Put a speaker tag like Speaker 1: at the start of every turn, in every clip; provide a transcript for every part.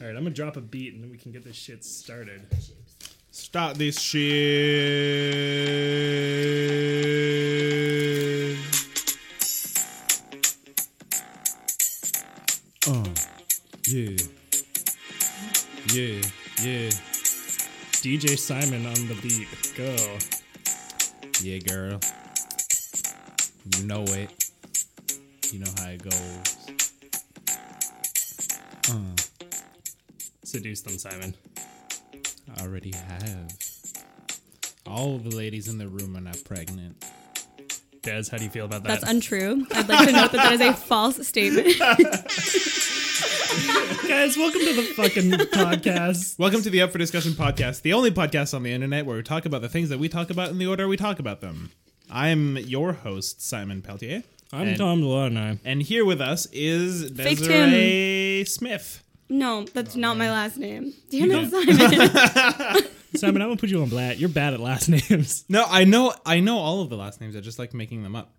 Speaker 1: All right, I'm gonna drop a beat and then we can get this shit started.
Speaker 2: Start this shit. Uh, yeah. Yeah, yeah.
Speaker 1: DJ Simon on the beat. Go.
Speaker 2: Yeah, girl. You know it. You know how it goes. Uh.
Speaker 1: Seduce them, Simon.
Speaker 2: I already have. All of the ladies in the room are not pregnant.
Speaker 1: Des, how do you feel about that?
Speaker 3: That's untrue. I'd like to note that that is a false statement.
Speaker 1: Guys, welcome to the fucking podcast.
Speaker 2: Welcome to the Up for Discussion podcast, the only podcast on the internet where we talk about the things that we talk about in the order we talk about them. I'm your host, Simon Peltier.
Speaker 1: I'm
Speaker 2: and,
Speaker 1: Tom Delano.
Speaker 2: And here with us is
Speaker 3: Fake Tim.
Speaker 2: Desiree Smith.
Speaker 3: No, that's not my last name. Damn it, Simon.
Speaker 1: Simon, I'm gonna put you on blast. You're bad at last names.
Speaker 2: No, I know I know all of the last names. I just like making them up.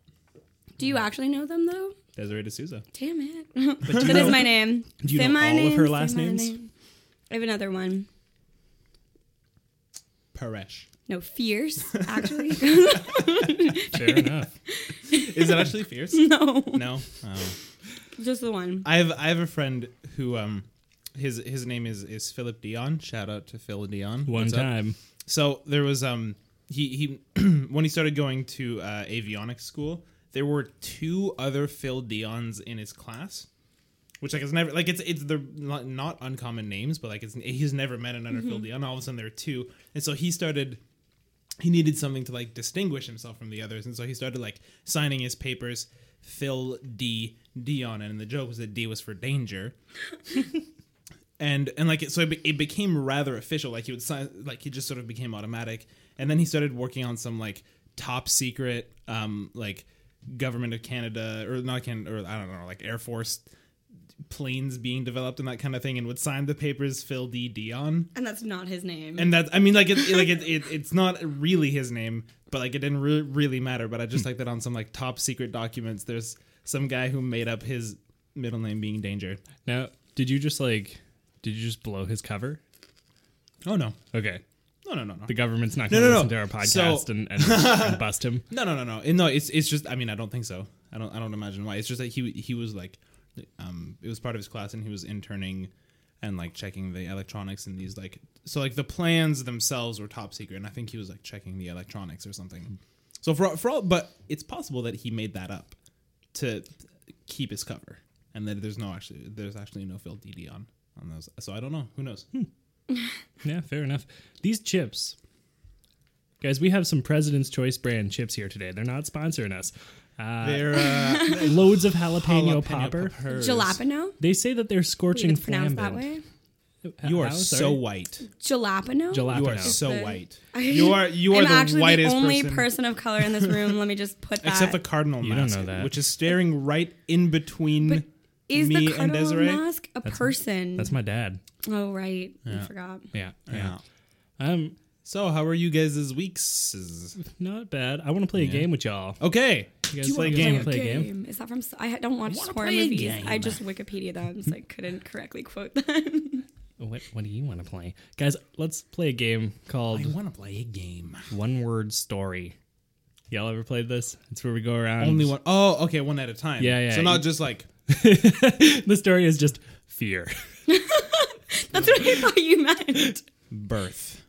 Speaker 3: Do you actually know them though?
Speaker 2: Desiree D'Souza.
Speaker 3: Damn it. That is my name.
Speaker 1: do you
Speaker 3: Say
Speaker 1: know
Speaker 3: my
Speaker 1: all of
Speaker 3: name,
Speaker 1: her
Speaker 3: say
Speaker 1: last
Speaker 3: my
Speaker 1: names?
Speaker 3: name. I have another one.
Speaker 2: Paresh.
Speaker 3: No, fierce, actually.
Speaker 1: Fair enough.
Speaker 2: Is it actually fierce?
Speaker 3: no,
Speaker 2: no. Oh.
Speaker 3: just the one.
Speaker 2: I have I have a friend who um his his name is is Philip Dion. Shout out to Phil Dion.
Speaker 1: One
Speaker 2: What's up?
Speaker 1: time.
Speaker 2: So there was um he he when he started going to uh, avionics school, there were two other Phil Dion's in his class, which like it's never like it's it's they're not, not uncommon names, but like it's he's never met another Phil Dion. All of a sudden there are two, and so he started. He needed something to like distinguish himself from the others, and so he started like signing his papers Phil D Dion, and the joke was that D was for danger and and like it, so it, be, it became rather official like he would sign like he just sort of became automatic and then he started working on some like top secret um like government of canada or not canada or i don't know like air force planes being developed and that kind of thing and would sign the papers phil d dion
Speaker 3: And that's not his name.
Speaker 2: and that's i mean like it, it- like it, it it's not really his name but like it didn't re- really matter but i just like that on some like top secret documents there's some guy who made up his middle name being danger
Speaker 1: Now, did you just like, did you just blow his cover?
Speaker 2: oh no
Speaker 1: Okay,
Speaker 2: no no no no
Speaker 1: the government's not gonna
Speaker 2: No, no, no.
Speaker 1: listen to our podcast
Speaker 2: So-
Speaker 1: and, and, and bust him.
Speaker 2: No, no, no, no. It- No, it's it's just. I mean, I don't think so. I don't. I don't imagine why. It's just that he he was like, um, it was part of his class, and he was interning, and like checking the electronics and these like. So like the plans themselves were top secret, and I think he was like checking the electronics or something. So for all- for all, but it's possible that he made that up to keep his cover, and that there's no actually there's actually no Phil DD on on those. So I don't know. Who knows?
Speaker 1: Yeah, fair enough. These chips, guys, we have some President's Choice brand chips here today. They're not sponsoring us. Uh,
Speaker 2: They're uh,
Speaker 1: loads of jalapeno,
Speaker 2: jalapeno
Speaker 1: popper.
Speaker 2: peppers.
Speaker 3: Jalapeno?
Speaker 1: They say that they're
Speaker 3: Wait,
Speaker 1: scorching
Speaker 3: it's pronounced that
Speaker 1: flambéed.
Speaker 3: way?
Speaker 1: H-
Speaker 2: You are
Speaker 1: Uh, how?
Speaker 2: so
Speaker 1: Sorry?
Speaker 2: white.
Speaker 3: Jalapeno?
Speaker 1: Jalapeno.
Speaker 2: You are so
Speaker 3: Then-
Speaker 2: white.
Speaker 3: I-
Speaker 2: You are you are
Speaker 3: I'm
Speaker 2: the
Speaker 3: actually
Speaker 2: whitest
Speaker 3: the only
Speaker 2: person,
Speaker 3: person. of color in this room. Let me just put that.
Speaker 2: except the cardinal
Speaker 1: You don't
Speaker 2: mask,
Speaker 1: know that.
Speaker 2: which is staring right in between
Speaker 3: But is
Speaker 2: me
Speaker 3: the
Speaker 2: and
Speaker 3: cardinal
Speaker 2: Desiree.
Speaker 3: mask a person?
Speaker 1: That's my dad.
Speaker 3: oh right, I forgot.
Speaker 1: Yeah,
Speaker 2: Yeah.
Speaker 1: yeah. Um,
Speaker 2: So how are you guys this weeks?
Speaker 1: not bad. I want to play a game with y'all.
Speaker 2: Okay.
Speaker 1: You
Speaker 3: Do
Speaker 1: guys
Speaker 3: you
Speaker 1: play a
Speaker 3: wanna
Speaker 1: game. Play a game.
Speaker 3: Is that from? s- I ha- don't watch
Speaker 2: Wanna
Speaker 3: horror
Speaker 2: play a
Speaker 3: movies.
Speaker 2: game.
Speaker 3: I just Wikipedia them, so I couldn't correctly quote them.
Speaker 1: What What do you want to play, guys? Let's play a game called
Speaker 2: want to play a game.
Speaker 1: One Word Story. Y'all ever played this? It's where we go around.
Speaker 2: Only one oh okay, one at a time.
Speaker 1: Yeah, yeah,
Speaker 2: So not
Speaker 1: you-
Speaker 2: just like
Speaker 1: the story is just fear.
Speaker 3: That's what I thought you meant.
Speaker 2: birth.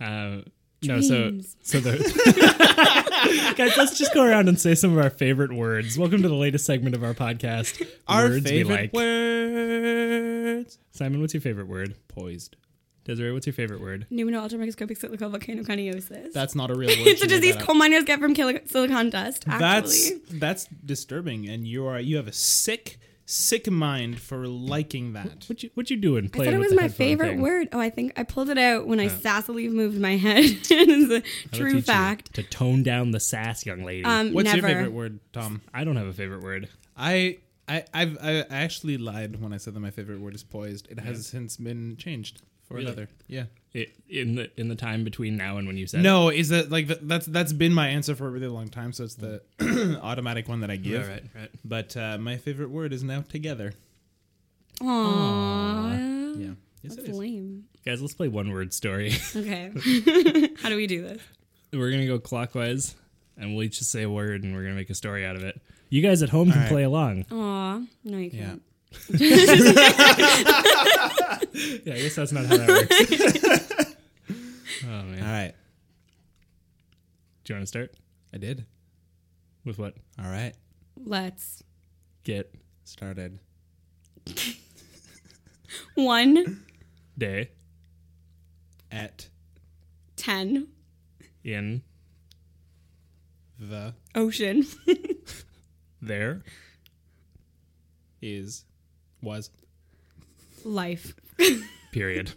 Speaker 1: Uh, no, so
Speaker 3: Dreams.
Speaker 1: so the guys, let's just go around and say some of our favorite words. Welcome to the latest segment of our podcast.
Speaker 2: Our
Speaker 1: words
Speaker 2: favorite
Speaker 1: we like.
Speaker 2: words.
Speaker 1: Simon, what's your favorite word?
Speaker 2: Poised.
Speaker 1: Desiree, what's your favorite word?
Speaker 3: Pneumono ultramicroscopic silicovolcanoconiosis.
Speaker 2: That's not a real word.
Speaker 3: it's
Speaker 2: she
Speaker 3: a
Speaker 2: made
Speaker 3: disease
Speaker 2: that up.
Speaker 3: coal miners get from kili- silicon dust. Actually,
Speaker 2: That's that's disturbing and you are you have a sick sick mind for liking that.
Speaker 1: What you What you doing?
Speaker 3: I
Speaker 1: Playing
Speaker 3: thought it
Speaker 1: with
Speaker 3: was
Speaker 1: the
Speaker 3: my
Speaker 1: headphone
Speaker 3: favorite
Speaker 1: thing?
Speaker 3: word. Oh, I think I pulled it out when I sassily moved my head. it is a
Speaker 1: That'll teach
Speaker 3: true
Speaker 1: you
Speaker 3: fact.
Speaker 1: to tone down the sass, young lady.
Speaker 3: Um,
Speaker 2: What's
Speaker 3: never.
Speaker 2: your favorite word, Tom?
Speaker 1: I don't have a favorite word.
Speaker 2: I I I've, I actually lied when I said that my favorite word is poised. It has since been changed for
Speaker 1: Really?
Speaker 2: another. Yeah.
Speaker 1: I in the in the time between now and when you said it.
Speaker 2: No, is that like th- that's that's been my answer for a really long time, so it's the automatic one that I give.
Speaker 1: Mm. right, right.
Speaker 2: But uh, my favorite word is now together.
Speaker 3: Aww.
Speaker 2: Yeah.
Speaker 1: Guys, let's play one word story.
Speaker 3: Okay. How do we do this?
Speaker 1: we're gonna go clockwise, and we'll each just say a word, and we're gonna make a story out of it. You guys at home can
Speaker 2: right.
Speaker 1: play along.
Speaker 3: Aw, no, you can't.
Speaker 1: Yeah, I guess that's not how that works. oh man,
Speaker 2: All right.
Speaker 1: do you want to start
Speaker 2: I did.
Speaker 1: with what?
Speaker 2: All right.
Speaker 3: Let's
Speaker 1: Get
Speaker 2: Started.
Speaker 3: one
Speaker 1: day
Speaker 2: At
Speaker 3: ten
Speaker 1: in
Speaker 2: the
Speaker 3: ocean
Speaker 1: there
Speaker 2: is was
Speaker 3: life.
Speaker 1: period.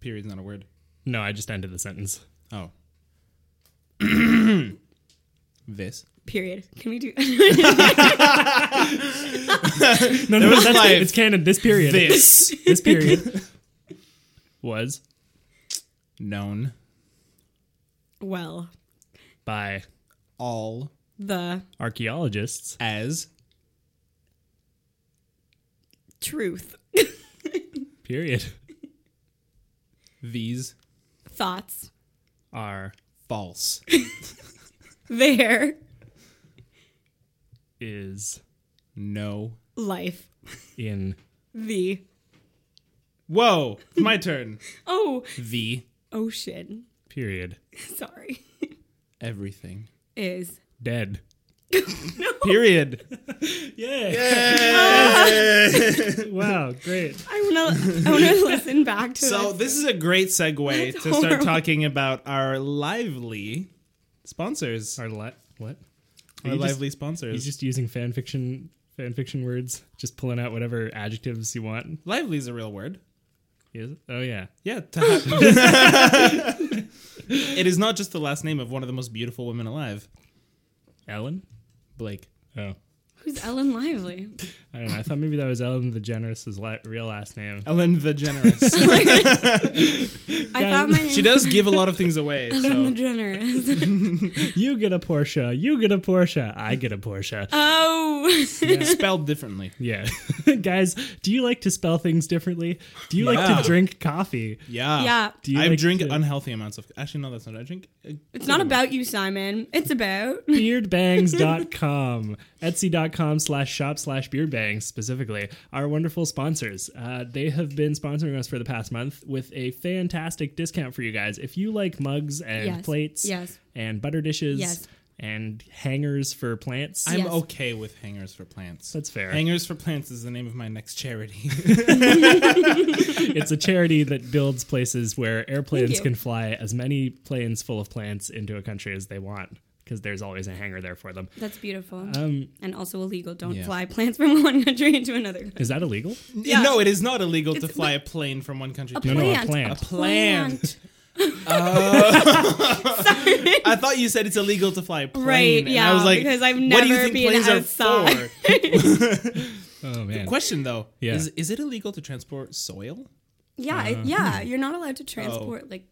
Speaker 2: period's not a word.
Speaker 1: No, I just ended the sentence.
Speaker 2: Oh. this.
Speaker 3: Period. Can we do?
Speaker 1: No, no,
Speaker 2: was
Speaker 1: that's
Speaker 2: like-
Speaker 1: it. It's canon. This period.
Speaker 2: This
Speaker 1: This period was
Speaker 2: known
Speaker 3: well,
Speaker 1: by
Speaker 2: all
Speaker 3: the
Speaker 1: archaeologists
Speaker 2: as
Speaker 3: truth,
Speaker 1: period
Speaker 2: these
Speaker 3: thoughts,
Speaker 1: are
Speaker 2: false
Speaker 3: their
Speaker 1: is
Speaker 2: no
Speaker 3: life,
Speaker 1: in
Speaker 3: the
Speaker 2: Whoa, my turn.
Speaker 3: oh
Speaker 2: The
Speaker 3: ocean.
Speaker 1: period
Speaker 3: Sorry,
Speaker 2: everything.
Speaker 3: is
Speaker 1: dead.
Speaker 3: no.
Speaker 2: Period.
Speaker 1: Yeah. wow, great.
Speaker 3: I wanna I wanna listen back to
Speaker 2: So
Speaker 3: that.
Speaker 2: this is a great segue
Speaker 3: That's
Speaker 2: to start
Speaker 3: horrible.
Speaker 2: talking about our lively sponsors.
Speaker 1: Our li- what?
Speaker 2: Our
Speaker 1: you just-
Speaker 2: lively
Speaker 1: He's
Speaker 2: sponsors.
Speaker 1: just using fan fiction fan fiction words, just pulling out whatever adjectives you want.
Speaker 2: lively is a real word.
Speaker 1: Is it? Oh yeah.
Speaker 2: Yeah. to have- it is not just the last name of one of the most beautiful women alive,
Speaker 1: Ellen?
Speaker 2: Blake.
Speaker 1: Oh.
Speaker 3: Who's Ellen Lively?
Speaker 1: I don't know. I thought maybe that was Ellen the Generous' la- real last name.
Speaker 2: Ellen the Generous.
Speaker 3: I thought my name
Speaker 2: she does give a lot of things away.
Speaker 3: Ellen the
Speaker 2: So.
Speaker 3: Generous.
Speaker 1: You get a Porsche. You get a Porsche. I get a Porsche.
Speaker 3: Oh,
Speaker 2: Spelled differently.
Speaker 1: yeah. Guys, do you like to spell things differently? Do you like
Speaker 2: Yeah.
Speaker 1: to drink coffee?
Speaker 2: Yeah.
Speaker 3: yeah.
Speaker 1: Do you
Speaker 2: I
Speaker 1: like
Speaker 2: drink
Speaker 1: to-
Speaker 2: unhealthy amounts of. Actually, no, that's not. I drink. uh,
Speaker 3: It's not about you, Simon. It's about
Speaker 1: beardbangs.com etsy.com slash shop slash beardbangs specifically our wonderful sponsors uh, they have been sponsoring us for the past month with a fantastic discount for you guys if you like mugs and
Speaker 3: Yes.
Speaker 1: plates
Speaker 3: Yes.
Speaker 1: and butter dishes
Speaker 3: Yes.
Speaker 1: and hangers for plants
Speaker 2: I'm
Speaker 3: Yes.
Speaker 2: okay with hangers for plants.
Speaker 1: that's fair
Speaker 2: Hangers for Plants is the name of my next charity.
Speaker 1: it's a charity that builds places where airplanes
Speaker 3: you.
Speaker 1: can fly as many planes full of plants into a country as they want because there's always a hangar there for them
Speaker 3: that's beautiful
Speaker 1: um,
Speaker 3: and also illegal. Don't
Speaker 2: Yeah.
Speaker 3: fly plants from one country into another. country.
Speaker 1: is that illegal
Speaker 3: Yeah.
Speaker 2: No, it is not illegal to
Speaker 3: It's-
Speaker 2: fly a plane from one country to
Speaker 1: no,
Speaker 2: another.
Speaker 1: a plant.
Speaker 2: A plant. Oh. I thought you said it's illegal to fly a plane.
Speaker 3: Right,
Speaker 2: and I
Speaker 3: yeah,
Speaker 2: was like,
Speaker 3: because I've
Speaker 2: what do you
Speaker 3: never
Speaker 2: think
Speaker 3: been
Speaker 2: planes are
Speaker 3: outside.
Speaker 2: for?
Speaker 1: oh man
Speaker 2: Question though,
Speaker 1: Yeah.
Speaker 2: is is it illegal to transport soil?
Speaker 3: Yeah, it-
Speaker 2: Mm.
Speaker 3: yeah. You're not allowed to
Speaker 2: Oh.
Speaker 3: transport like.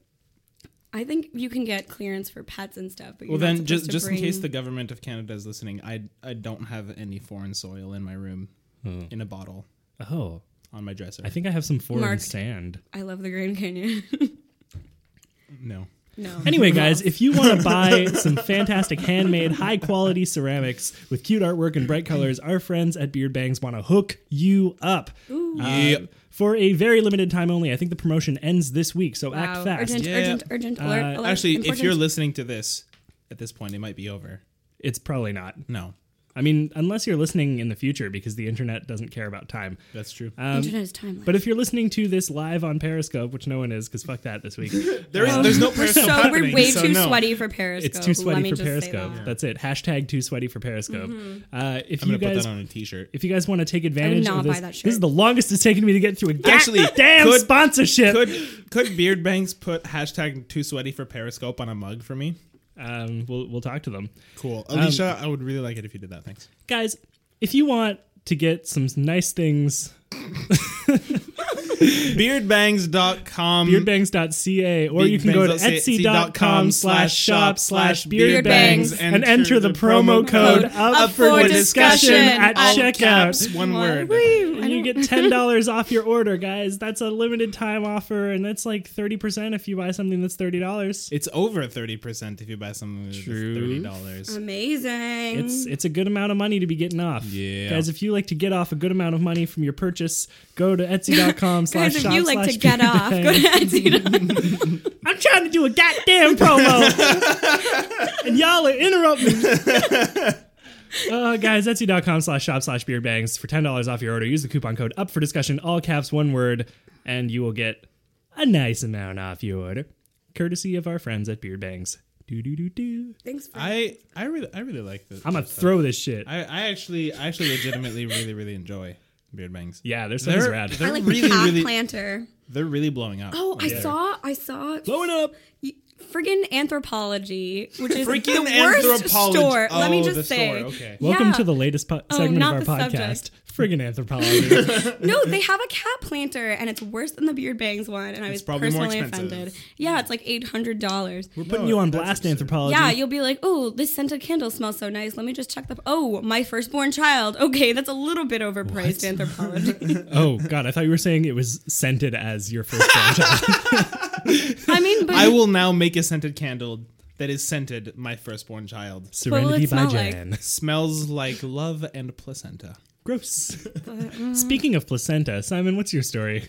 Speaker 3: I think you can get clearance for pets and stuff. But you're
Speaker 2: Well,
Speaker 3: not
Speaker 2: then just
Speaker 3: supposed to
Speaker 2: just in
Speaker 3: bring-
Speaker 2: case the government of Canada is listening, I I don't have any foreign soil in my room, in a bottle
Speaker 1: oh
Speaker 2: on my dresser.
Speaker 1: Hmm. I think I have some foreign
Speaker 3: Marked.
Speaker 1: sand.
Speaker 3: I love the Grand Canyon.
Speaker 2: no.
Speaker 3: no.
Speaker 1: Anyway, guys, if you want to buy some fantastic handmade, high quality ceramics with cute artwork and bright colors, our friends at Beard Bangs want to hook you up. Uh,
Speaker 2: Yep.
Speaker 1: For a very limited time only. I think the promotion ends this week, so act
Speaker 3: Wow.
Speaker 1: fast.
Speaker 3: Urgent,
Speaker 2: Yeah. Uh,
Speaker 3: urgent, urgent, alert, alert.
Speaker 2: Actually, if you're
Speaker 3: important.
Speaker 2: listening to this at this point, it might be over.
Speaker 1: It's probably not.
Speaker 2: No,
Speaker 1: I mean, unless you're listening in the future because the internet doesn't care about time.
Speaker 2: that's true. Uh,
Speaker 3: internet is timeless.
Speaker 1: But if you're listening to this live on Periscope, which no one is because fuck that this week,
Speaker 2: There is, there's no personal
Speaker 3: so we're
Speaker 2: happening,
Speaker 3: way
Speaker 2: so
Speaker 3: too
Speaker 2: no.
Speaker 3: sweaty for Periscope.
Speaker 1: it's too
Speaker 3: Let
Speaker 1: sweaty
Speaker 3: me
Speaker 1: for
Speaker 3: just say
Speaker 1: Periscope.
Speaker 3: that. Mm-hmm.
Speaker 1: That's it. Hashtag too sweaty for Periscope. Uh, if
Speaker 2: I'm
Speaker 1: you
Speaker 2: gonna put
Speaker 1: guys
Speaker 2: that on a T-shirt.
Speaker 1: if you guys want to take advantage
Speaker 3: not
Speaker 1: of this,
Speaker 3: buy that
Speaker 1: this
Speaker 3: shirt.
Speaker 1: is the longest it's taken me to get through a
Speaker 2: Actually,
Speaker 1: actually damn
Speaker 2: could-
Speaker 1: sponsorship.
Speaker 2: Could could Beard Banks put hashtag too sweaty for Periscope on a mug for me?
Speaker 1: Um, we'll we'll talk to them,
Speaker 2: Cool,
Speaker 3: Um,
Speaker 2: Alicia. I would really like it if you did that. Thanks.
Speaker 1: guys. If you want to get some nice things,
Speaker 2: Beardbangs.com.
Speaker 1: Hmm? beardbangs.ca or you can go to
Speaker 2: Beardbangs.ca,
Speaker 1: etsy.com slash shop slash beardbangs
Speaker 3: beardbangs
Speaker 1: and enter the promo code up for discussion at
Speaker 3: All
Speaker 1: checkout.
Speaker 2: Caps, one
Speaker 3: What?
Speaker 2: word.
Speaker 3: Woo, I
Speaker 1: And you
Speaker 3: don't-
Speaker 1: get $10 off your order, guys. That's a limited time offer, and that's like 30% if you buy something that's $30.
Speaker 2: It's over 30% if you buy something that's
Speaker 1: True.
Speaker 2: $30.
Speaker 3: Amazing.
Speaker 1: It's it's a good amount of money to be getting off.
Speaker 2: Yeah.
Speaker 1: Guys, if you like to get off a good amount of money from your purchase, go to etsy.com slash
Speaker 3: Guys, if
Speaker 1: shop
Speaker 3: you like
Speaker 1: slash
Speaker 3: to get off, go to
Speaker 1: beardbangs.
Speaker 3: Etsy.
Speaker 1: I'm trying to do a goddamn promo. and y'all are interrupting me. Uh, guys, etsy.com slash shop slash beer bangs for $10 off your order. Use the coupon code up for discussion, all caps, one word, and you will get a nice amount off your order, courtesy of our friends at Beard Bangs. Do, do, do, do.
Speaker 3: Thanks for
Speaker 2: I, I really I really like this.
Speaker 1: I'm going to
Speaker 2: this
Speaker 1: throw this shit.
Speaker 2: stuff. I, I actually I actually legitimately really really enjoy beard bangs.
Speaker 1: yeah, there's something
Speaker 2: They're,
Speaker 1: rad.
Speaker 2: they're
Speaker 3: I like
Speaker 2: really
Speaker 3: the cock
Speaker 2: really
Speaker 3: planter.
Speaker 2: they're really blowing up.
Speaker 3: Oh, I saw, I saw
Speaker 1: Blowing up.
Speaker 3: y- friggin' anthropology, which is
Speaker 2: Freaking
Speaker 3: the worst
Speaker 2: Anthropology.
Speaker 3: store. Let me
Speaker 2: Oh,
Speaker 3: just
Speaker 2: the
Speaker 3: say,
Speaker 2: store, okay.
Speaker 1: Welcome
Speaker 3: Yeah. Oh,
Speaker 1: to the latest po- segment
Speaker 3: not
Speaker 1: of
Speaker 3: the
Speaker 1: our podcast,
Speaker 3: subject.
Speaker 1: Friggin' Anthropology.
Speaker 3: no, they have a cat planter, and it's worse than the Beard Bangs one, and I was
Speaker 2: probably more
Speaker 3: personally
Speaker 2: expensive.
Speaker 3: offended. Yeah, it's like eight hundred dollars.
Speaker 1: We're putting you on
Speaker 2: that's
Speaker 1: blast,
Speaker 2: absurd.
Speaker 1: Anthropology.
Speaker 3: Yeah, you'll be like, oh, this scented candle smells so nice. Let me just check the. Oh, my firstborn child. Okay, that's a little bit overpriced anthropology.
Speaker 1: Oh God, I thought you were saying it was scented as your first franchise.
Speaker 3: I mean, but
Speaker 2: I will now make a scented candle that is scented my firstborn child.
Speaker 1: Serenity
Speaker 3: it
Speaker 1: by
Speaker 3: smell like?
Speaker 1: Jan.
Speaker 2: Smells like love and placenta.
Speaker 1: Gross.
Speaker 3: mm.
Speaker 1: Speaking of placenta, Simon, what's your story?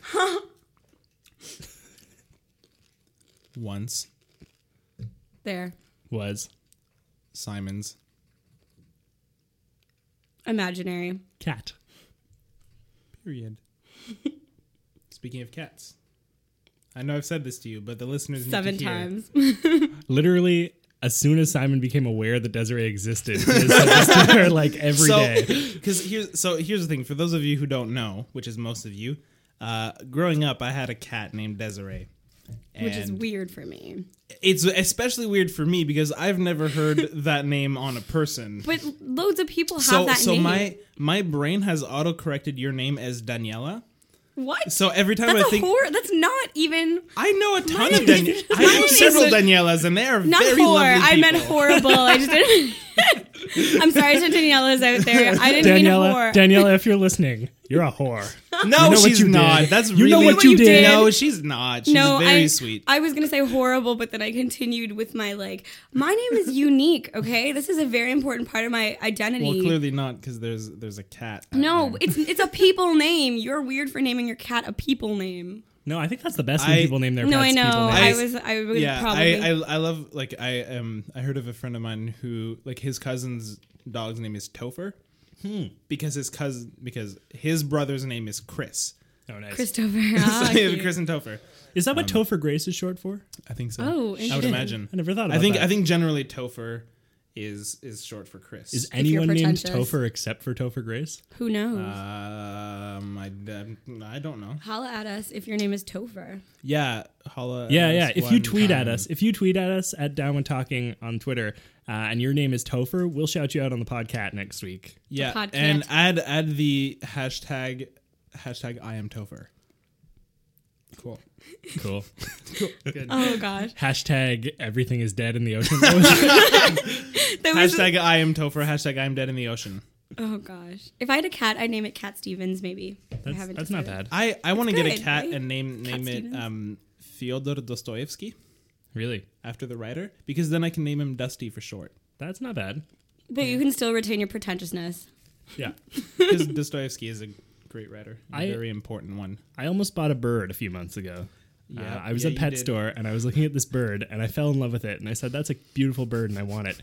Speaker 2: Once
Speaker 3: there.
Speaker 1: Was
Speaker 2: Simon's
Speaker 3: Imaginary.
Speaker 1: cat.
Speaker 2: period. Speaking of cats, I know I've said this to you, but the listeners
Speaker 3: Seven
Speaker 2: need to hear.
Speaker 3: times.
Speaker 1: Literally, as soon as Simon became aware that Desiree existed, he was suggesting her like every day.
Speaker 2: Because here's so here's the thing. For those of you who don't know, which is most of you, uh, growing up, I had a cat named Desiree,
Speaker 3: Which is
Speaker 2: And
Speaker 3: weird for me.
Speaker 2: It's especially weird for me because I've never heard that name on a person.
Speaker 3: But loads of people have
Speaker 2: so
Speaker 3: that
Speaker 2: so
Speaker 3: name.
Speaker 2: my my brain has auto corrected your name as Daniela.
Speaker 3: what?
Speaker 2: So every time
Speaker 3: that's
Speaker 2: I
Speaker 3: a
Speaker 2: think
Speaker 3: whore. That's not even
Speaker 2: I know a ton
Speaker 3: Mine
Speaker 2: of Daniela.
Speaker 3: is-
Speaker 2: I know
Speaker 3: mine
Speaker 2: several
Speaker 3: isn't-
Speaker 2: Danielas, and they are
Speaker 3: not
Speaker 2: very
Speaker 3: whore.
Speaker 2: lovely
Speaker 3: I meant
Speaker 2: people.
Speaker 3: horrible. I just didn't. I'm sorry to Daniela's out there. I didn't mean
Speaker 1: Daniela,
Speaker 3: whore.
Speaker 1: Daniela, if you're listening, you're a whore.
Speaker 2: No,
Speaker 1: You know what
Speaker 2: she's
Speaker 1: you did.
Speaker 2: not. That's
Speaker 1: You
Speaker 2: really
Speaker 1: know what You know you what you did. did.
Speaker 2: No, she's not. She's
Speaker 3: no,
Speaker 2: very
Speaker 3: I,
Speaker 2: sweet.
Speaker 3: I was gonna say horrible, but then I continued with my like, my name is unique. Okay, this is a very important part of my identity.
Speaker 2: Well, clearly not because there's there's a cat. out
Speaker 3: no,
Speaker 2: there.
Speaker 3: it's it's a people name. You're weird for naming your cat a people name.
Speaker 1: No, I think that's the best when
Speaker 2: I-
Speaker 1: people name their
Speaker 3: no,
Speaker 1: pets.
Speaker 3: I know.
Speaker 1: People
Speaker 3: I,
Speaker 1: names.
Speaker 2: names.
Speaker 3: was I would
Speaker 2: yeah,
Speaker 3: probably.
Speaker 2: I, I I love like I um I heard of a friend of mine who like his cousin's dog's name is Topher,
Speaker 1: Hmm.
Speaker 2: because his cousin because his brother's name is Chris.
Speaker 1: oh, nice.
Speaker 3: Christopher.
Speaker 2: So
Speaker 3: ah,
Speaker 2: they have
Speaker 3: cute.
Speaker 2: Chris and Topher.
Speaker 1: Is that what Topher Grace is short for?
Speaker 2: I think so.
Speaker 3: Oh,
Speaker 2: I would
Speaker 3: interesting.
Speaker 2: imagine.
Speaker 1: I never thought
Speaker 2: I
Speaker 1: about
Speaker 2: think
Speaker 1: that.
Speaker 2: I think generally Topher is is short for Chris.
Speaker 1: Is
Speaker 3: you're
Speaker 1: anyone named
Speaker 3: pretentious.
Speaker 1: Topher except for Topher Grace?
Speaker 3: Who knows?
Speaker 2: Ah. um I, I don't know.
Speaker 3: Holla at us if your name is Topher.
Speaker 2: Yeah, holla. at
Speaker 1: Yeah,
Speaker 2: us
Speaker 1: yeah. If you
Speaker 2: one
Speaker 1: tweet at
Speaker 2: time.
Speaker 1: us, if you tweet at us at Down with Talking on Twitter, uh, and your name is Topher, we'll shout you out on the podcast next week.
Speaker 2: yeah,
Speaker 3: podcast.
Speaker 2: and add add the hashtag hashtag I am Topher. Cool.
Speaker 1: Cool.
Speaker 3: Oh gosh,
Speaker 1: Hashtag everything is dead in the ocean. That was-
Speaker 3: that was
Speaker 2: Hashtag I am Topher. Hashtag I am dead in the ocean.
Speaker 3: Oh gosh. If I had a cat, I'd name it Cat Stevens, maybe. I
Speaker 1: that's
Speaker 3: haven't
Speaker 1: that's not
Speaker 3: decided.
Speaker 1: bad.
Speaker 2: I, I want to get a
Speaker 3: good,
Speaker 2: cat
Speaker 3: right?
Speaker 2: and name
Speaker 3: Cat
Speaker 2: name it
Speaker 3: Stevens.
Speaker 2: um, Fyodor Dostoevsky
Speaker 1: Really,
Speaker 2: after the writer because then I can name him Dusty for short
Speaker 1: that's not bad.
Speaker 3: But you can still retain your pretentiousness.
Speaker 1: Yeah.
Speaker 2: because Dostoevsky is a great writer, a
Speaker 1: I-
Speaker 2: very important one.
Speaker 1: I almost bought a bird a few months ago. Yeah,
Speaker 2: Yeah,
Speaker 1: I was
Speaker 2: yeah,
Speaker 1: at
Speaker 2: you
Speaker 1: pet
Speaker 2: did.
Speaker 1: store and I was looking at this bird and I fell in love with it and I said that's a beautiful bird and I want it.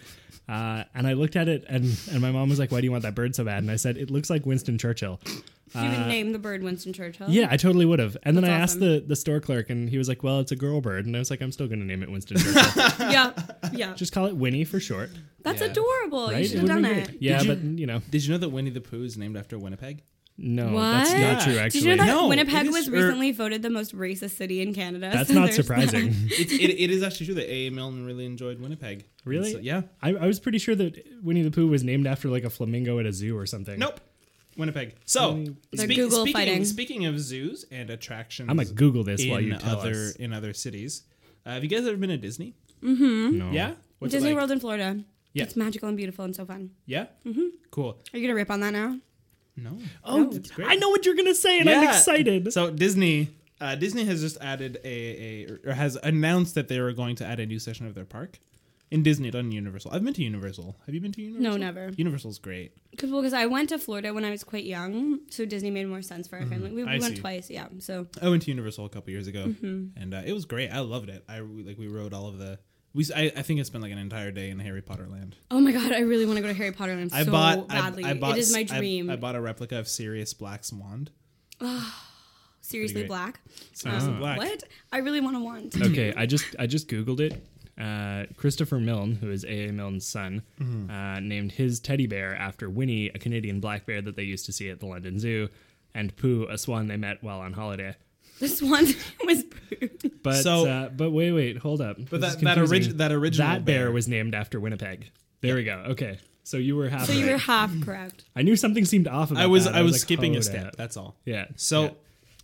Speaker 1: Uh, and I looked at it and and my mom was like, "Why do you want that bird so bad?" And I said, "It looks like Winston Churchill."
Speaker 3: you
Speaker 2: Uh,
Speaker 3: would name the bird Winston Churchill.
Speaker 1: Yeah, I totally would have. And then
Speaker 3: Oh. That's
Speaker 1: I
Speaker 3: awesome.
Speaker 1: asked the, the store clerk, and he was like, "Well, it's a girl bird," and I was like, "I'm still going to name it Winston Churchill.
Speaker 3: Yeah. Yeah.
Speaker 1: Just call it Winnie for short,
Speaker 3: That's
Speaker 2: Yeah.
Speaker 3: adorable.
Speaker 1: right?"
Speaker 3: You
Speaker 1: It
Speaker 3: should have
Speaker 1: would've
Speaker 3: done
Speaker 1: been
Speaker 3: it.
Speaker 1: great. Yeah,
Speaker 2: Did you-
Speaker 1: but you know,
Speaker 2: Did you know that Winnie the Pooh is named after Winnipeg?
Speaker 1: no,
Speaker 3: What?
Speaker 1: that's not
Speaker 2: Yeah.
Speaker 1: true.
Speaker 2: Did
Speaker 1: Actually,
Speaker 3: Did you know that
Speaker 2: No,
Speaker 3: Winnipeg
Speaker 2: it is er,
Speaker 3: was
Speaker 2: true.
Speaker 3: recently voted the most racist city in Canada?
Speaker 1: that's
Speaker 3: So
Speaker 1: not
Speaker 3: there's
Speaker 1: surprising.
Speaker 3: that.
Speaker 2: It's, it, it is actually true that A.A. Milne really enjoyed Winnipeg.
Speaker 1: Really?
Speaker 2: So- yeah.
Speaker 1: I, I was pretty sure that Winnie the Pooh was named after like a flamingo at a zoo or something.
Speaker 2: Nope. Winnipeg. So
Speaker 3: They're
Speaker 2: spe-
Speaker 3: Google
Speaker 2: speaking
Speaker 3: fighting.
Speaker 2: speaking of zoos and attractions,
Speaker 1: I'm gonna Google this
Speaker 2: in
Speaker 1: while you tell
Speaker 2: other
Speaker 1: us.
Speaker 2: in other cities. Uh, have you guys ever been to Disney?
Speaker 3: Hmm?
Speaker 1: No.
Speaker 2: Yeah, What's it
Speaker 3: Disney
Speaker 2: like?
Speaker 3: World in Florida.
Speaker 2: Yeah.
Speaker 3: It's magical and beautiful and so fun.
Speaker 2: Yeah, cool.
Speaker 3: Are you gonna rip on that now?
Speaker 2: No,
Speaker 1: Oh,
Speaker 3: it's
Speaker 2: great.
Speaker 1: I know what you're gonna say, and I'm
Speaker 2: Yeah.
Speaker 1: excited.
Speaker 2: So Disney, uh, Disney has just added a, a or has announced that they are going to add a new session of their park in Disney, not in Universal. I've been to Universal. Have you been to Universal?
Speaker 3: never.
Speaker 2: Universal's great.
Speaker 3: Because I went to Florida when I was quite young, so Disney made more sense for our family. We,
Speaker 2: Mm-hmm. I
Speaker 3: we went
Speaker 2: see.
Speaker 3: twice, yeah. So
Speaker 2: I went to Universal a couple years ago,
Speaker 3: Mm-hmm.
Speaker 2: and uh, it was great. I loved it. I we- like we rode all of the. We s- I, I think I spent like an entire day in Harry Potter Land.
Speaker 3: Oh my god, I really want to go to Harry Potter Land so
Speaker 2: I bought I-
Speaker 3: badly.
Speaker 2: I, bought
Speaker 3: it is my
Speaker 2: s- I-
Speaker 3: dream.
Speaker 2: I, bought a replica of Sirius Black's wand.
Speaker 3: Seriously,
Speaker 2: pretty great.
Speaker 3: black. Um,
Speaker 2: Sirius
Speaker 1: Ah.
Speaker 2: Black.
Speaker 3: What? I really want to want.
Speaker 1: okay, I just I just googled it. Uh, Christopher Milne, who is A.A. Milne's son,
Speaker 2: Mm-hmm.
Speaker 1: uh, named his teddy bear after Winnie, a Canadian black bear that they used to see at the London Zoo, and Pooh, a swan they met while on holiday.
Speaker 3: This one was rude.
Speaker 1: But
Speaker 2: So-
Speaker 1: uh, but wait wait hold up.
Speaker 2: But
Speaker 1: This
Speaker 2: that-
Speaker 1: is
Speaker 2: that orig-
Speaker 1: confusing.
Speaker 2: that original
Speaker 1: that bear,
Speaker 2: bear-
Speaker 1: was named after Winnipeg. There we go. Okay, so you were half.
Speaker 3: So you
Speaker 1: right.
Speaker 3: were half correct.
Speaker 1: I knew something seemed off about
Speaker 2: I was
Speaker 1: that.
Speaker 2: I was
Speaker 1: like,
Speaker 2: skipping a
Speaker 1: hold
Speaker 2: step.
Speaker 1: up.
Speaker 2: That's all.
Speaker 3: Oh,
Speaker 1: Yeah.
Speaker 2: So.
Speaker 1: yeah.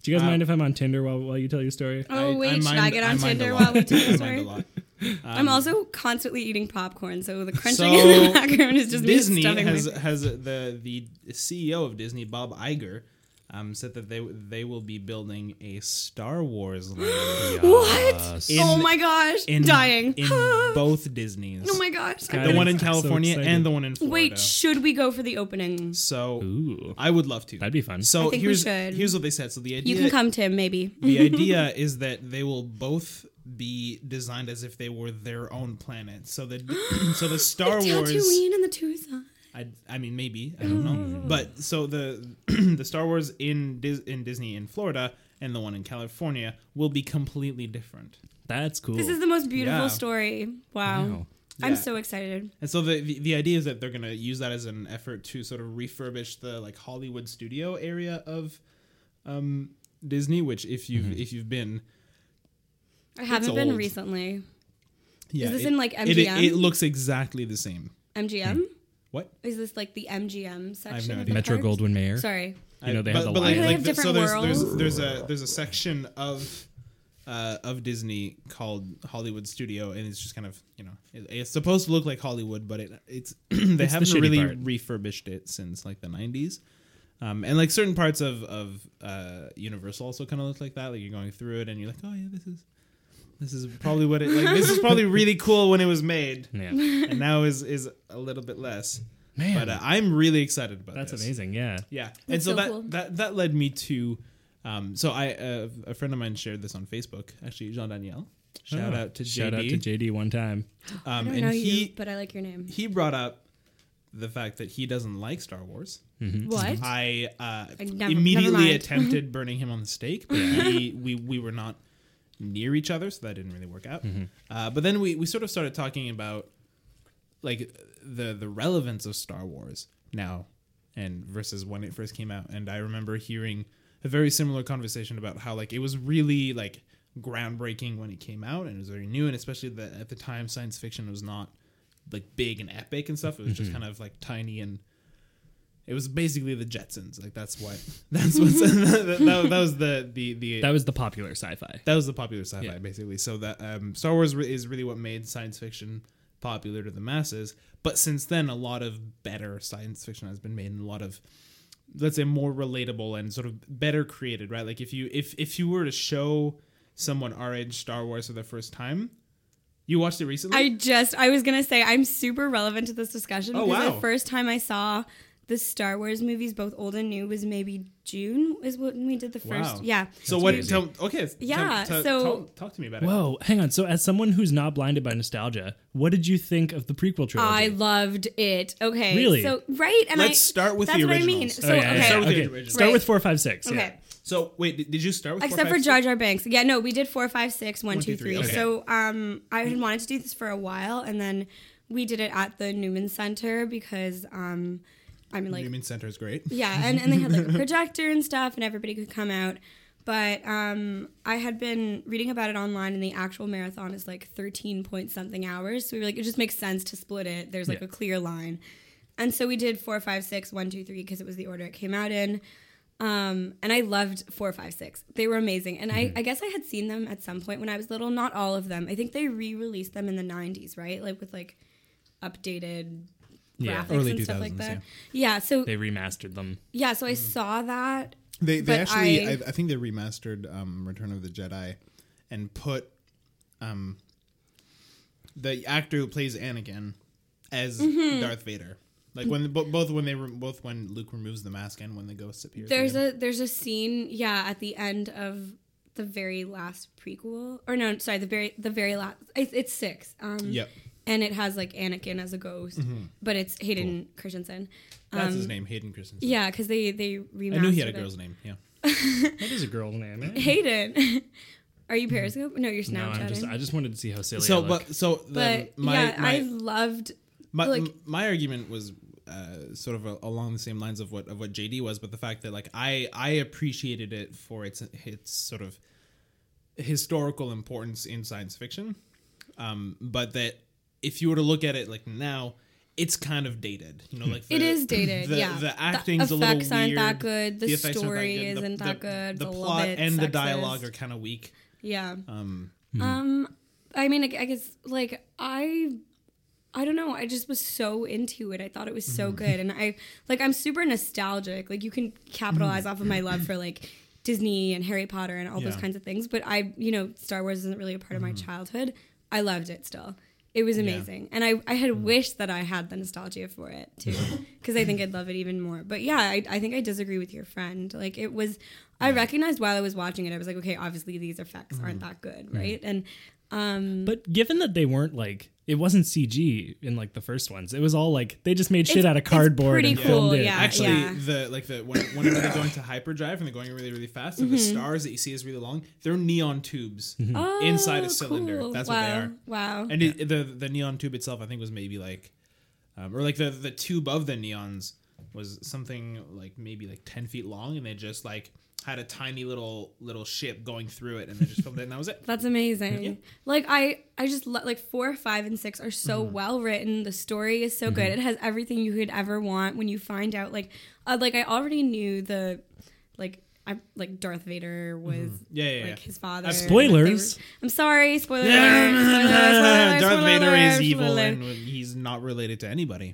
Speaker 1: do you guys
Speaker 2: uh,
Speaker 1: mind if I'm on Tinder while while you tell your story?
Speaker 3: Oh wait, should I
Speaker 2: mind-
Speaker 3: get on
Speaker 2: mind a
Speaker 3: Tinder
Speaker 2: lot.
Speaker 3: while we do
Speaker 2: I
Speaker 3: this?
Speaker 2: mind a
Speaker 3: Sorry.
Speaker 2: lot. Um,
Speaker 3: I'm also constantly eating popcorn, so the crunching
Speaker 2: So,
Speaker 3: in the background is just me
Speaker 2: Disney
Speaker 3: stuffing
Speaker 2: has
Speaker 3: my.
Speaker 2: has the the CEO of Disney, Bob Iger, um, said that they they will be building a Star Wars land
Speaker 3: What?
Speaker 2: uh, In-
Speaker 3: oh my gosh,
Speaker 2: in
Speaker 3: dying.
Speaker 2: in
Speaker 3: oh
Speaker 2: both Disney's,
Speaker 3: my gosh.
Speaker 1: Got
Speaker 2: the
Speaker 1: it.
Speaker 2: one in
Speaker 1: So
Speaker 2: California
Speaker 1: excited.
Speaker 2: and the one in Florida.
Speaker 3: Wait, should we go for the opening?
Speaker 2: so
Speaker 1: Ooh,
Speaker 2: I would love to.
Speaker 1: that'd be fun.
Speaker 2: so
Speaker 3: I think we
Speaker 2: here's
Speaker 3: should.
Speaker 2: here's what they said. So the idea
Speaker 3: You can come, Tim. Maybe.
Speaker 2: the idea is that they will both be designed as if they were their own planet. So the so the Star
Speaker 3: the
Speaker 2: Wars
Speaker 3: Tatooine and the Tucson.
Speaker 2: I, I mean maybe I don't know,
Speaker 3: Mm.
Speaker 2: but so the the Star Wars in Dis- in Disney in Florida and the one in California will be completely different.
Speaker 1: That's cool.
Speaker 3: This is the most beautiful
Speaker 2: Yeah.
Speaker 3: story. Wow.
Speaker 1: Wow.
Speaker 2: Yeah.
Speaker 3: I'm so excited.
Speaker 2: And so the, the the idea is that they're gonna use that as an effort to sort of refurbish the like Hollywood studio area of um, Disney, which if you've
Speaker 3: Mm-hmm.
Speaker 2: if you've been
Speaker 3: I haven't been
Speaker 2: old.
Speaker 3: recently.
Speaker 2: yeah,
Speaker 3: this
Speaker 2: it-
Speaker 3: in, like,
Speaker 2: it-
Speaker 3: MGM?
Speaker 2: it looks exactly the same.
Speaker 3: MGM?
Speaker 2: What?
Speaker 3: Is this like the MGM section? of
Speaker 2: idea.
Speaker 3: the
Speaker 1: Metro
Speaker 3: park?
Speaker 1: Goldwyn Mayer.
Speaker 3: Sorry.
Speaker 1: You know, they have the
Speaker 3: lions. They have
Speaker 2: the-
Speaker 3: different
Speaker 2: there's,
Speaker 3: worlds.
Speaker 2: there's there's a there's a section of uh, of Disney called Hollywood Studio, and it's just kind of you know it, it's supposed to look like Hollywood, but it it's they
Speaker 1: It's the
Speaker 2: haven't
Speaker 1: shitty
Speaker 2: really
Speaker 1: part.
Speaker 2: refurbished it since like the '90s. Um, and like certain parts of of uh, Universal also kind of look like that. Like you're going through it, and you're like, oh yeah, this is this is probably what it like. This is probably really cool when it was made,
Speaker 1: Yeah.
Speaker 2: and now is is a little bit less.
Speaker 1: Man.
Speaker 2: but uh, I'm really excited about
Speaker 1: That's
Speaker 2: this.
Speaker 1: amazing. Yeah.
Speaker 2: Yeah, and so,
Speaker 3: so
Speaker 2: that,
Speaker 3: cool.
Speaker 2: that that led me to, um, so I uh, a friend of mine shared this on Facebook. Actually, Jean Daniel, shout
Speaker 1: Oh,
Speaker 2: out to JD,
Speaker 1: Shout out to JD one time.
Speaker 3: I
Speaker 2: um,
Speaker 3: don't
Speaker 2: and
Speaker 3: know
Speaker 2: he
Speaker 3: you, but I like your name.
Speaker 2: he brought up the fact that he doesn't like Star Wars.
Speaker 3: What?
Speaker 2: I, uh,
Speaker 3: I never- never
Speaker 2: immediately
Speaker 3: mind.
Speaker 2: attempted burning him on the stake, but we, we we were not near each other, so that didn't really work out.
Speaker 1: Mm-hmm.
Speaker 2: Uh, but then we we sort of started talking about like the the relevance of Star Wars now and versus when it first came out. And I remember hearing a very similar conversation about how like it was really like groundbreaking when it came out and it was very new and especially that at the time science fiction was not like big and epic and stuff. It was just kind of like tiny and it was basically the Jetsons. Like that's what that's what that, that, that was the the the
Speaker 1: That was the popular sci-fi.
Speaker 2: that was the popular sci-fi
Speaker 1: Yeah.
Speaker 2: basically. So that um, Star Wars re- is really what made science fiction popular to the masses. But since then, a lot of better science fiction has been made, and a lot of let's say more relatable and sort of better created. Right? Like if you if if you were to show someone our age Star Wars for the first time, you watched it recently.
Speaker 3: I just, I was going to say, I'm super relevant to this discussion
Speaker 2: Oh,
Speaker 3: because
Speaker 2: wow.
Speaker 3: the first time I saw the Star Wars movies, both old and new, was maybe June, is when we did the first. Yeah.
Speaker 2: So
Speaker 1: That's
Speaker 2: what?
Speaker 1: crazy.
Speaker 2: Tell, okay. tell-
Speaker 3: Yeah,
Speaker 2: tell-
Speaker 3: so-
Speaker 2: tell- talk to me about it.
Speaker 1: Whoa, hang on. So, as someone who's not blinded by nostalgia, what did you think of the prequel
Speaker 3: I
Speaker 1: trilogy? Oh,
Speaker 3: loved it. Okay.
Speaker 1: Really?
Speaker 3: So, right? And
Speaker 2: Let's
Speaker 3: I,
Speaker 2: start with
Speaker 3: that's
Speaker 2: the
Speaker 3: what I mean.
Speaker 2: originals. Oh,
Speaker 3: So,
Speaker 1: yeah,
Speaker 3: okay.
Speaker 1: yeah,
Speaker 2: Start with the
Speaker 1: okay.
Speaker 2: original.
Speaker 1: Start with
Speaker 3: Right.
Speaker 1: four, five, six.
Speaker 3: Okay.
Speaker 1: Yeah.
Speaker 2: So wait, did, did you start with? four, five,
Speaker 3: except for
Speaker 2: six?
Speaker 3: Jar Jar Banks. Yeah, no, we did four, five, six, one, two, three.
Speaker 2: okay.
Speaker 3: So um, I had wanted to do this for a while, and then we did it at the Newman Center because um, I mean, like,
Speaker 2: Newman Center is great.
Speaker 3: yeah, and, and they had like a projector and stuff, and everybody could come out. But um, I had been reading about it online, and the actual marathon is like 13 point something hours. So we were like, it just makes sense to split it. There's like
Speaker 1: Yeah.
Speaker 3: a clear line. And so we did four, five, six, one, two, three, because it was the order it came out in. Um, and I loved four, five, six. They were amazing. And I, I guess I had seen them at some point when I was little. Not all of them. I think they re-released them in the '90s, right? Like with like updated
Speaker 1: Yeah.
Speaker 3: graphics
Speaker 2: Early
Speaker 3: and stuff like
Speaker 2: 2000s,
Speaker 3: that. Yeah. so
Speaker 1: They remastered them.
Speaker 3: yeah, so I saw that.
Speaker 4: They they
Speaker 3: But
Speaker 4: actually I,
Speaker 3: I-
Speaker 4: I, think they remastered um, Return of the Jedi and put um, the actor who plays Anakin as
Speaker 3: Mm-hmm.
Speaker 4: Darth Vader. Like when bo- both when they re- both when Luke removes the mask and when the ghost appears.
Speaker 3: There's
Speaker 4: again.
Speaker 3: a there's a scene, yeah, at the end of the very last prequel, or no, sorry, the very the very last. It's, it's six. Um,
Speaker 4: Yep.
Speaker 3: And it has like Anakin as a ghost, but it's Hayden Christensen.
Speaker 4: that's his name Hayden Christensen.
Speaker 3: Yeah, because they they um, remastered.
Speaker 4: I knew he had a
Speaker 3: it.
Speaker 4: girl's name. Yeah,
Speaker 1: That is a girl name. eh?
Speaker 3: Hayden, are you Periscope? No, you're
Speaker 1: No,
Speaker 3: Snapchatting.
Speaker 1: I'm just. I just wanted to see how silly. I
Speaker 2: So,
Speaker 1: look.
Speaker 2: but so the,
Speaker 3: but
Speaker 2: my
Speaker 3: yeah,
Speaker 2: my,
Speaker 3: I loved.
Speaker 2: my,
Speaker 3: like-
Speaker 2: m- my argument was uh, sort of a, along the same lines of what of what JD was, but the fact that like I I appreciated it for its its sort of historical importance in science fiction, um, but that if you were to look at it like now, it's kind of dated. You know, like the,
Speaker 3: It is dated,
Speaker 2: The,
Speaker 3: yeah.
Speaker 2: the
Speaker 3: The
Speaker 2: acting's a little
Speaker 3: effects aren't
Speaker 2: weird,
Speaker 3: that good, the
Speaker 2: effects aren't
Speaker 3: story
Speaker 2: that good, the-
Speaker 3: isn't that
Speaker 2: the-
Speaker 3: good,
Speaker 2: The
Speaker 3: the
Speaker 2: plot
Speaker 3: love it,
Speaker 2: and the
Speaker 3: sexist.
Speaker 2: dialogue are kind of weak.
Speaker 3: Yeah.
Speaker 2: Um,
Speaker 3: Um, I mean, I gu- I guess like I, I don't know. I just was so into it. I thought it was so good, and I like I'm super nostalgic. Like you can capitalize off of my love for like Disney and Harry Potter and all
Speaker 2: Yeah.
Speaker 3: those kinds of things. But I, you know, Star Wars isn't really a part of my childhood. I loved it still. It was amazing, and I I
Speaker 2: Mm.
Speaker 3: had wished that I had the nostalgia for it too, because I think I'd love it even more. But yeah, I, I think I disagree with your friend. Like it was, I recognized while I was watching it, I was like, okay, obviously these effects aren't
Speaker 2: Mm.
Speaker 3: that good, right? And um,
Speaker 1: But given that they weren't like it wasn't CG in like the first ones, it was all like they just made shit out of
Speaker 3: it's
Speaker 1: cardboard
Speaker 3: pretty
Speaker 1: and
Speaker 3: cool,
Speaker 1: filmed it.
Speaker 3: yeah.
Speaker 2: actually the like the when, whenever they're going to hyperdrive and they're going really really fast and the stars that you see is really long they're neon tubes
Speaker 3: Mm-hmm. oh,
Speaker 2: inside a cylinder
Speaker 3: cool.
Speaker 2: that's
Speaker 3: wow.
Speaker 2: what they are
Speaker 3: Wow.
Speaker 2: and it, the the neon tube itself i think was maybe like um, or like the the tube of the neons was something like maybe like 10 feet long and they just like had a tiny little little ship going through it and they just filmed it and that was it
Speaker 3: That's amazing. Like I, I just lo- like four, five, and six are so
Speaker 2: Mm.
Speaker 3: well written. The story is so good.
Speaker 2: Mm-hmm.
Speaker 3: It has everything you could ever want. When you find out, like, uh, like I already knew the, like, I like Darth Vader was
Speaker 2: yeah yeah, yeah.
Speaker 3: like his father.
Speaker 2: Uh,
Speaker 1: spoilers.
Speaker 3: They were- I'm sorry, spoiler alert. Spoiler, spoiler,
Speaker 2: Darth
Speaker 3: spoiler
Speaker 2: Vader
Speaker 3: alert,
Speaker 2: is evil
Speaker 3: spoiler.
Speaker 2: and he's not related to anybody.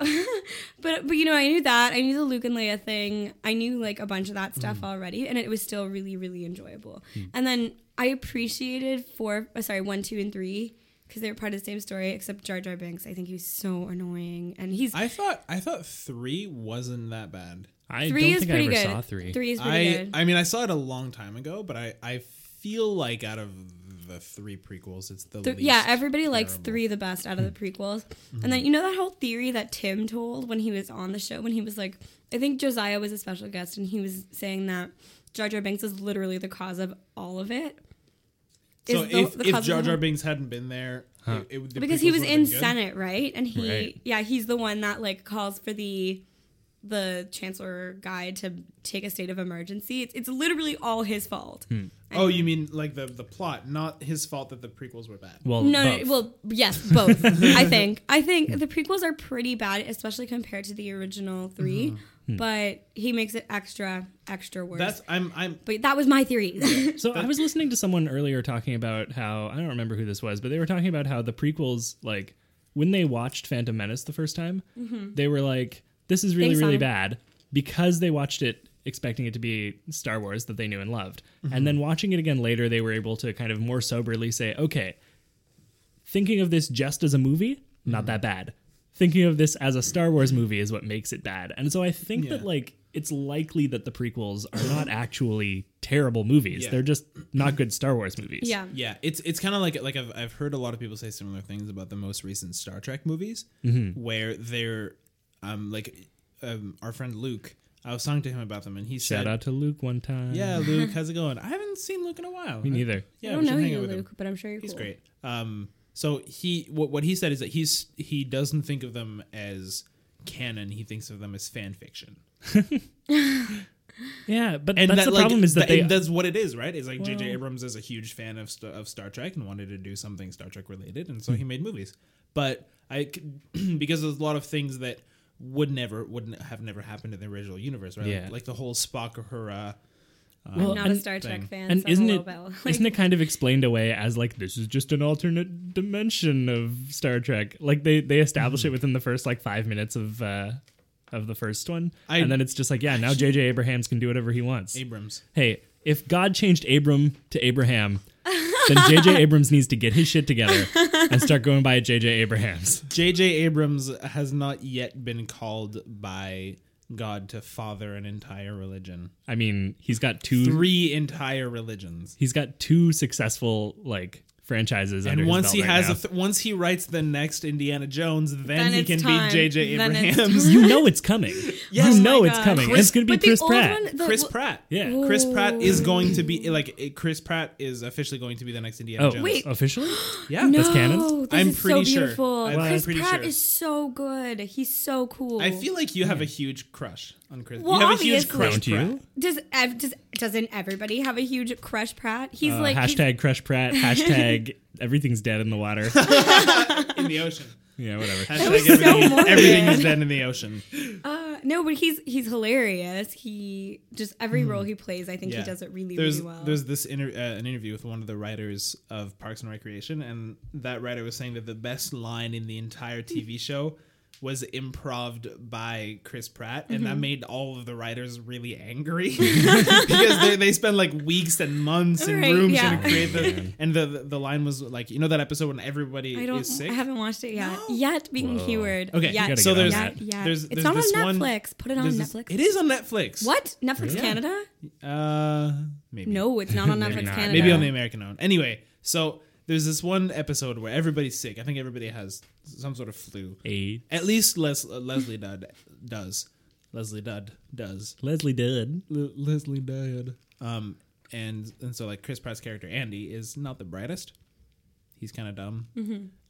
Speaker 3: But but you know, I knew that. I knew the Luke and Leia thing. I knew like a bunch of that stuff
Speaker 2: Mm.
Speaker 3: already, and it was still really really enjoyable. And then I appreciated four, oh, sorry, one, two, and three because they were part of the same story. Except Jar Jar Binks, I think he's so annoying, and he's
Speaker 2: I thought I thought three wasn't that bad.
Speaker 1: I
Speaker 3: three
Speaker 1: don't
Speaker 3: is
Speaker 1: think I ever
Speaker 3: pretty good.
Speaker 1: saw three.
Speaker 3: is pretty
Speaker 2: I
Speaker 3: good.
Speaker 2: I mean I saw it a long time ago, but I I feel like out of the three prequels, it's the
Speaker 3: Th-
Speaker 2: least.
Speaker 3: yeah, everybody likes
Speaker 2: terrible. Hmm.
Speaker 3: three the best out of the prequels. And then you know that whole theory that Tim told when he was on the show when he was like, I think Josiah was a special guest and he was saying that Jar Jar Binks is literally the cause of all of it.
Speaker 2: So
Speaker 3: Is the-
Speaker 2: if,
Speaker 3: the
Speaker 2: if
Speaker 3: cause
Speaker 2: Jar
Speaker 3: of the
Speaker 2: Jar
Speaker 3: whole-
Speaker 2: Binks hadn't been there, it, it, would- the
Speaker 3: because he
Speaker 2: prequels
Speaker 3: was
Speaker 2: would've been
Speaker 3: in
Speaker 2: good.
Speaker 3: Senate, right? And he
Speaker 1: Right.
Speaker 3: yeah, he's the one that like calls for the the chancellor guy to take a state of emergency. It's, it's literally all his fault.
Speaker 2: Oh, you mean like the the plot? Not his fault that the prequels were bad.
Speaker 1: well,
Speaker 3: No, no,
Speaker 1: Oh, both.
Speaker 3: well, yes, both. I think. I think the prequels are pretty bad, especially compared to the original 3
Speaker 1: Uh-huh. Hmm.
Speaker 3: But he makes it extra, extra worse.
Speaker 2: That's I'm I'm
Speaker 3: but that was my theory.
Speaker 1: So I was listening to someone earlier talking about how I don't remember who this was, but they were talking about how the prequels, like when they watched Phantom Menace the first time, they were like, "This is really
Speaker 3: Mm-hmm. They saw
Speaker 1: really
Speaker 3: it.
Speaker 1: bad," because they watched it expecting it to be Star Wars that they knew and loved,
Speaker 2: Mm-hmm.
Speaker 1: and then watching it again later, they were able to kind of more soberly say, "Okay, thinking of this just as a movie,
Speaker 2: Mm-hmm.
Speaker 1: not that bad. Thinking of this as a Star Wars movie is what makes it bad. And so I think that
Speaker 2: Yeah.
Speaker 1: like it's likely that the prequels are not actually terrible movies.
Speaker 2: Yeah.
Speaker 1: They're just not good Star Wars movies.
Speaker 3: yeah.
Speaker 2: Yeah, it's it's kind of like like I've I've heard a lot of people say similar things about the most recent Star Trek movies, where they're um like um our friend Luke. I was talking to him about them, and he
Speaker 1: Shout
Speaker 2: said,
Speaker 1: out to Luke one time.
Speaker 2: "Yeah, Luke, how's it going? I haven't seen Luke in a while.
Speaker 1: Me neither.
Speaker 2: Yeah,
Speaker 3: I don't
Speaker 2: we should
Speaker 3: know
Speaker 2: hang
Speaker 3: you,
Speaker 2: out with him.
Speaker 3: Luke, but I'm sure you're
Speaker 2: He's
Speaker 3: cool.
Speaker 2: great. Um, so he what what he said is that he's he doesn't think of them as canon. He thinks of them as fan fiction.
Speaker 1: Yeah, but that's
Speaker 2: that,
Speaker 1: the
Speaker 2: like,
Speaker 1: problem is that
Speaker 2: and
Speaker 1: they
Speaker 2: that's what it is, right? It's like J.J. Abrams is a huge fan of Sta- of Star Trek and wanted to do
Speaker 1: Hmm.
Speaker 2: something Star Trek related, and so he made movies. But I c- because there's a lot of things that would never wouldn't have never happened in the original universe, right? Like-
Speaker 1: Yeah.
Speaker 2: Like, the whole Spock or her. Uh,
Speaker 1: Well,
Speaker 3: I'm not a
Speaker 1: and-
Speaker 3: Star Trek
Speaker 2: thing.
Speaker 3: fan,
Speaker 1: and
Speaker 3: so
Speaker 1: isn't
Speaker 3: I'm a
Speaker 1: it
Speaker 3: little bit, like,
Speaker 1: isn't it kind of explained away as like this is just an alternate dimension of Star Trek? Like they they establish it within the first like five minutes of uh of the first one,
Speaker 2: I-
Speaker 1: and then it's just like yeah, now J.J. Abrams can do whatever he wants.
Speaker 2: Abrams.
Speaker 1: hey, if God changed Abram to Abraham, then J.J. Abrams needs to get his shit together and start going by J.J. Abrams.
Speaker 2: J.J. Abrams has not yet been called by God to father an entire religion.
Speaker 1: I mean, he's got two
Speaker 2: Three entire religions.
Speaker 1: he's got two successful like franchises, under
Speaker 2: And
Speaker 1: his
Speaker 2: once
Speaker 1: belt
Speaker 2: he
Speaker 1: right
Speaker 2: has,
Speaker 1: now.
Speaker 2: a th- once he writes the next Indiana Jones, then,
Speaker 3: Then
Speaker 2: he
Speaker 3: it's
Speaker 2: can
Speaker 3: time.
Speaker 2: be J.J.
Speaker 3: Then it's
Speaker 2: Abrams.
Speaker 1: you know it's coming.
Speaker 3: Oh
Speaker 1: you
Speaker 3: my
Speaker 1: know it's
Speaker 3: God.
Speaker 1: coming.
Speaker 2: Chris-
Speaker 1: it's going to be
Speaker 3: But the
Speaker 1: Chris
Speaker 3: old
Speaker 1: Pratt.
Speaker 3: one- the-
Speaker 2: Chris
Speaker 3: wh-
Speaker 2: Pratt.
Speaker 1: Yeah.
Speaker 2: Chris Pratt is going to be like it- Chris Pratt is officially going to be the next Indiana
Speaker 1: Oh,
Speaker 2: Jones.
Speaker 3: Wait.
Speaker 1: officially?
Speaker 2: Yeah.
Speaker 1: That's
Speaker 3: no,
Speaker 1: canon?
Speaker 3: This
Speaker 2: I'm
Speaker 3: is
Speaker 2: pretty
Speaker 3: so
Speaker 2: sure.
Speaker 3: beautiful.
Speaker 2: I'm
Speaker 3: Chris
Speaker 2: pretty
Speaker 3: Pratt
Speaker 2: sure.
Speaker 3: is so good. He's so cool.
Speaker 2: I feel like you have a huge crush on Chris.
Speaker 3: Well,
Speaker 2: you have a huge
Speaker 3: obviously.
Speaker 2: crush,
Speaker 1: Don't you?
Speaker 2: Pratt.
Speaker 3: does ev- does doesn't everybody have a huge crush Pratt? He's
Speaker 1: Uh,
Speaker 3: like he's-
Speaker 1: hashtag Crush Pratt. Hashtag everything's dead in the water.
Speaker 2: in the ocean.
Speaker 1: yeah, whatever.
Speaker 2: Hashtag
Speaker 3: was so
Speaker 2: everything,
Speaker 3: morbid.
Speaker 2: everything is dead in the ocean.
Speaker 3: uh, no, but he's he's hilarious. He just every role he plays, I think
Speaker 2: Hmm. Yeah.
Speaker 3: he does it really
Speaker 2: there's,
Speaker 3: really well.
Speaker 2: There's this inter- uh, an interview with one of the writers of Parks and Recreation, and that writer was saying that the best line in the entire TV show was improved by Chris Pratt, and
Speaker 3: Mm-hmm.
Speaker 2: that made all of the writers really angry because they- they spend like weeks and months in
Speaker 3: Right,
Speaker 2: rooms
Speaker 3: yeah.
Speaker 2: trying to create the. And the, the the line was like, you know that episode when everybody
Speaker 3: I don't.
Speaker 2: is sick.
Speaker 3: I haven't watched it yet. Yet being
Speaker 1: Whoa.
Speaker 3: keyword.
Speaker 2: Okay,
Speaker 3: Yet.
Speaker 1: gotta get
Speaker 2: so
Speaker 1: on
Speaker 2: there's,
Speaker 1: that.
Speaker 2: there's
Speaker 3: Yet, yet.
Speaker 2: there's
Speaker 3: it's not on
Speaker 2: this
Speaker 3: Netflix.
Speaker 2: one-
Speaker 3: Put it on
Speaker 2: there's this-
Speaker 3: Netflix.
Speaker 2: it is on Netflix.
Speaker 3: What Netflix Canada?
Speaker 2: Uh, maybe
Speaker 3: No, it's not on
Speaker 1: Maybe
Speaker 3: Netflix
Speaker 1: not.
Speaker 3: Canada.
Speaker 2: Maybe on the American own. Anyway, so there's this one episode where everybody's sick. I think everybody has some sort of flu.
Speaker 1: A
Speaker 2: At least Les- uh, Leslie Dud does. Leslie Dud does.
Speaker 1: Leslie Dud.
Speaker 2: L- Leslie Dud. Um, and and so like Chris Pratt's character Andy is not the brightest. He's kind of dumb.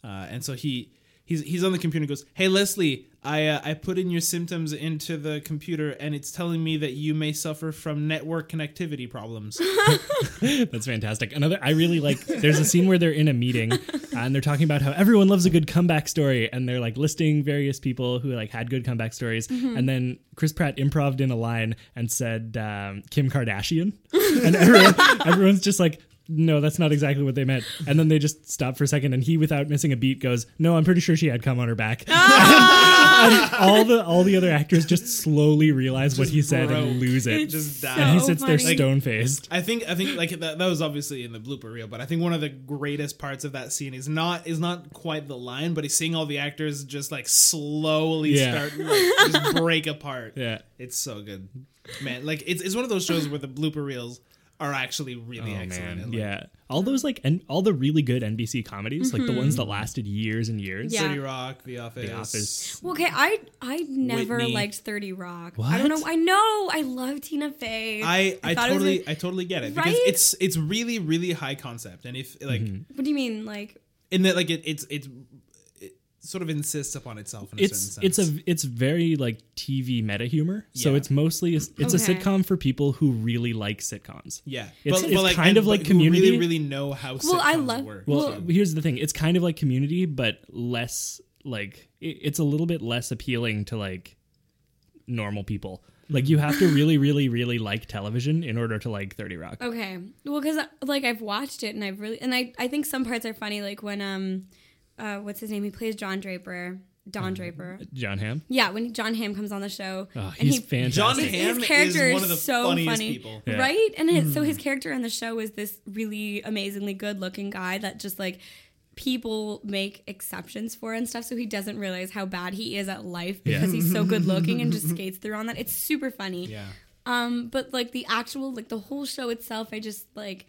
Speaker 2: Uh, and so he he's he's on the computer and goes, "Hey Leslie, I uh, I put in your symptoms into the computer and it's telling me that you may suffer from network connectivity problems."
Speaker 1: That's fantastic. Another, I really like. There's a scene where they're in a meeting and they're talking about how everyone loves a good comeback story, and they're like listing various people who like had good comeback stories,
Speaker 3: Mm-hmm.
Speaker 1: and then Chris Pratt improved in a line and said um, Kim Kardashian, and everyone, everyone's just like. No, that's not exactly what they meant. And then they just stop for a second, and he, without missing a beat, goes, "No, I'm pretty sure she had cum on her back."
Speaker 3: Ah!
Speaker 1: and all the all the other actors just slowly realize what he said and
Speaker 2: broke.
Speaker 1: lose it.
Speaker 2: Just die.
Speaker 1: and he
Speaker 3: so
Speaker 1: sits there
Speaker 3: funny.
Speaker 1: stone faced.
Speaker 2: I think I think like that, that was obviously in the blooper reel, but I think one of the greatest parts of that scene is not is not quite the line, but he's seeing all the actors just like slowly
Speaker 1: Yeah.
Speaker 2: start like, just break apart.
Speaker 1: Yeah.
Speaker 2: it's so good, man. Like it's it's one of those shows where the blooper reels are actually really excellent. And, like,
Speaker 1: Oh, yeah. All those like and all the really good NBC comedies, like the ones that lasted years and years.
Speaker 3: Mm-hmm. Yeah.
Speaker 2: Thirty Rock, The Office.
Speaker 1: Office.
Speaker 3: Well, okay, I I never
Speaker 2: Whitney.
Speaker 3: liked Thirty Rock. I don't
Speaker 1: What?
Speaker 3: know. I know. I love Tina Fey.
Speaker 2: I, I,
Speaker 3: thought it was
Speaker 2: totally
Speaker 3: a-
Speaker 2: I totally get it because
Speaker 3: Right?
Speaker 2: it's it's really really high concept and if like
Speaker 1: Mm-hmm.
Speaker 3: what do you mean? Like
Speaker 2: in that like it it's it's it sort of insists upon itself in a
Speaker 1: It's
Speaker 2: certain sense.
Speaker 1: it's a it's very like TV meta humor. So
Speaker 2: Yeah.
Speaker 1: it's mostly it's a
Speaker 3: Okay.
Speaker 1: sitcom for people who really like sitcoms.
Speaker 2: Yeah,
Speaker 1: It's- it's kind of
Speaker 2: but
Speaker 1: like
Speaker 2: who
Speaker 1: Community.
Speaker 2: Really, really know how.
Speaker 3: Well, I
Speaker 2: sitcoms
Speaker 3: love-
Speaker 2: Work.
Speaker 1: Well,
Speaker 3: Well-
Speaker 1: here's the thing. It's kind of like Community, but less like it, it's a little bit less appealing to like normal people. Like you have to really, really, really like television in order to like Thirty Rock.
Speaker 3: okay, well, because like I've watched it and I've really and I I think some parts are funny. Like when um, uh, what's his name? He plays John Draper. Don Draper.
Speaker 1: John Hamm.
Speaker 3: Yeah, when John Hamm comes on the show,
Speaker 1: Oh,
Speaker 3: and
Speaker 1: he's
Speaker 3: he
Speaker 1: fantastic.
Speaker 2: John
Speaker 3: his,
Speaker 2: Hamm
Speaker 3: his character
Speaker 2: is
Speaker 3: is,
Speaker 2: one of the
Speaker 3: so
Speaker 2: funniest
Speaker 3: funny,
Speaker 2: people.
Speaker 1: Yeah. Hmm.
Speaker 3: right? And his, so his character on the show is this really amazingly good-looking guy that just like people make exceptions for and stuff. So he doesn't realize how bad he is at life
Speaker 1: Yeah.
Speaker 3: because he's so good-looking and just skates through on that. It's super funny.
Speaker 2: Yeah,
Speaker 3: Um, but like the actual, like the whole show itself, I just like,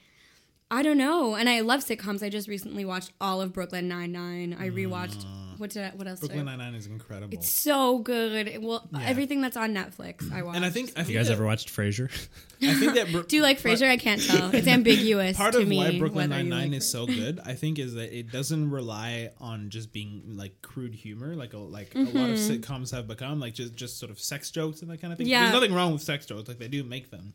Speaker 3: I don't know. And I love sitcoms. I just recently watched all of Brooklyn Nine Nine. I rewatched. What did I, what else? did I-
Speaker 2: Brooklyn Nine Nine is incredible.
Speaker 3: it's so good. Well, everything that's on Netflix, I watch.
Speaker 2: and I think I think
Speaker 1: You guys
Speaker 2: that,
Speaker 1: ever watched Frasier?
Speaker 2: I think that Bro-
Speaker 3: Do you like Frasier? I can't tell. It's ambiguous
Speaker 2: Part
Speaker 3: to
Speaker 2: of
Speaker 3: me.
Speaker 2: why Brooklyn
Speaker 3: whether
Speaker 2: Nine
Speaker 3: you
Speaker 2: Nine
Speaker 3: like
Speaker 2: is so good, I think, is that it doesn't rely on just being like crude humor, like a, like a lot of sitcoms have become, like just just sort of sex jokes and that kind of thing.
Speaker 3: Mm-hmm. Yeah.
Speaker 2: There's nothing wrong with sex jokes, like they do make them,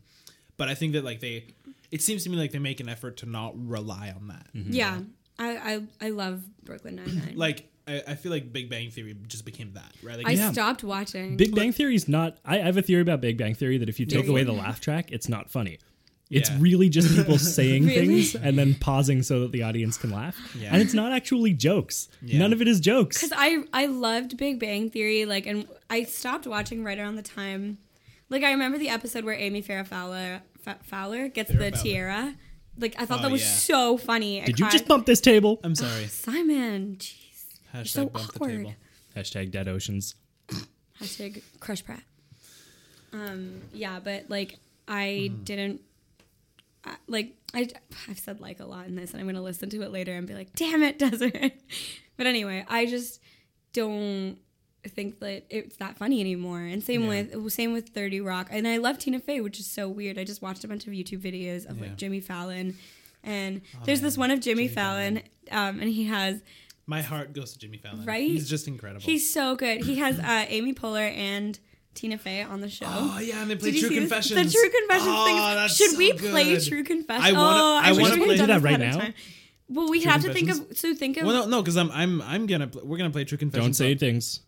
Speaker 2: but I think that like they, it seems to me like they
Speaker 1: Mm-hmm.
Speaker 2: make an effort to not rely on that.
Speaker 3: Frasier. Yeah, I, I I love Brooklyn Nine Nine.
Speaker 2: like I-
Speaker 4: I, I feel like Big Bang Theory just became that, right? Like,
Speaker 3: I
Speaker 2: Yeah.
Speaker 3: stopped watching.
Speaker 1: Big Bang Theory is not. I I have a theory about Big Bang Theory that if you take
Speaker 3: Yeah.
Speaker 1: away the laugh track, it's not funny. It's
Speaker 4: Yeah.
Speaker 1: really just people saying
Speaker 3: Really?
Speaker 1: things and then pausing so that the audience can laugh.
Speaker 4: Yeah.
Speaker 1: And it's not actually jokes.
Speaker 4: Yeah.
Speaker 1: None of it is jokes.
Speaker 3: Because I I loved Big Bang Theory, like, and I stopped watching right around the time. Like, I remember the episode where Amy Farrah Fowler Fa- Fowler gets the
Speaker 4: Fowler.
Speaker 3: tiara. Like, I thought
Speaker 4: Oh,
Speaker 3: that was
Speaker 4: yeah.
Speaker 3: so funny. I
Speaker 1: Did you
Speaker 3: cried.
Speaker 1: just bump this table?
Speaker 4: I'm sorry.
Speaker 3: Simon? Jeez,
Speaker 4: Hashtag
Speaker 3: so
Speaker 4: bump
Speaker 3: awkward.
Speaker 4: the table.
Speaker 1: Hashtag dead oceans.
Speaker 3: hashtag Crush Pratt. Um, yeah, but like, I didn't. I, like I, I've said like a lot in this, and I'm gonna listen to it later and be like, "Damn it, Desert." but anyway, I just don't think that it's that funny anymore. And same with same with Thirty Rock. And I love Tina Fey, which is so weird. I just watched a bunch of YouTube videos of
Speaker 4: Yeah.
Speaker 3: like Jimmy Fallon, and there's this one of Oh, Jimmy, Fallon, um, and he has
Speaker 4: My heart goes to Jimmy Fallon.
Speaker 3: Right?
Speaker 4: He's just incredible.
Speaker 3: he's so good. He has uh, Amy Poehler and Tina Fey on the show.
Speaker 4: oh yeah, and they play
Speaker 3: Did you
Speaker 4: True
Speaker 3: see this-
Speaker 4: Confessions.
Speaker 3: The True Confessions
Speaker 4: oh,
Speaker 3: thing.
Speaker 4: that's
Speaker 3: Should
Speaker 4: so
Speaker 3: we play
Speaker 4: good.
Speaker 3: True Oh,
Speaker 4: I
Speaker 3: Confessions?
Speaker 4: wanna- I
Speaker 1: wanna play- Do that right now?
Speaker 3: Well, we have to think of so think of
Speaker 4: Well, no, no, because I'm I'm I'm gonna pl- we're gonna play True Confessions.
Speaker 1: Don't say
Speaker 4: on
Speaker 1: things.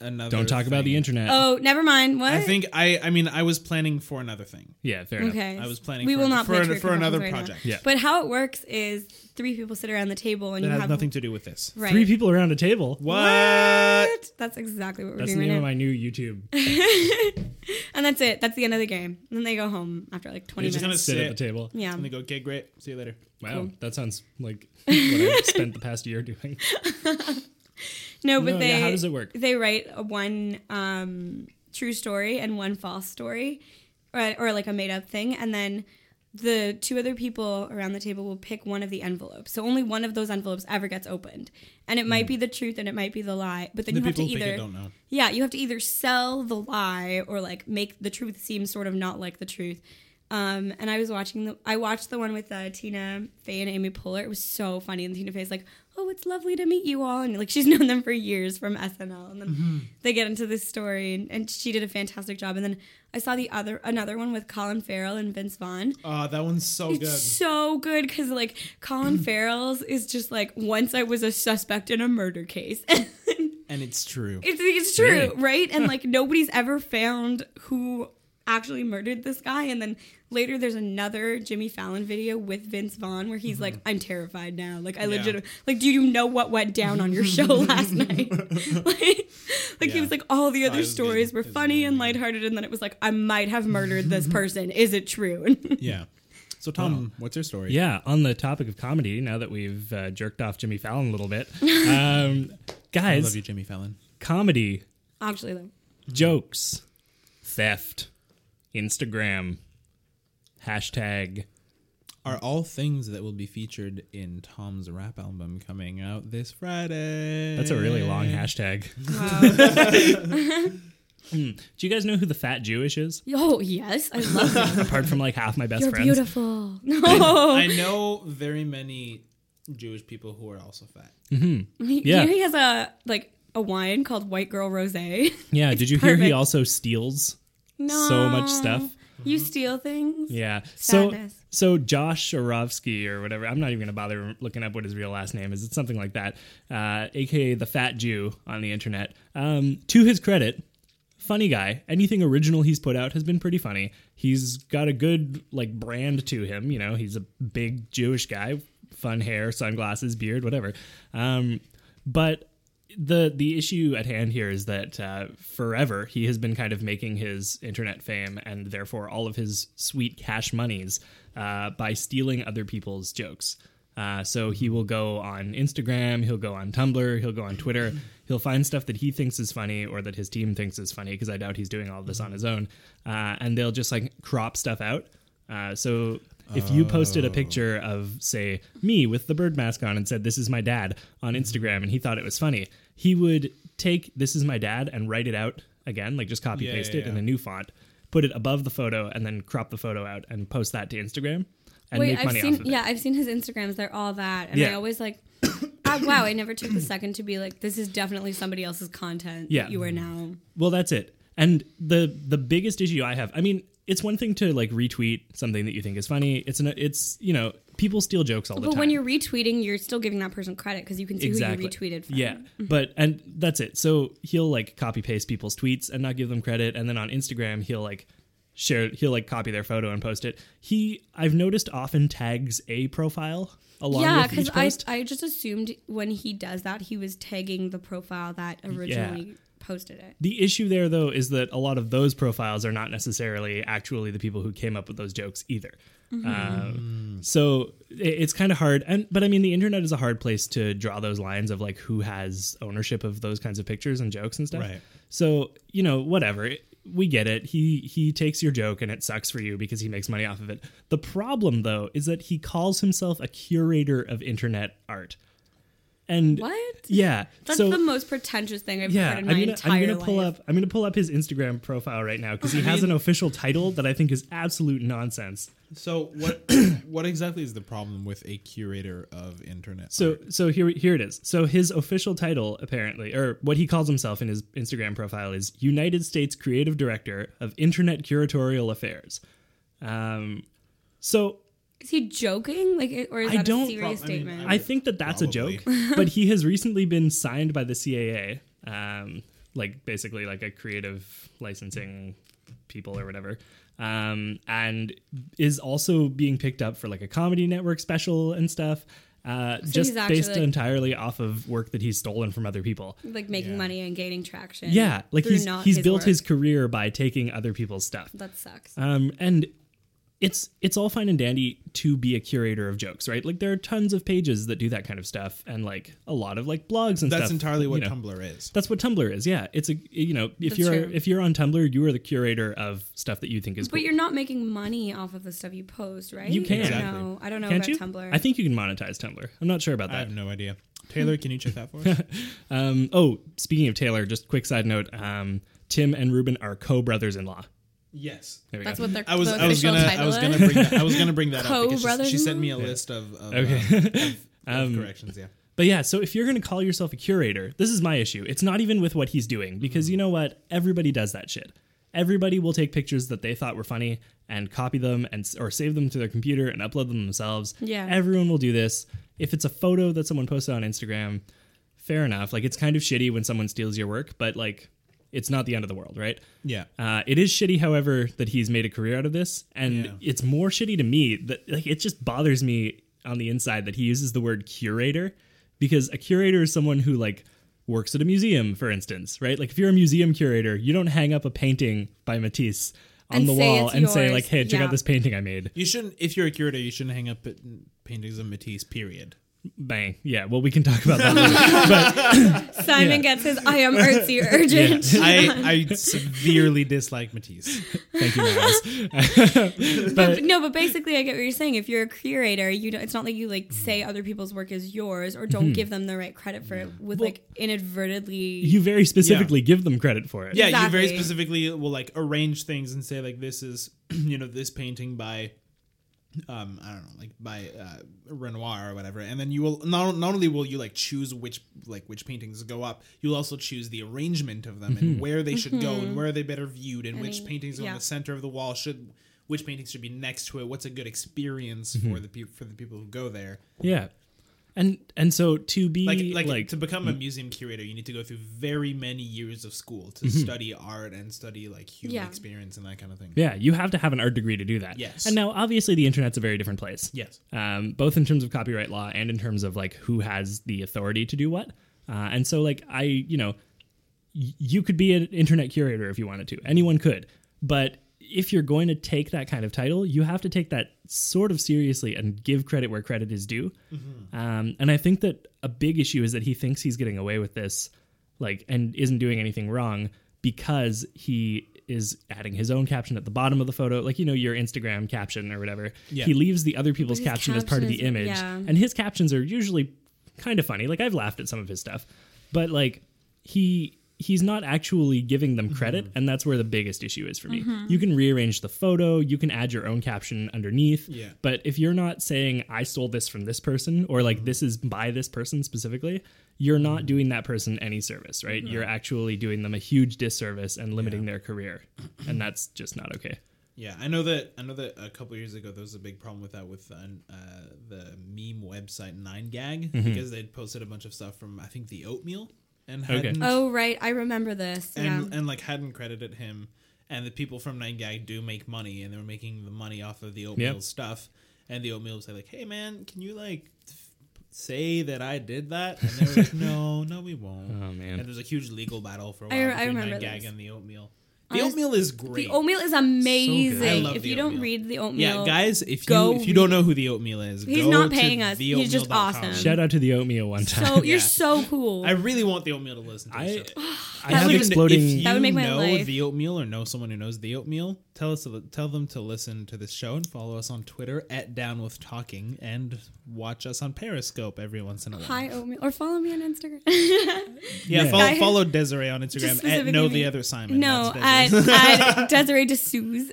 Speaker 4: another.
Speaker 1: Don't talk about
Speaker 4: thing.
Speaker 1: the internet.
Speaker 3: oh, never mind. What?
Speaker 4: I think I I mean I was planning for another thing.
Speaker 1: yeah, fair enough.
Speaker 3: okay.
Speaker 4: I was planning
Speaker 3: We
Speaker 4: for-
Speaker 3: will not
Speaker 4: for
Speaker 3: play
Speaker 4: an-
Speaker 3: True
Speaker 4: for another
Speaker 3: Confessions right now.
Speaker 4: project.
Speaker 1: Yeah.
Speaker 3: But how it works is three people sit around the table and
Speaker 4: That
Speaker 3: you
Speaker 4: has
Speaker 3: have
Speaker 4: nothing to do with this.
Speaker 3: right.
Speaker 1: Three people around a table.
Speaker 4: What?
Speaker 3: What? That's exactly what we're
Speaker 1: That's the
Speaker 3: doing
Speaker 1: name
Speaker 3: right
Speaker 1: of
Speaker 3: now.
Speaker 1: my new YouTube.
Speaker 3: And that's it. That's the end of the game. And then they go home after like 20
Speaker 4: You're just gonna
Speaker 3: minutes.
Speaker 1: Sit
Speaker 4: sit
Speaker 1: at the table.
Speaker 3: yeah.
Speaker 4: And they go, okay, great. See you later.
Speaker 1: Wow, that sounds like what I've spent the past year doing.
Speaker 3: No, but
Speaker 1: No,
Speaker 3: they
Speaker 1: yeah, how does it work?
Speaker 3: They write a one um, true story and one false story, or, or like a made up thing, and then the two other people around the table will pick one of the envelopes. So only one of those envelopes ever gets opened, and it might
Speaker 1: Hmm.
Speaker 3: be the truth and it might be the lie. But then
Speaker 4: The
Speaker 3: you have to
Speaker 4: people who pick it
Speaker 3: either
Speaker 4: don't know.
Speaker 3: yeah, you have to either sell the lie or like make the truth seem sort of not like the truth. Um, and I was watching the I watched the one with uh, Tina Fey and Amy Poehler. It was so funny. And Tina Fey's like, "Oh, it's lovely to meet you all," and like she's known them for years from SNL. And then they get into this story, and, and she did a fantastic job. And then I saw the other another one with Colin Farrell and Vince Vaughn.
Speaker 4: Oh, that one's so
Speaker 3: It's so good because like Colin Farrell's is just like once I was a suspect in a murder case.
Speaker 4: good, and it's true.
Speaker 3: It's, it's true,
Speaker 1: Really?
Speaker 3: right? And like nobody's ever found who actually murdered this guy. And then later there's another Jimmy Fallon video with Vince Vaughn where he's like, I'm terrified now. Like, I legit, like, do you know what went down on your show last night? like, like he
Speaker 4: Yeah.
Speaker 3: was like, all the
Speaker 4: it
Speaker 3: other
Speaker 4: was
Speaker 3: stories
Speaker 4: good.
Speaker 3: were
Speaker 4: It was
Speaker 3: funny
Speaker 4: really
Speaker 3: and lighthearted. And then it was like, I might have murdered this person. Is it true?
Speaker 4: yeah. So Tom, what's your story?
Speaker 1: Yeah, on the topic of comedy, now that we've uh, jerked off Jimmy Fallon a little bit, um,
Speaker 4: I
Speaker 1: guys,
Speaker 4: love you, Jimmy Fallon.
Speaker 1: comedy,
Speaker 3: actually, though.
Speaker 1: jokes, theft, Instagram, hashtag.
Speaker 4: Are all things that will be featured in Tom's rap album coming out this Friday?
Speaker 1: That's a really long
Speaker 3: Eh.
Speaker 1: hashtag. Mm. Do you guys know who the fat Jewish is?
Speaker 3: Oh, yes. I love that.
Speaker 1: Apart from like half my best
Speaker 3: You're
Speaker 1: friends.
Speaker 3: beautiful.
Speaker 5: Oh.
Speaker 3: No.
Speaker 4: I know very many Jewish people who are also fat.
Speaker 1: Yeah.
Speaker 3: You know he has a, like, a wine called White Girl Rosé.
Speaker 1: Yeah, did you hear he
Speaker 3: perfect.
Speaker 1: also steals?
Speaker 3: no.
Speaker 1: so much stuff.
Speaker 3: You steal things.
Speaker 1: Yeah.
Speaker 3: Sadness.
Speaker 1: So so Josh Sharovsky or whatever. I'm not even gonna bother looking up what his real last name is. It's something like that, uh, aka the Fat Jew on the internet. Um, to his credit, funny guy. Anything original he's put out has been pretty funny. He's got a good like brand to him. You know, he's a big Jewish guy, fun hair, sunglasses, beard, whatever. Um, but the the issue at hand here is that uh, forever he has been kind of making his internet fame and therefore all of his sweet cash monies uh, by stealing other people's jokes. Uh, so he will go on Instagram, he'll go on Tumblr, he'll go on Twitter, he'll find stuff that he thinks is funny or that his team thinks is funny because I doubt he's doing all this on his own, uh, and they'll just like crop stuff out. Uh, so if you posted a picture of, say, me with the bird mask on and said, This is my dad on Instagram, and he thought it was funny, he would take This is my dad and write it out again, like just copy
Speaker 4: Yeah,
Speaker 1: paste
Speaker 4: yeah,
Speaker 1: it in
Speaker 4: yeah.
Speaker 1: a new font, put it above the photo, and then crop the photo out and post that to Instagram and
Speaker 3: Wait,
Speaker 1: make
Speaker 3: I've
Speaker 1: money
Speaker 3: seen
Speaker 1: off of it.
Speaker 3: yeah, I've seen his Instagrams. They're all that, and I
Speaker 1: Yeah.
Speaker 3: always like, ah, wow, I never took the second to be like, this is definitely somebody else's content. that
Speaker 1: Yeah.
Speaker 3: you are now.
Speaker 1: Well, that's it. And the the biggest issue I have, I mean, it's one thing to like retweet something that you think is funny. It's an it's you know people steal jokes all the
Speaker 3: But
Speaker 1: time.
Speaker 3: when you're retweeting, you're still giving that person credit because you can see
Speaker 1: exactly
Speaker 3: who you retweeted from.
Speaker 1: Yeah, but and that's it. So he'll like copy paste people's tweets and not give them credit, and then on Instagram he'll like share he'll like copy their photo and post it. He I've noticed often tags a profile along
Speaker 3: Yeah,
Speaker 1: with each
Speaker 3: because I,
Speaker 1: post.
Speaker 3: I just assumed when he does that, he was tagging the profile that originally posted it.
Speaker 1: the issue there though is that a lot of those profiles are not necessarily actually the people who came up with those jokes either.
Speaker 3: Mm-hmm.
Speaker 1: Um, so it, it's kind of hard, and but I mean the internet is a hard place to draw those lines of like who has ownership of those kinds of pictures and jokes and stuff.
Speaker 6: Right.
Speaker 1: So you know whatever we get it. He he takes your joke and it sucks for you because he makes money off of it. The problem though is that he calls himself a curator of internet art. And
Speaker 3: What?
Speaker 1: Yeah,
Speaker 3: That's
Speaker 1: so
Speaker 3: the most pretentious thing I've
Speaker 1: yeah,
Speaker 3: heard in
Speaker 1: I'm
Speaker 3: my
Speaker 1: gonna,
Speaker 3: entire
Speaker 1: I'm gonna pull
Speaker 3: life. Oh,
Speaker 1: up. I'm gonna pull up his Instagram profile right now because he has an official title that I think is absolute nonsense.
Speaker 2: So what what exactly is the problem with a curator of internet?
Speaker 1: So,
Speaker 2: art?
Speaker 1: so here, here it is. So his official title, apparently, or what he calls himself in his Instagram profile, is United States Creative Director of Internet Curatorial Affairs. Um, so
Speaker 3: Is he joking? Like, it- or is
Speaker 1: I
Speaker 3: that
Speaker 1: don't-
Speaker 3: a serious
Speaker 2: Prob- I mean,
Speaker 3: statement?
Speaker 1: I think that that's a
Speaker 2: Probably.
Speaker 1: joke, but he has recently been signed by the CAA, um, like basically like a creative licensing people or whatever, um, and is also being picked up for like a comedy network special and stuff. Uh, just
Speaker 3: he's actually,
Speaker 1: based
Speaker 3: like-
Speaker 1: entirely off of work that he's stolen from other people.
Speaker 3: like making money and gaining traction.
Speaker 1: Yeah, like
Speaker 3: through
Speaker 1: he's
Speaker 3: not
Speaker 1: he's built
Speaker 3: work.
Speaker 1: his career by taking other people's stuff.
Speaker 3: That sucks.
Speaker 1: Um, and it's it's all fine and dandy to be a curator of jokes, right? Like there are tons of pages that do that kind of stuff, and like a lot of like blogs and stuff.
Speaker 2: that's entirely what
Speaker 1: you know.
Speaker 2: Tumblr is.
Speaker 1: That's what Tumblr is. Yeah, it's a you know if
Speaker 3: That's
Speaker 1: you're
Speaker 3: true.
Speaker 1: if you're on Tumblr, you are the curator of stuff that you think is
Speaker 3: But
Speaker 1: cool.
Speaker 3: you're not making money off of the stuff you post, right?
Speaker 1: You can.
Speaker 3: I don't
Speaker 2: Exactly.
Speaker 3: know. I don't know
Speaker 1: Can't
Speaker 3: about
Speaker 1: you?
Speaker 3: Tumblr.
Speaker 1: I think you can monetize Tumblr. I'm not sure about
Speaker 2: I
Speaker 1: that.
Speaker 2: have no idea. Taylor, can you check that for us?
Speaker 1: Um, oh, speaking of Taylor, just quick side note. Um, Tim and Ruben are co brothers in law.
Speaker 2: yes.
Speaker 1: There we
Speaker 5: That's
Speaker 1: go.
Speaker 5: what they're.
Speaker 2: I was
Speaker 5: the
Speaker 2: I was
Speaker 5: official
Speaker 2: gonna I
Speaker 5: title
Speaker 2: was gonna
Speaker 5: is?
Speaker 2: bring that I was gonna bring that up because she- she,
Speaker 3: Co-brothers-in-law?
Speaker 2: sent me a list of, of,
Speaker 1: Okay.
Speaker 2: um, of- of corrections. Yeah.
Speaker 1: But yeah, so if you're going to call yourself a curator, this is my issue. It's not even with what he's doing because you know what? Everybody does that shit. Everybody will take pictures that they thought were funny and copy them and or save them to their computer and upload them themselves.
Speaker 3: Yeah.
Speaker 1: Everyone will do this. If it's a photo that someone posted on Instagram, fair enough. Like it's kind of shitty when someone steals your work, but like it's not the end of the world, right?
Speaker 2: Yeah.
Speaker 1: Uh, it is shitty, however, that he's made a career out of this, and
Speaker 2: Yeah.
Speaker 1: it's more shitty to me that like it just bothers me on the inside that he uses the word curator because a curator is someone who like works at a museum, for instance, right? Like if you're a museum curator, you don't hang up a painting by Matisse on
Speaker 3: And
Speaker 1: the
Speaker 3: say
Speaker 1: wall
Speaker 3: it's
Speaker 1: and say
Speaker 3: yours.
Speaker 1: like, "Hey, check
Speaker 3: Yeah.
Speaker 1: out this painting I made."
Speaker 2: You shouldn't if you're a curator, you shouldn't hang up at paintings of Matisse, period.
Speaker 1: Bang. Yeah. Well, we can talk about that. later.
Speaker 3: Simon gets his I am artsy urgent.
Speaker 2: I, I severely dislike Matisse.
Speaker 1: Thank you, Miles.
Speaker 3: But no, but basically, I get what you're saying. If you're a curator, you don't, it's not like you like
Speaker 1: Mm-hmm.
Speaker 3: say other people's work is yours or don't give them the right credit for it with like inadvertently.
Speaker 1: You very specifically give them credit for it.
Speaker 2: Yeah, you very
Speaker 3: Exactly.
Speaker 2: specifically will like arrange things and say like this is you know this painting by um I don't know like by uh, Renoir or whatever, and then you will not not only will you like choose which like which paintings go up, you'll also choose the arrangement of them and where they should go and where they better viewed and which
Speaker 3: mean,
Speaker 2: paintings on
Speaker 3: Mm-hmm. yeah.
Speaker 2: the center of the wall should which paintings should be next to it. What's a good experience for the people for the people who go there?
Speaker 1: Yeah. And and so to be
Speaker 2: like,
Speaker 1: like,
Speaker 2: like, to become a museum curator you need to go through very many years of school to
Speaker 1: Mm-hmm.
Speaker 2: study art and study like human
Speaker 3: Yeah.
Speaker 2: experience and that kind of thing
Speaker 1: Yeah, you have to have an art degree to do that.
Speaker 2: Yes.
Speaker 1: And now, obviously, the internet's a very different place.
Speaker 2: Yes.
Speaker 1: Um, both in terms of copyright law and in terms of like who has the authority to do what. Uh, and so, like, I, you know, y- you could be an internet curator if you wanted to. Anyone could. But if you're going to take that kind of title, you have to take that sort of seriously and give credit where credit is due. Um, and I think that a big issue is that he thinks he's getting away with this, like, and isn't doing anything wrong because he is adding his own caption at the bottom of the photo, like you know your Instagram caption or whatever. He leaves the other people's
Speaker 3: his
Speaker 1: caption as part of the
Speaker 3: caption is-
Speaker 1: image,
Speaker 3: yeah.
Speaker 1: and his captions are usually kind of funny. Like I've laughed at some of his stuff, but like he he's not actually giving them credit,
Speaker 2: Mm-hmm.
Speaker 1: and that's where the biggest issue is for me. You can rearrange the photo, you can add your own caption underneath,
Speaker 2: Yeah.
Speaker 1: but if you're not saying I stole this from this person or like
Speaker 2: Mm-hmm.
Speaker 1: this is by this person specifically, you're not doing that person any service, right?
Speaker 2: Mm-hmm. Mm-hmm.
Speaker 1: You're actually doing them a huge disservice and limiting their career, and that's just not okay.
Speaker 2: Yeah, I know that. I know that a couple years ago there was a big problem with that with uh, uh, the meme website Nine Gag
Speaker 1: Mm-hmm.
Speaker 2: because they'd posted a bunch of stuff from I think the oatmeal and
Speaker 1: Okay.
Speaker 2: hadn't
Speaker 3: Oh right, I remember this. Yeah.
Speaker 2: and and like hadn't credited him. And the people from Nine Gag do make money, and they were making the money off of the oatmeal
Speaker 1: Yep.
Speaker 2: stuff. And the oatmeal was like, "Hey man, can you like f- say that I did that?" And they were like, "No, no, we won't."
Speaker 1: Oh, man.
Speaker 2: And there's a huge legal battle for a
Speaker 3: I
Speaker 2: while
Speaker 3: re- I
Speaker 2: between
Speaker 3: remember
Speaker 2: Nine Gag
Speaker 3: this.
Speaker 2: and the oatmeal. The
Speaker 3: Honest-
Speaker 2: oatmeal is great.
Speaker 3: the oatmeal is
Speaker 1: I
Speaker 3: amazing.
Speaker 2: love
Speaker 3: if
Speaker 2: the
Speaker 3: you don't
Speaker 2: oatmeal.
Speaker 3: read the
Speaker 2: Yeah,
Speaker 3: oatmeal,
Speaker 2: guys, if
Speaker 3: Go
Speaker 2: you if you don't
Speaker 3: read-
Speaker 2: know who the oatmeal is,
Speaker 3: He's
Speaker 2: go
Speaker 3: not
Speaker 2: to
Speaker 3: paying us. He's just
Speaker 2: theoatmeal.com.
Speaker 3: awesome.
Speaker 1: Shout out to the oatmeal one time.
Speaker 3: So
Speaker 2: Yeah.
Speaker 3: you're so cool.
Speaker 2: I really want the oatmeal to listen to.
Speaker 1: I
Speaker 2: I,
Speaker 1: I have
Speaker 3: would-
Speaker 1: exploding.
Speaker 2: If you
Speaker 3: That would make my
Speaker 2: know
Speaker 3: life.
Speaker 2: the oatmeal or know someone who knows the oatmeal, tell us to, tell them to listen to this show and follow us on Twitter at Down with Talking and watch us on Periscope every once in a while.
Speaker 3: Hi oatmeal, or follow me on Instagram.
Speaker 2: Yeah,
Speaker 1: Yeah.
Speaker 2: Follow,
Speaker 3: Guys,
Speaker 2: follow Desiree on Instagram at
Speaker 3: specifically
Speaker 2: Know
Speaker 3: me.
Speaker 2: the Other Simon.
Speaker 3: No,
Speaker 2: That's
Speaker 3: at,
Speaker 2: Desiree.
Speaker 3: at Desiree Dessous.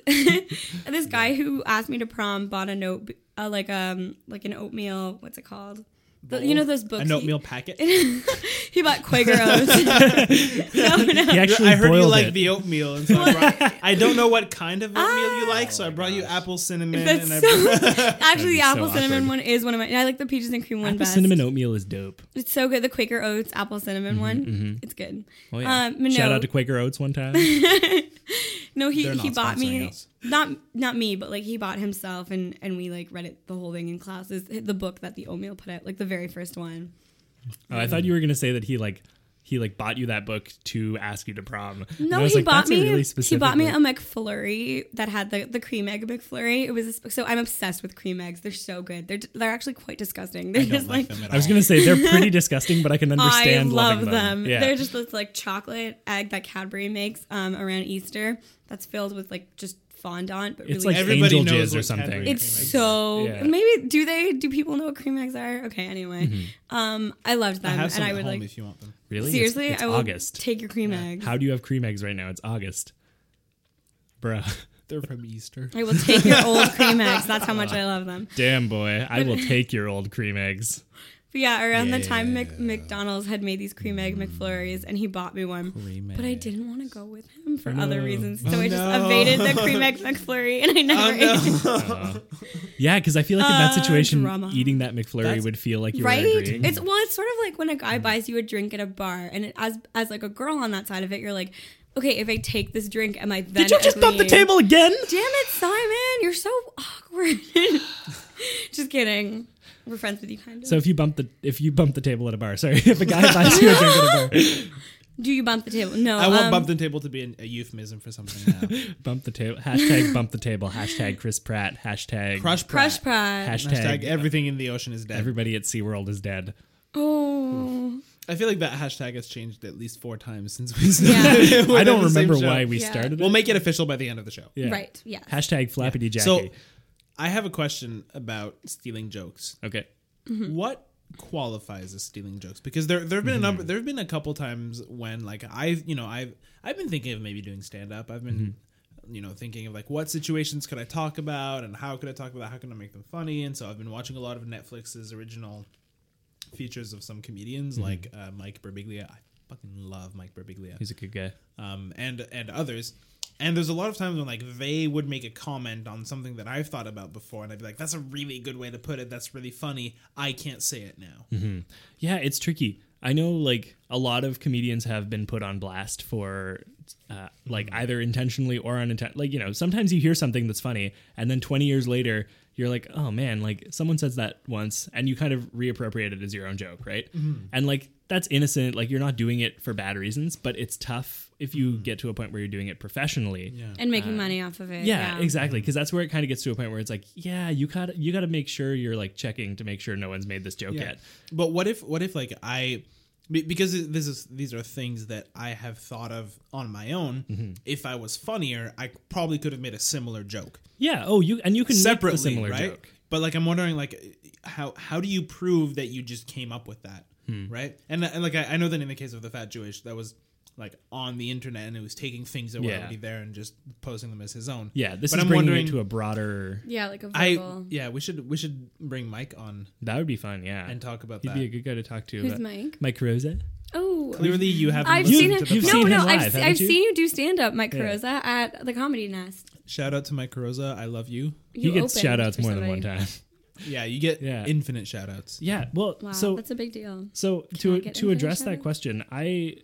Speaker 3: this guy who asked me to prom bought a note, uh, like um, like an oatmeal. What's it called? The, you know those books.
Speaker 2: an
Speaker 3: he-
Speaker 2: oatmeal packet.
Speaker 3: He, bought Quaker Oats. no, no.
Speaker 1: He actually
Speaker 2: I heard
Speaker 1: boiled
Speaker 2: you like
Speaker 1: it.
Speaker 2: the oatmeal, and so I, brought, I don't know what kind of oatmeal you like,
Speaker 1: Oh
Speaker 2: so I brought you apple cinnamon.
Speaker 3: That's
Speaker 2: and I
Speaker 3: Ah. so. Actually, the
Speaker 1: so
Speaker 3: apple cinnamon
Speaker 1: awkward.
Speaker 3: one is one of my. and I like the peaches and cream one
Speaker 1: apple
Speaker 3: best.
Speaker 1: cinnamon oatmeal is dope.
Speaker 3: It's so good. The Quaker Oats apple cinnamon one. It's good.
Speaker 1: Oh, yeah.
Speaker 3: Um, no,
Speaker 1: Shout out to Quaker Oats one time. Oh,
Speaker 3: no. He
Speaker 2: They're
Speaker 3: he
Speaker 2: not
Speaker 3: bought me
Speaker 2: sponsoring us.
Speaker 3: not not me, but like he bought himself, and and we like read it the whole thing in classes. The book that the oatmeal put out, like the very first one.
Speaker 1: Oh, I thought you were gonna say that he like he like bought you that book to ask you to prom. And
Speaker 3: No,
Speaker 1: I was
Speaker 3: he
Speaker 1: like,
Speaker 3: bought
Speaker 1: that's a
Speaker 3: me.
Speaker 1: really
Speaker 3: he
Speaker 1: specific
Speaker 3: bought me
Speaker 1: book.
Speaker 3: a McFlurry that had the, the cream egg McFlurry. It was a, sp- so I'm obsessed with cream eggs. They're so good. They're d- they're actually quite disgusting. They're
Speaker 2: I don't
Speaker 3: just
Speaker 2: like
Speaker 3: like,
Speaker 2: them at
Speaker 1: I was
Speaker 2: all.
Speaker 1: gonna say they're pretty disgusting, but I can
Speaker 3: I
Speaker 1: understand
Speaker 3: love
Speaker 1: loving
Speaker 3: them.
Speaker 1: Yeah.
Speaker 3: They're just this like chocolate egg that Cadbury makes um, around Easter. That's filled with like just fondant, but
Speaker 1: it's
Speaker 3: really
Speaker 1: like
Speaker 2: Everybody
Speaker 1: angel
Speaker 2: knows
Speaker 1: jizz or
Speaker 2: what
Speaker 1: something.
Speaker 2: Cadbury
Speaker 3: it's
Speaker 2: cream eggs.
Speaker 3: so
Speaker 1: Yeah.
Speaker 3: maybe do they do people know what cream eggs are? Okay, anyway, um, I loved
Speaker 2: I
Speaker 3: them,
Speaker 2: have some
Speaker 3: and I
Speaker 2: at
Speaker 3: would
Speaker 2: home
Speaker 3: like
Speaker 2: if you want them.
Speaker 1: really It's-
Speaker 3: seriously,
Speaker 1: It's,
Speaker 3: I will
Speaker 1: August.
Speaker 3: take your cream eggs.
Speaker 1: How do you have cream eggs right now? It's August, bruh.
Speaker 2: They're from Easter.
Speaker 3: I will take your old cream eggs. That's how much I love them.
Speaker 1: Damn boy, I will take your old cream eggs.
Speaker 3: But yeah, around the time Mc- McDonald's had made these cream egg McFlurries, and he bought me one. But I didn't want to go with him for other
Speaker 1: no.
Speaker 3: reasons, so I just evaded the cream egg McFlurry, and I never ate. it.
Speaker 1: Yeah, because I feel like in that
Speaker 3: Uh,
Speaker 1: situation,
Speaker 3: drama.
Speaker 1: eating that McFlurry
Speaker 2: That's-
Speaker 1: would feel like you
Speaker 3: Right?
Speaker 1: were agreeing.
Speaker 3: It's well, it's sort of like when a guy buys you a drink at a bar, and it, as as like a girl on that side of it, you're like, okay, if I take this drink, am I then?
Speaker 1: Did you just bump the
Speaker 3: agreeing?
Speaker 1: table again?
Speaker 3: Damn it, Simon! You're so awkward. just kidding. We're friends with you, kind of.
Speaker 1: So if you bump the if you bump the table at a bar, sorry, if a guy buys you a drink at a bar,
Speaker 3: Do you bump the table? No,
Speaker 2: I want
Speaker 3: um,
Speaker 2: bump the table to be an, a euphemism for something now.
Speaker 1: bump the table. Hashtag bump the table. Hashtag Chris Pratt. Hashtag
Speaker 2: Crush
Speaker 3: Crush
Speaker 2: Crush
Speaker 3: pride.
Speaker 1: hashtag,
Speaker 2: Hashtag everything in the ocean is dead.
Speaker 1: everybody at SeaWorld is dead.
Speaker 3: Oh,
Speaker 2: I feel like that hashtag has changed at least four times since we started.
Speaker 3: Yeah.
Speaker 1: I don't
Speaker 2: the same
Speaker 1: remember
Speaker 2: show.
Speaker 1: why we
Speaker 3: Yeah.
Speaker 1: started.
Speaker 2: We'll
Speaker 1: it.
Speaker 2: make it official by the end of the show.
Speaker 1: Yeah.
Speaker 3: right. Yeah.
Speaker 1: Hashtag Flappity Jackie.
Speaker 2: So, I have a question about stealing jokes.
Speaker 1: okay.
Speaker 2: What qualifies as stealing jokes? Because there there have been a number there have been a couple times when like I've you know I've I've been thinking of maybe doing stand up. I've been you know thinking of like what situations could I talk about and how could I talk about how can I make them funny? And so I've been watching a lot of Netflix's original features of some comedians like uh, Mike Birbiglia. I fucking love Mike Birbiglia
Speaker 1: He's a good guy.
Speaker 2: um, and and others. And there's a lot of times when like they would make a comment on something that I've thought about before, and I'd be like, "That's a really good way to put it. That's really funny. I can't say it now."
Speaker 1: Yeah, it's tricky. I know, like a lot of comedians have been put on blast for, uh, like either intentionally or unintentionally. Like you know, sometimes you hear something that's funny, and then twenty years later, you're like, oh man, like someone says that once, and you kind of reappropriate it as your own joke, right? And like that's innocent. Like you're not doing it for bad reasons, but it's tough if you get to a point where you're doing it professionally. Yeah.
Speaker 3: And making money off of it.
Speaker 1: Yeah, exactly. Because that's where it kind of gets to a point where it's like, yeah, you got you got to make sure you're like checking to make sure no one's made this joke yet.
Speaker 2: But what if what if like I be- because this is these are things that I have thought of on my own. If I was funnier, I probably could have made a similar joke.
Speaker 1: Yeah. Oh, you and you can separate
Speaker 2: separately,
Speaker 1: make the similar
Speaker 2: right?
Speaker 1: joke.
Speaker 2: But like, I'm wondering, like, how how do you prove that you just came up with that,
Speaker 1: Hmm.
Speaker 2: right? And and like, I, I know that in the case of the fat Jewish, that was like on the internet and it was taking things that were
Speaker 1: Yeah.
Speaker 2: already there and just posting them as his own.
Speaker 1: Yeah, this
Speaker 2: But
Speaker 1: is
Speaker 2: I'm
Speaker 1: bringing
Speaker 2: wondering-
Speaker 1: it to a broader.
Speaker 3: Yeah, like a
Speaker 2: I
Speaker 3: vocal.
Speaker 2: yeah, we should we should bring Mike on
Speaker 1: That would be fun. Yeah,
Speaker 2: and talk about
Speaker 1: He'd
Speaker 2: that.
Speaker 1: be a good guy to talk to.
Speaker 3: Who's
Speaker 1: but-
Speaker 3: Mike?
Speaker 1: Mike Rosa.
Speaker 3: oh,
Speaker 2: Clearly, you haven't
Speaker 3: I've
Speaker 2: listened
Speaker 3: seen
Speaker 2: to
Speaker 3: him.
Speaker 2: the
Speaker 1: you've
Speaker 3: no,
Speaker 2: podcast.
Speaker 1: seen
Speaker 3: no,
Speaker 1: him live,
Speaker 3: I've,
Speaker 1: haven't
Speaker 3: I've
Speaker 1: you?
Speaker 3: seen you do stand up, Mike
Speaker 1: Yeah.
Speaker 3: Carosa, at the Comedy Nest.
Speaker 2: Shout out to Mike Rosa. I love you.
Speaker 1: he
Speaker 3: You
Speaker 1: gets
Speaker 3: opened
Speaker 1: shout outs
Speaker 3: for
Speaker 1: more than one
Speaker 3: somebody.
Speaker 1: time.
Speaker 2: Yeah, you get
Speaker 1: Yeah.
Speaker 2: infinite shout outs.
Speaker 1: Yeah. Well,
Speaker 3: Wow,
Speaker 1: so
Speaker 3: that's a big deal.
Speaker 1: So
Speaker 3: I
Speaker 1: to
Speaker 3: get
Speaker 1: to
Speaker 3: infinite
Speaker 1: address that
Speaker 3: shout-outs?
Speaker 1: question, I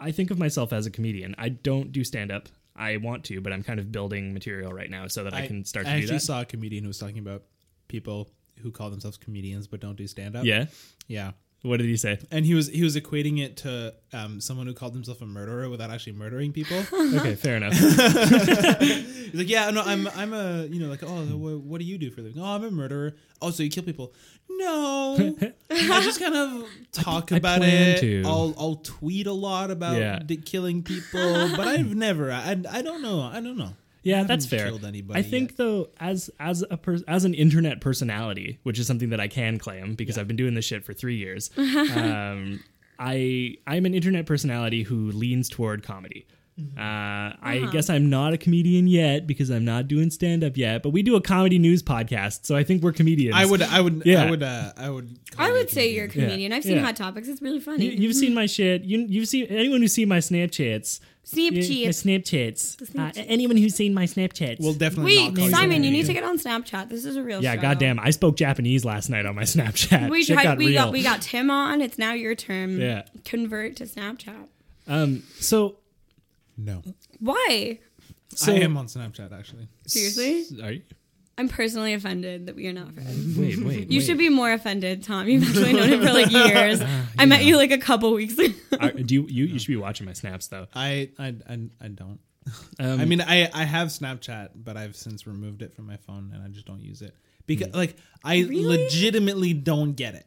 Speaker 1: I think of myself as a comedian. I don't do stand up. I want to, but I'm kind of building material right now so that I, can start
Speaker 2: I
Speaker 1: to do
Speaker 2: actually
Speaker 1: that.
Speaker 2: saw a comedian who was talking about people who call themselves comedians but don't do stand up.
Speaker 1: yeah.
Speaker 2: Yeah.
Speaker 1: What did he say?
Speaker 2: And he was he was equating it to um, someone who called himself a murderer without actually murdering people.
Speaker 3: Uh-huh.
Speaker 1: Okay, fair enough.
Speaker 2: He's like, yeah, no, I'm I'm a you know like oh what, what do you do for a living? Oh, I'm a murderer. Oh, so you kill people? No, I just kind of talk
Speaker 1: I
Speaker 2: about
Speaker 1: plan
Speaker 2: it.
Speaker 1: to.
Speaker 2: I'll I'll tweet a lot about
Speaker 1: Yeah.
Speaker 2: d- killing people, but I've never I, I don't know I don't know.
Speaker 1: Yeah,
Speaker 2: haven't
Speaker 1: that's fair.
Speaker 2: killed anybody
Speaker 1: I think
Speaker 2: yet.
Speaker 1: though, as as a per- as an internet personality, which is something that I can claim because I've been doing this shit for three years, um, I I'm an internet personality who leans toward comedy.
Speaker 2: Mm-hmm.
Speaker 1: Uh, I guess I'm not a comedian yet because I'm not doing stand up yet, but we do a comedy news podcast, so I think we're comedians.
Speaker 2: I would I would
Speaker 1: Yeah.
Speaker 2: I would uh, I would call
Speaker 3: I
Speaker 2: you a
Speaker 3: would say you're a
Speaker 1: comedian.
Speaker 3: comedian.
Speaker 1: Yeah.
Speaker 3: I've seen
Speaker 1: Yeah.
Speaker 3: Hot Topics. It's really funny.
Speaker 1: You, you've seen my shit. You, you've seen anyone who's seen my Snapchats.
Speaker 3: Sneep
Speaker 1: Yeah, My
Speaker 3: cheats.
Speaker 1: Snapchats. Uh, anyone who's seen my Snapchats.
Speaker 2: Well, definitely. not
Speaker 3: Wait,
Speaker 2: call a
Speaker 3: Simon, you need
Speaker 2: comedian.
Speaker 3: to get on Snapchat. This is a real
Speaker 1: yeah,
Speaker 3: struggle.
Speaker 1: goddamn. I spoke Japanese last night on my Snapchat.
Speaker 3: We
Speaker 1: Shit
Speaker 3: tried,
Speaker 1: got
Speaker 3: we
Speaker 1: real.
Speaker 3: got we got Tim on. It's now your turn.
Speaker 1: Yeah.
Speaker 3: Convert to Snapchat.
Speaker 1: Um, so
Speaker 2: No,
Speaker 3: Why?
Speaker 1: So-
Speaker 2: I am on Snapchat actually.
Speaker 3: Seriously?
Speaker 1: Are you?
Speaker 3: I'm personally offended that we are not friends.
Speaker 1: Wait, wait.
Speaker 3: You should be more offended, Tom. You've actually known him for like years. I met you like a couple weeks ago.
Speaker 1: do you, you? You should be watching my snaps though.
Speaker 2: I I I, I don't.
Speaker 1: Um,
Speaker 2: I mean, I I have Snapchat, but I've since removed it from my phone, and I just don't use it because,
Speaker 1: Hmm.
Speaker 2: like, I
Speaker 3: Really?
Speaker 2: legitimately don't get it.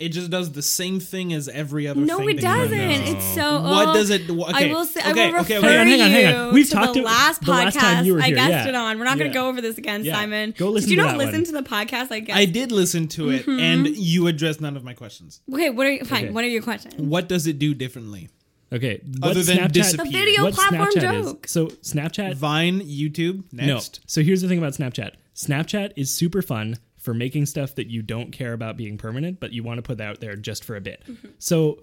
Speaker 2: It just does the same thing as every other.
Speaker 3: No,
Speaker 2: thing
Speaker 3: it
Speaker 2: that you
Speaker 3: doesn't.
Speaker 2: know.
Speaker 3: It's so.
Speaker 2: What
Speaker 3: oh,
Speaker 2: does it- wh- okay,
Speaker 3: I will say. I
Speaker 2: okay,
Speaker 3: will
Speaker 2: okay,
Speaker 3: refer
Speaker 2: okay.
Speaker 1: Hang on, hang on, hang on.
Speaker 3: you
Speaker 1: We've
Speaker 3: to
Speaker 1: talked
Speaker 3: the
Speaker 1: to-
Speaker 3: last
Speaker 1: the
Speaker 3: podcast
Speaker 1: last time you were
Speaker 3: I
Speaker 1: here,
Speaker 3: guessed
Speaker 1: yeah.
Speaker 3: it on. We're not going
Speaker 1: Yeah.
Speaker 3: to go over this again,
Speaker 1: Yeah.
Speaker 3: Simon.
Speaker 1: Go listen
Speaker 3: Did you
Speaker 1: to
Speaker 3: not
Speaker 1: that
Speaker 3: listen
Speaker 1: one.
Speaker 3: to the podcast? I guess.
Speaker 2: I did listen to it,
Speaker 3: Mm-hmm.
Speaker 2: and you addressed none of my questions.
Speaker 3: okay. What are you, fine?
Speaker 1: Okay.
Speaker 3: What are your questions?
Speaker 2: What does it do differently?
Speaker 1: okay.
Speaker 2: Other
Speaker 1: what
Speaker 2: than
Speaker 1: Snapchat,
Speaker 2: disappear.
Speaker 3: The
Speaker 2: Peter,
Speaker 3: video
Speaker 1: what
Speaker 3: platform
Speaker 1: Snapchat
Speaker 3: joke.
Speaker 1: is? So Snapchat.
Speaker 2: Vine, YouTube,
Speaker 1: no.
Speaker 2: next.
Speaker 1: So here's the thing about Snapchat. Snapchat is super fun for making stuff that you don't care about being permanent, but you want to put out there just for a bit.
Speaker 3: Mm-hmm.
Speaker 1: So,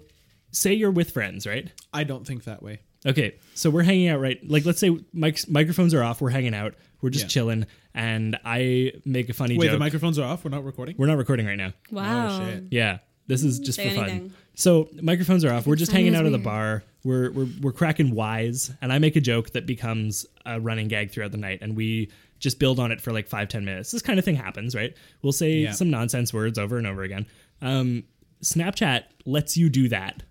Speaker 1: say you're with friends, right?
Speaker 2: I don't think that way.
Speaker 1: Okay, so we're hanging out right. Like, let's say mics, microphones are off. We're hanging out. We're just
Speaker 2: Yeah.
Speaker 1: chilling, and I make a funny
Speaker 2: Wait,
Speaker 1: joke.
Speaker 2: the microphones are off. We're not recording. Oh,
Speaker 1: we're not recording right now.
Speaker 3: Wow.
Speaker 2: shit.
Speaker 1: Yeah, this is just
Speaker 3: Mm, Say
Speaker 1: for fun.
Speaker 3: anything.
Speaker 1: So microphones are off. We're just hanging
Speaker 3: Simon
Speaker 1: out
Speaker 3: is
Speaker 1: at the bar. We're, we're we're cracking wise, and I make a joke that becomes a running gag throughout the night, and we just build on it for like five ten minutes. This kind of thing happens, right? We'll say
Speaker 2: Yeah.
Speaker 1: some nonsense words over and over again. Um, Snapchat lets you do that.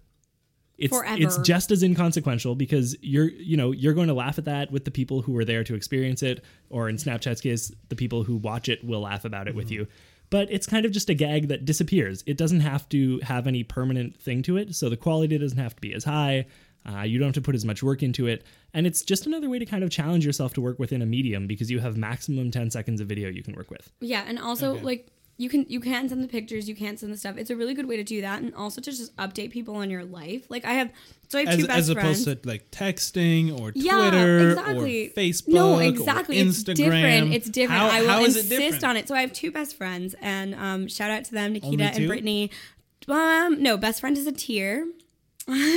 Speaker 1: It's
Speaker 3: Forever.
Speaker 1: it's just as inconsequential because you're you know you're going to laugh at that with the people who were there to experience it, or in Snapchat's case, the people who watch it will laugh about it
Speaker 2: Mm-hmm.
Speaker 1: with you. But it's kind of just a gag that disappears. It doesn't have to have any permanent thing to it, so the quality doesn't have to be as high. Uh, you don't have to put as much work into it, and it's just another way to kind of challenge yourself to work within a medium because you have maximum ten seconds of video you can work with.
Speaker 3: Yeah, and also like you can you can send the pictures, you can send the stuff. It's a really good way to do that, and also to just update people on your life. Like I have, so I have
Speaker 2: As,
Speaker 3: two best
Speaker 2: as opposed
Speaker 3: friends.
Speaker 2: to like texting or
Speaker 3: Yeah,
Speaker 2: Twitter
Speaker 3: exactly.
Speaker 2: or Facebook,
Speaker 3: no,
Speaker 2: or
Speaker 3: exactly. It's
Speaker 2: Instagram.
Speaker 3: different. It's different.
Speaker 2: How,
Speaker 3: I will
Speaker 2: how is it
Speaker 3: insist
Speaker 2: different?
Speaker 3: on it. So I have two best friends, and um, shout out to them, Nikita
Speaker 2: Only two?
Speaker 3: and Brittany. Um, no, best friend is a tier. but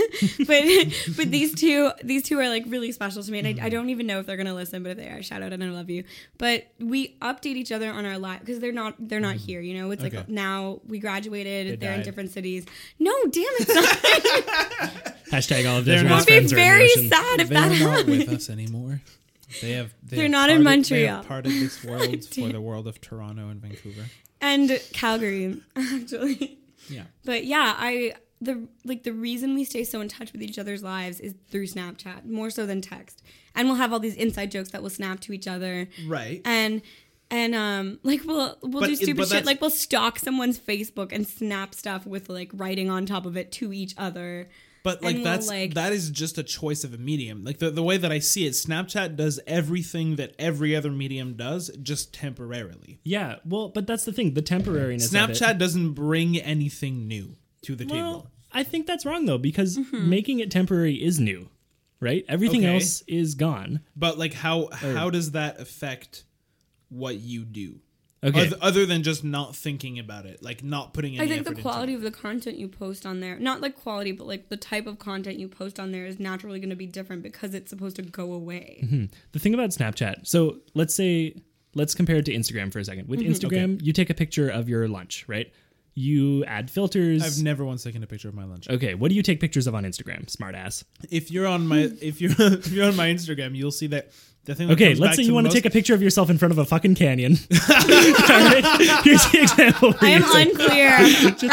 Speaker 3: but these two these two are like really special to me and
Speaker 2: Mm-hmm.
Speaker 3: I, I don't even know if they're gonna listen but if they are shout out and I love you but we update each other on our life because they're not they're not here you know it's
Speaker 2: Mm-hmm. Okay.
Speaker 3: like now we graduated they are in
Speaker 1: died.
Speaker 3: different cities no damn it
Speaker 1: Hashtag all of
Speaker 2: They're
Speaker 1: Desiree
Speaker 2: not-
Speaker 3: that
Speaker 1: friends
Speaker 3: would be
Speaker 1: are in the
Speaker 3: very
Speaker 1: ocean.
Speaker 3: sad if that
Speaker 2: They're not
Speaker 3: happened
Speaker 2: with us anymore. They have. They
Speaker 3: They're
Speaker 2: have
Speaker 3: not in
Speaker 2: parted- they have
Speaker 3: Montreal.
Speaker 2: parted this world for
Speaker 3: Damn.
Speaker 2: the world of Toronto and Vancouver.
Speaker 3: and Calgary actually.
Speaker 2: Yeah.
Speaker 3: But yeah, I the like the reason we stay so in touch with each other's lives is through Snapchat more so than text. And we'll have all these inside jokes that we'll snap to each other.
Speaker 2: Right.
Speaker 3: And and um like we'll we'll
Speaker 2: But
Speaker 3: do
Speaker 2: it- but
Speaker 3: stupid shit
Speaker 2: that's-
Speaker 3: like we'll stalk someone's Facebook and snap stuff with like writing on top of it to each other.
Speaker 2: But
Speaker 3: And
Speaker 2: like
Speaker 3: we'll,
Speaker 2: that's
Speaker 3: like-
Speaker 2: that is just a choice of a medium. Like the, the way that I see it, Snapchat does everything that every other medium does, just temporarily.
Speaker 1: Yeah, well, but that's the thing. The temporariness. of it-
Speaker 2: Snapchat doesn't bring anything new to the table.
Speaker 1: Well, I think that's wrong though because
Speaker 3: Mm-hmm.
Speaker 1: making it temporary is new, right? Everything
Speaker 2: Okay.
Speaker 1: else is gone. Oh.
Speaker 2: But like how how does that affect what you do?
Speaker 1: Okay.
Speaker 2: Oth- other than just not thinking about it, like not putting any
Speaker 3: I think
Speaker 2: effort
Speaker 3: the
Speaker 2: into
Speaker 3: quality
Speaker 2: it.
Speaker 3: of the content you post on there, not like quality, but like the type of content you post on there is naturally going to be different because it's supposed to go away.
Speaker 1: the thing about Snapchat. So let's say let's compare it to Instagram for a second.
Speaker 3: Mm-hmm.
Speaker 1: With Instagram, you take a picture of your lunch, right? You add filters.
Speaker 2: I've never once taken a picture of my lunch.
Speaker 1: okay, what do you take pictures of on Instagram, smartass?
Speaker 2: If you're on my if you're if you're on my Instagram, you'll see that the thing. That
Speaker 1: Okay,
Speaker 2: comes
Speaker 1: let's
Speaker 2: back
Speaker 1: say you
Speaker 2: to
Speaker 1: want to
Speaker 2: most-
Speaker 1: take a picture of yourself in front of a fucking canyon. All right? Here's the example. for
Speaker 3: I am
Speaker 1: you.
Speaker 3: unclear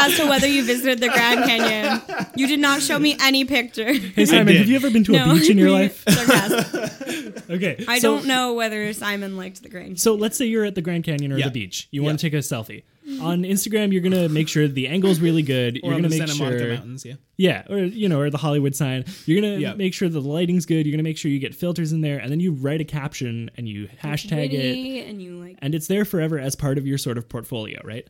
Speaker 3: as to whether you visited the Grand Canyon. You did not show me any picture.
Speaker 1: Hey Simon,
Speaker 2: did.
Speaker 1: have you ever been to a beach in your life?
Speaker 3: Sarcastic.
Speaker 1: Okay,
Speaker 3: I
Speaker 1: so-
Speaker 3: don't know whether Simon liked the Grand.
Speaker 1: So let's say you're at the Grand Canyon or
Speaker 2: Yeah.
Speaker 1: the beach. You want to take a selfie. On Instagram, you're gonna make sure the angle's really good.
Speaker 2: Or
Speaker 1: you're
Speaker 2: on
Speaker 1: gonna
Speaker 2: the
Speaker 1: make
Speaker 2: Santa
Speaker 1: sure,
Speaker 2: Monica Mountains, yeah.
Speaker 1: yeah, or you know, or the Hollywood sign. You're gonna
Speaker 2: Yeah.
Speaker 1: make sure the lighting's good. You're gonna make sure you get filters in there, and then you write a caption and you hashtag it,
Speaker 3: Witty, and you like.
Speaker 1: and it's there forever as part of your sort of portfolio, right?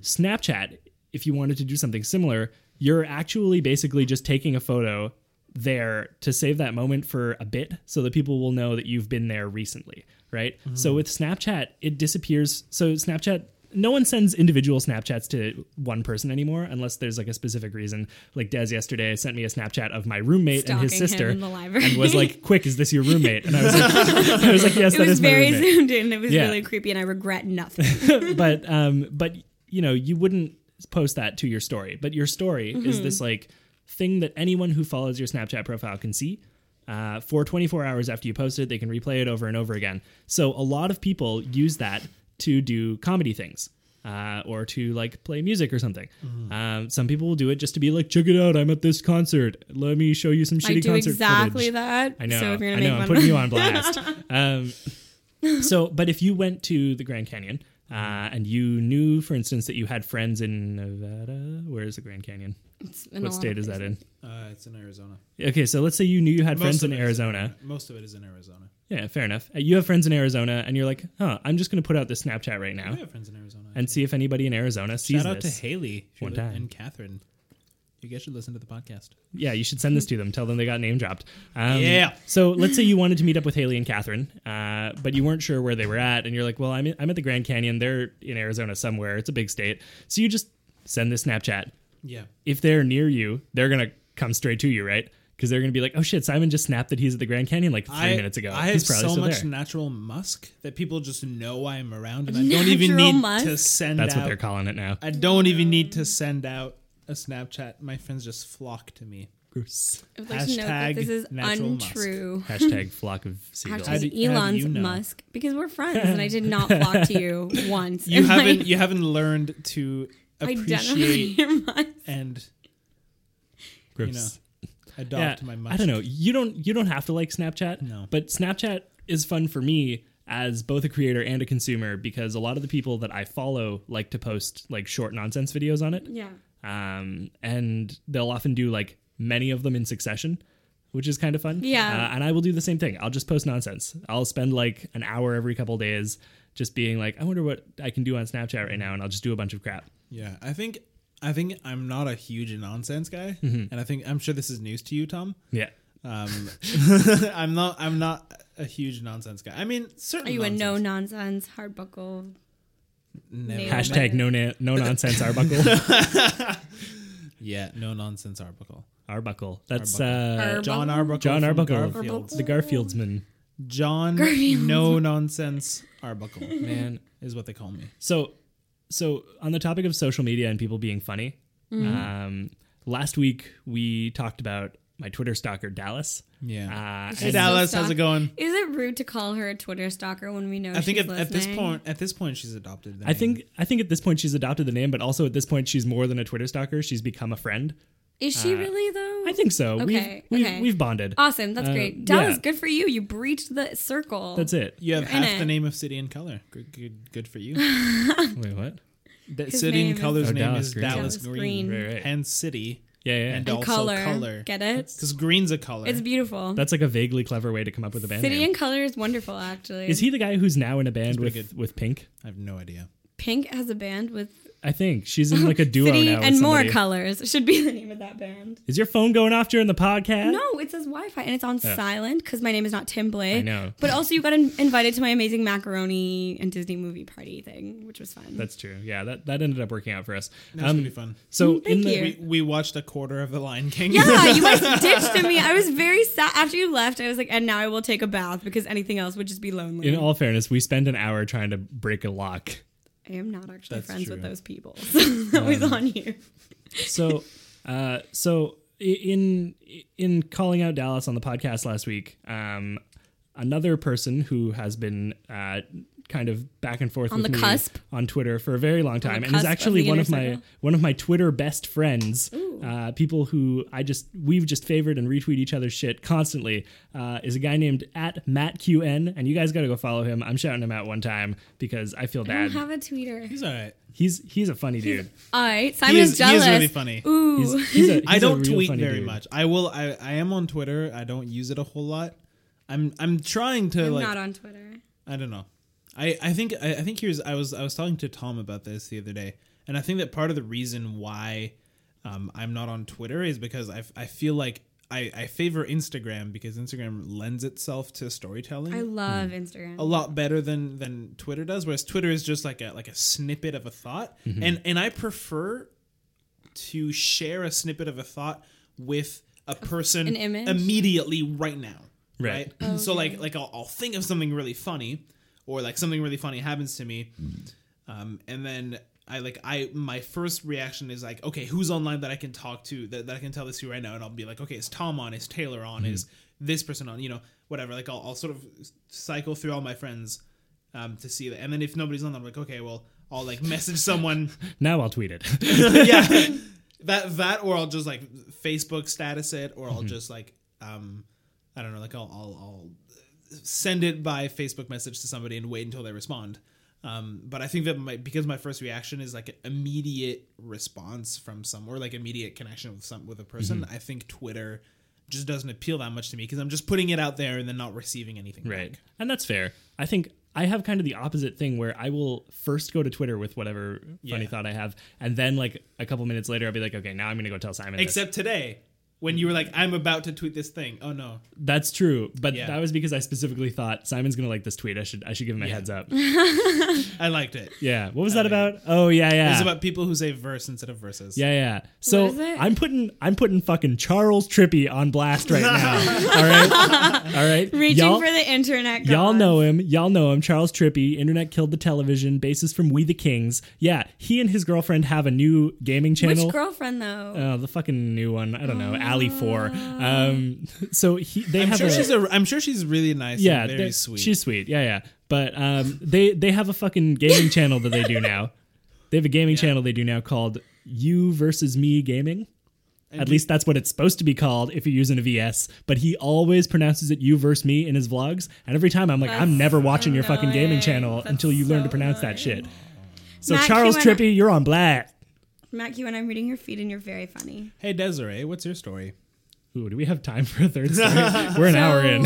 Speaker 1: Snapchat, if you wanted to do something similar, you're actually basically just taking a photo there to save that moment for a bit so that people will know that you've been there recently, right? So with Snapchat, it disappears. So Snapchat, no one sends individual Snapchats to one person anymore unless there's like a specific reason. Like Des yesterday sent me a Snapchat of my roommate and his
Speaker 3: Stalking him
Speaker 1: sister
Speaker 3: in the library.
Speaker 1: and was like, "Quick, is this your roommate?" And I was like, I was like, "Yes,
Speaker 3: It
Speaker 1: that is
Speaker 3: was
Speaker 1: my
Speaker 3: very
Speaker 1: roommate."
Speaker 3: zoomed in. It was
Speaker 1: Yeah.
Speaker 3: really creepy, and I regret nothing.
Speaker 1: but um but you know you wouldn't post that to your story but your story is this like thing that anyone who follows your snapchat profile can see uh, for 24 hours after you post it they can replay it over and over again so a lot of people use that to do comedy things uh, or to like play music or something
Speaker 3: Mm.
Speaker 1: um, some people will do it just to be like check it out i'm at this concert let me show you some shitty
Speaker 3: I do
Speaker 1: concert
Speaker 3: exactly
Speaker 1: footage."
Speaker 3: that.
Speaker 1: I know.
Speaker 3: So if you're
Speaker 1: I
Speaker 3: gonna
Speaker 1: know.
Speaker 3: make
Speaker 1: I'm
Speaker 3: one,
Speaker 1: putting you on blast. um, so, but if you went to the Grand Canyon uh, and you knew, for instance, that you had friends in Nevada, where is the Grand Canyon?
Speaker 3: It's in a
Speaker 1: what
Speaker 3: lot of
Speaker 1: state is that
Speaker 3: places.
Speaker 1: in?
Speaker 2: Uh, it's in Arizona.
Speaker 1: Okay, so let's say you knew you had friends
Speaker 2: Most
Speaker 1: in
Speaker 2: of it is
Speaker 1: Arizona.
Speaker 2: Most of it is in Arizona.
Speaker 1: Yeah, fair enough. Uh, You have friends in Arizona, and you're like, huh, I'm just going to put out this Snapchat right
Speaker 2: I
Speaker 1: now
Speaker 2: have friends in Arizona.
Speaker 1: and see if anybody in Arizona sees
Speaker 2: Shout out
Speaker 1: this.
Speaker 2: to Haley if you
Speaker 1: One
Speaker 2: li-
Speaker 1: time.
Speaker 2: and Catherine. You guys should listen to the podcast.
Speaker 1: Yeah, you should send this to them. Tell them they got name dropped. Um,
Speaker 2: Yeah.
Speaker 1: So let's say you wanted to meet up with Haley and Catherine, uh, but you weren't sure where they were at, and you're like, "Well, I'm in, I'm at the Grand Canyon. They're in Arizona somewhere. It's a big state." So you just send this Snapchat.
Speaker 2: Yeah.
Speaker 1: If they're near you, they're gonna come straight to you, right? Because they're gonna be like, "Oh shit, Simon just snapped that he's at the Grand Canyon like three
Speaker 2: I,
Speaker 1: minutes ago.
Speaker 2: I have
Speaker 1: he's probably
Speaker 2: so
Speaker 1: still
Speaker 2: much
Speaker 1: there."
Speaker 2: natural musk that people just know I'm around, and I don't even
Speaker 3: Natural
Speaker 2: need to
Speaker 3: musk?
Speaker 2: send
Speaker 1: That's
Speaker 2: out.
Speaker 1: what they're calling it now.
Speaker 2: I don't even need to send out a Snapchat. My friends just flock to me.
Speaker 1: Gross.
Speaker 3: I would like to note that
Speaker 2: Hashtag
Speaker 3: this is
Speaker 2: natural musk.
Speaker 3: untrue.
Speaker 1: Hashtag flock of seagulls.
Speaker 2: How do-
Speaker 3: Hashtag
Speaker 2: how do
Speaker 3: Elon's
Speaker 2: you know?
Speaker 3: Musk because we're friends, and I did not flock to you once.
Speaker 2: You
Speaker 3: in my
Speaker 2: haven't you haven't learned to
Speaker 3: identity.
Speaker 2: appreciate and
Speaker 1: Gross.
Speaker 2: you know adopt my musk.
Speaker 1: I don't know. You don't you don't have to like Snapchat.
Speaker 2: No.
Speaker 1: But Snapchat is fun for me as both a creator and a consumer because a lot of the people that I follow like to post like short nonsense videos on it.
Speaker 3: Yeah.
Speaker 1: Um and they'll often do like many of them in succession. Which is kind of fun.
Speaker 3: Yeah.
Speaker 1: Uh, and I will do the same thing. I'll just post nonsense. I'll spend like an hour every couple days just being like, I wonder what I can do on Snapchat right now. And I'll just do a bunch of crap.
Speaker 2: Yeah, I think I think I'm not a huge nonsense guy,
Speaker 1: Mm-hmm.
Speaker 2: and I think I'm sure this is news to you, Tom.
Speaker 1: Yeah.
Speaker 2: Um, I'm not I'm not a huge nonsense guy. I mean,
Speaker 3: Are
Speaker 2: certainly
Speaker 3: you a no nonsense hard buckle?
Speaker 2: Never.
Speaker 3: Yeah.
Speaker 1: Hashtag no, na- no nonsense Arbuckle.
Speaker 2: Yeah, no nonsense Arbuckle.
Speaker 1: Arbuckle. That's Uh,
Speaker 3: Arbuckle.
Speaker 2: John Arbuckle.
Speaker 1: John
Speaker 2: from
Speaker 1: Arbuckle.
Speaker 2: Garfield.
Speaker 1: the Garfieldsman.
Speaker 2: John
Speaker 3: Garfield.
Speaker 2: no nonsense Arbuckle
Speaker 1: Man.
Speaker 2: is what they call me.
Speaker 1: So, so on the topic of social media and people being funny,
Speaker 3: Mm-hmm.
Speaker 1: um, last week we talked about my Twitter stalker Dallas.
Speaker 2: Yeah.
Speaker 1: Uh,
Speaker 3: Is
Speaker 2: hey
Speaker 1: and-
Speaker 3: that-
Speaker 2: Dallas,
Speaker 3: So
Speaker 2: how's it
Speaker 3: soft.
Speaker 2: going?
Speaker 3: Is it rude to call her a Twitter stalker when we know?
Speaker 2: I think
Speaker 3: she's
Speaker 2: at, at this
Speaker 3: listening?
Speaker 2: point, at this point, she's adopted. the
Speaker 1: I
Speaker 2: name.
Speaker 1: think I think at this point she's adopted the name, but also at this point she's more than a Twitter stalker. She's become a friend.
Speaker 3: is
Speaker 2: uh,
Speaker 3: she really though?
Speaker 1: I think so.
Speaker 3: Okay,
Speaker 1: We've, we've,
Speaker 3: okay.
Speaker 1: we've bonded.
Speaker 3: awesome. That's
Speaker 1: Uh,
Speaker 3: great. Dallas,
Speaker 1: yeah.
Speaker 3: good for you. You breached the circle.
Speaker 1: That's it.
Speaker 2: you have
Speaker 3: You're in
Speaker 2: half the
Speaker 3: it.
Speaker 2: name of City and Color. Good, good, good for you.
Speaker 1: Wait, what?
Speaker 2: That
Speaker 3: His
Speaker 2: City
Speaker 3: name
Speaker 2: and
Speaker 3: is-
Speaker 2: Color's
Speaker 1: Oh,
Speaker 2: name
Speaker 1: Dallas
Speaker 2: is
Speaker 1: Green.
Speaker 2: Dallas,
Speaker 3: Dallas
Speaker 2: Green,
Speaker 3: Green.
Speaker 1: Right, right.
Speaker 2: and City,
Speaker 1: Yeah, yeah.
Speaker 2: and
Speaker 1: yeah.
Speaker 2: also
Speaker 3: color.
Speaker 2: color.
Speaker 3: Get it?
Speaker 2: Because green's a color.
Speaker 3: It's beautiful.
Speaker 1: That's like a vaguely clever way to come up with a band
Speaker 3: City
Speaker 1: name.
Speaker 3: and color is wonderful, actually.
Speaker 1: Is he the guy who's now in a band
Speaker 2: pretty
Speaker 1: with with Pink?
Speaker 2: I have no idea.
Speaker 3: Pink has a band with
Speaker 1: I think she's in like a duo
Speaker 3: City
Speaker 1: now. with
Speaker 3: and more
Speaker 1: somebody.
Speaker 3: colors should be the name of that band.
Speaker 1: Is your phone going off during the podcast?
Speaker 3: No, it says Wi-Fi and it's on silent because my name is not Tim Blake.
Speaker 1: I know.
Speaker 3: But also, you got in- invited to my amazing macaroni and Disney movie party thing, which was fun.
Speaker 1: That's true. Yeah, that, that ended up working out for us. Um,
Speaker 2: That's pretty fun.
Speaker 1: So
Speaker 3: Mm,
Speaker 1: in
Speaker 3: thank
Speaker 1: the
Speaker 3: you.
Speaker 2: We, we watched a quarter of The Lion King.
Speaker 3: yeah, you guys ditched me. I was very sad after you left. I was like, and now I will take a bath because anything else would just be lonely.
Speaker 1: in all fairness, we spent an hour trying to break a lock.
Speaker 3: I am not actually
Speaker 2: That's
Speaker 3: friends with
Speaker 2: true. Um,
Speaker 3: those people. So that was on you.
Speaker 1: So uh so i- in in calling out Dallas on the podcast last week, um another person who has been uh kind of back and forth
Speaker 3: On
Speaker 1: with
Speaker 3: the
Speaker 1: me
Speaker 3: cusp.
Speaker 1: on Twitter for a very long time and is
Speaker 3: cusp of
Speaker 1: actually
Speaker 3: the
Speaker 1: one
Speaker 3: inner
Speaker 1: of my
Speaker 3: circle.
Speaker 1: one of my Twitter best friends, uh, people who I just we've just favored and retweet each other's shit constantly. Uh, is a guy named at MattQN, and you guys got to go follow him. I'm shouting him out one time because I feel
Speaker 3: I
Speaker 1: bad.
Speaker 3: don't have a tweeter.
Speaker 2: He's all right.
Speaker 1: he's he's a funny dude.
Speaker 3: All right, Simon
Speaker 2: He is,
Speaker 3: is
Speaker 2: he is
Speaker 3: jealous.
Speaker 2: really funny.
Speaker 3: Ooh,
Speaker 1: He's, he's a- he's
Speaker 2: I
Speaker 1: a
Speaker 2: don't
Speaker 1: real
Speaker 2: tweet
Speaker 1: funny
Speaker 2: very
Speaker 1: dude.
Speaker 2: much. I will. I, I am on Twitter. I don't use it a whole lot. I'm I'm trying to
Speaker 3: I'm
Speaker 2: like
Speaker 3: not on Twitter.
Speaker 2: I don't know. I, I think I, I think here's I was I was talking to Tom about this the other day, and I think that part of the reason why um, I'm not on Twitter is because I, I feel like I, I favor Instagram because Instagram lends itself to storytelling
Speaker 3: I
Speaker 2: Hmm. a
Speaker 3: love Instagram.
Speaker 2: lot better than than Twitter does. Whereas Twitter is just like a like a snippet of a thought, and and I prefer to share a snippet of a thought with a person
Speaker 3: An image?
Speaker 2: immediately right now
Speaker 1: Right.
Speaker 2: right, so like like I'll, I'll think of something really funny or like something really funny happens to me um, and then i like i my first reaction is like okay who's online that i can talk to that, that i can tell this to right now and i'll be like okay is tom on is taylor on is this person on you know whatever like i'll, I'll sort of cycle through all my friends um, to see that and then if nobody's on i'm like okay well i'll like message someone
Speaker 1: Now I'll tweet it.
Speaker 2: yeah. That that or I'll just like Facebook status it or I'll
Speaker 1: Mm-hmm.
Speaker 2: just like um I don't know like I'll, I'll I'll send it by Facebook message to somebody and wait until they respond. Um, but I think that my because my first reaction is like immediate response from some or like immediate connection with some with a person.
Speaker 1: Mm-hmm.
Speaker 2: I think Twitter just doesn't appeal that much to me because I'm just putting it out there and then not receiving anything.
Speaker 1: Right.
Speaker 2: back.
Speaker 1: And that's fair. I think I have kind of the opposite thing where I will first go to Twitter with whatever funny
Speaker 2: Yeah.
Speaker 1: thought I have. And then, like, a couple minutes later, I'll be like, okay, now I'm going to go tell Simon. this.
Speaker 2: Except today when you were like
Speaker 1: Mm-hmm.
Speaker 2: I'm about to tweet this thing. Oh no.
Speaker 1: That's true. But
Speaker 2: Yeah.
Speaker 1: that was because I specifically thought Simon's going to like this tweet. I should I should give him a heads up.
Speaker 2: I liked it.
Speaker 1: Yeah. What was that about? Oh, yeah, yeah.
Speaker 2: It's about people who say verse instead of verses.
Speaker 1: yeah, yeah. So
Speaker 3: What is it?
Speaker 1: I'm putting I'm putting fucking Charles Trippy on blast right now. All right, all right.
Speaker 3: Reaching
Speaker 1: Y'all-
Speaker 3: for the internet.
Speaker 1: Y'all
Speaker 3: gods.
Speaker 1: know him. Y'all know him. Charles Trippy, Internet Killed the Television, bassist from We the Kings. Yeah, he and his girlfriend have a new gaming channel.
Speaker 3: Which girlfriend though?
Speaker 2: Uh,
Speaker 1: Oh, the fucking new one. I don't know. Alley Four. Um, so he they
Speaker 2: Ah. I'm
Speaker 1: have
Speaker 2: sure
Speaker 1: a
Speaker 2: she's a. I'm sure she's really nice.
Speaker 1: yeah,
Speaker 2: Yeah, and
Speaker 1: they're-
Speaker 2: very sweet.
Speaker 1: She's sweet. Yeah, yeah. But um, they they have a fucking gaming channel that they do now. They have a gaming channel they do now called You versus Me Gaming. At least that's what it's supposed to be called if you're using a VS. But he always pronounces it "you versus me" in his vlogs, and every time I'm like, I'm never watching your fucking gaming
Speaker 3: annoying.
Speaker 1: channel
Speaker 3: That's
Speaker 1: until you learn
Speaker 3: so
Speaker 1: to pronounce that shit. So
Speaker 3: Matt
Speaker 1: Charles
Speaker 3: Kewan-
Speaker 1: Trippy, you're on black.
Speaker 3: Matt Q, and I'm reading your feed, and you're very funny.
Speaker 2: hey Desiree, what's your story?
Speaker 1: Ooh, do we have time for a third story? We're an hour in.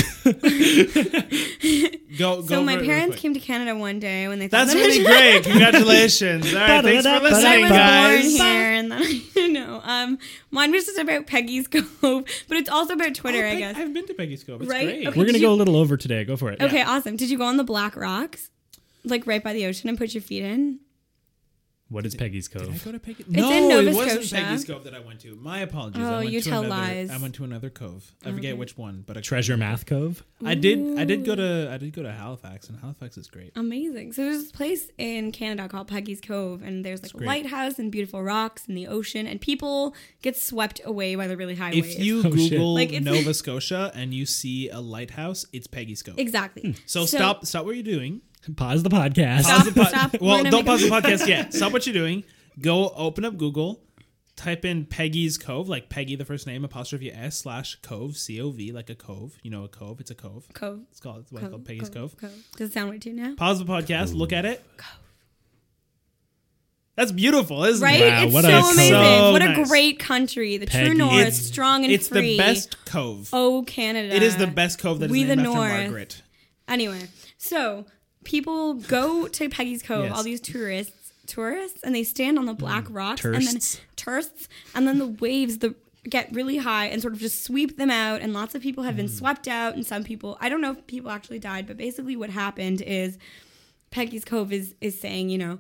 Speaker 2: Go go.
Speaker 3: So my
Speaker 2: over it real
Speaker 3: parents
Speaker 2: quick.
Speaker 3: came to Canada one day when they thought
Speaker 2: That's
Speaker 3: that I
Speaker 2: really
Speaker 3: was-
Speaker 2: great. Congratulations. All right, thanks for
Speaker 1: But
Speaker 3: I
Speaker 2: listening,
Speaker 3: was
Speaker 2: guys.
Speaker 3: born here, and then I know. Um, mine was just about Peggy's Cove, but it's also about Twitter, I
Speaker 2: Peg-
Speaker 3: guess.
Speaker 2: I've been to Peggy's Cove. It's
Speaker 3: Right?
Speaker 2: great.
Speaker 3: Okay.
Speaker 1: We're gonna
Speaker 3: Did you-
Speaker 1: go a little over today. Go for it.
Speaker 3: Okay, awesome. Did you go on the Black Rocks, like right by the ocean, and put your feet in?
Speaker 1: What is Peggy's
Speaker 2: Did I
Speaker 1: Cove?
Speaker 2: go to Peggy?
Speaker 3: in
Speaker 2: no,
Speaker 3: Nova
Speaker 2: it wasn't
Speaker 3: Scotia.
Speaker 2: Peggy's Cove that I went to. My apologies.
Speaker 3: Oh,
Speaker 2: I went
Speaker 3: you
Speaker 2: to
Speaker 3: tell
Speaker 2: another,
Speaker 3: lies. Oh,
Speaker 2: I went to another cove. I forget which one, but a
Speaker 1: Treasure Math Cove.
Speaker 2: I did. I did go to. I did go to Halifax, and Halifax is
Speaker 3: Oh,
Speaker 2: great.
Speaker 3: Amazing. So there's this place in Canada called Peggy's Cove, and there's like a lighthouse and beautiful rocks and the ocean, and people get swept away by the really high waves.
Speaker 2: If you
Speaker 1: Oh, shit.
Speaker 2: Google
Speaker 3: Like, it's-
Speaker 2: Nova Scotia and you see a lighthouse, it's Peggy's Cove.
Speaker 3: exactly.
Speaker 2: Hmm, so stop. Stop what you're doing.
Speaker 1: Pause the podcast.
Speaker 3: Stop.
Speaker 2: pause the pod-
Speaker 3: stop. We're
Speaker 2: Well,
Speaker 3: gonna
Speaker 2: don't
Speaker 3: make
Speaker 2: pause the podcast yet. Stop what you're doing. Go open up Google, type in Peggy's Cove, like Peggy the first name apostrophe s slash cove c o v like a cove. You know a cove. It's a cove.
Speaker 3: Cove.
Speaker 2: It's called it's what it's called Peggy's Cove.
Speaker 3: Does it sound weird to you now?
Speaker 2: Pause the podcast. Look at it. Cove. That's beautiful, isn't
Speaker 3: Right?
Speaker 2: it?
Speaker 1: Wow,
Speaker 3: it's
Speaker 1: what
Speaker 3: so
Speaker 1: a-
Speaker 3: amazing.
Speaker 2: So
Speaker 3: what a
Speaker 2: nice.
Speaker 3: great country. The
Speaker 1: Peggy.
Speaker 3: true north,
Speaker 2: It's-
Speaker 3: strong and
Speaker 2: It's
Speaker 3: free.
Speaker 2: the best cove.
Speaker 3: Oh, Canada.
Speaker 2: It is the best cove that is
Speaker 3: We
Speaker 2: named
Speaker 3: the
Speaker 2: after
Speaker 3: North.
Speaker 2: Margaret.
Speaker 3: Anyway, so people go to Peggy's Cove,
Speaker 2: Yes. Mm,
Speaker 3: all these tourists, tourists and they stand on the black rocks and
Speaker 1: tourists.
Speaker 3: then tourists and then the waves the get really high and sort of just sweep them out and lots of people have been
Speaker 2: Mm.
Speaker 3: swept out and some people I don't know if people actually died but basically what happened is Peggy's Cove is is saying you know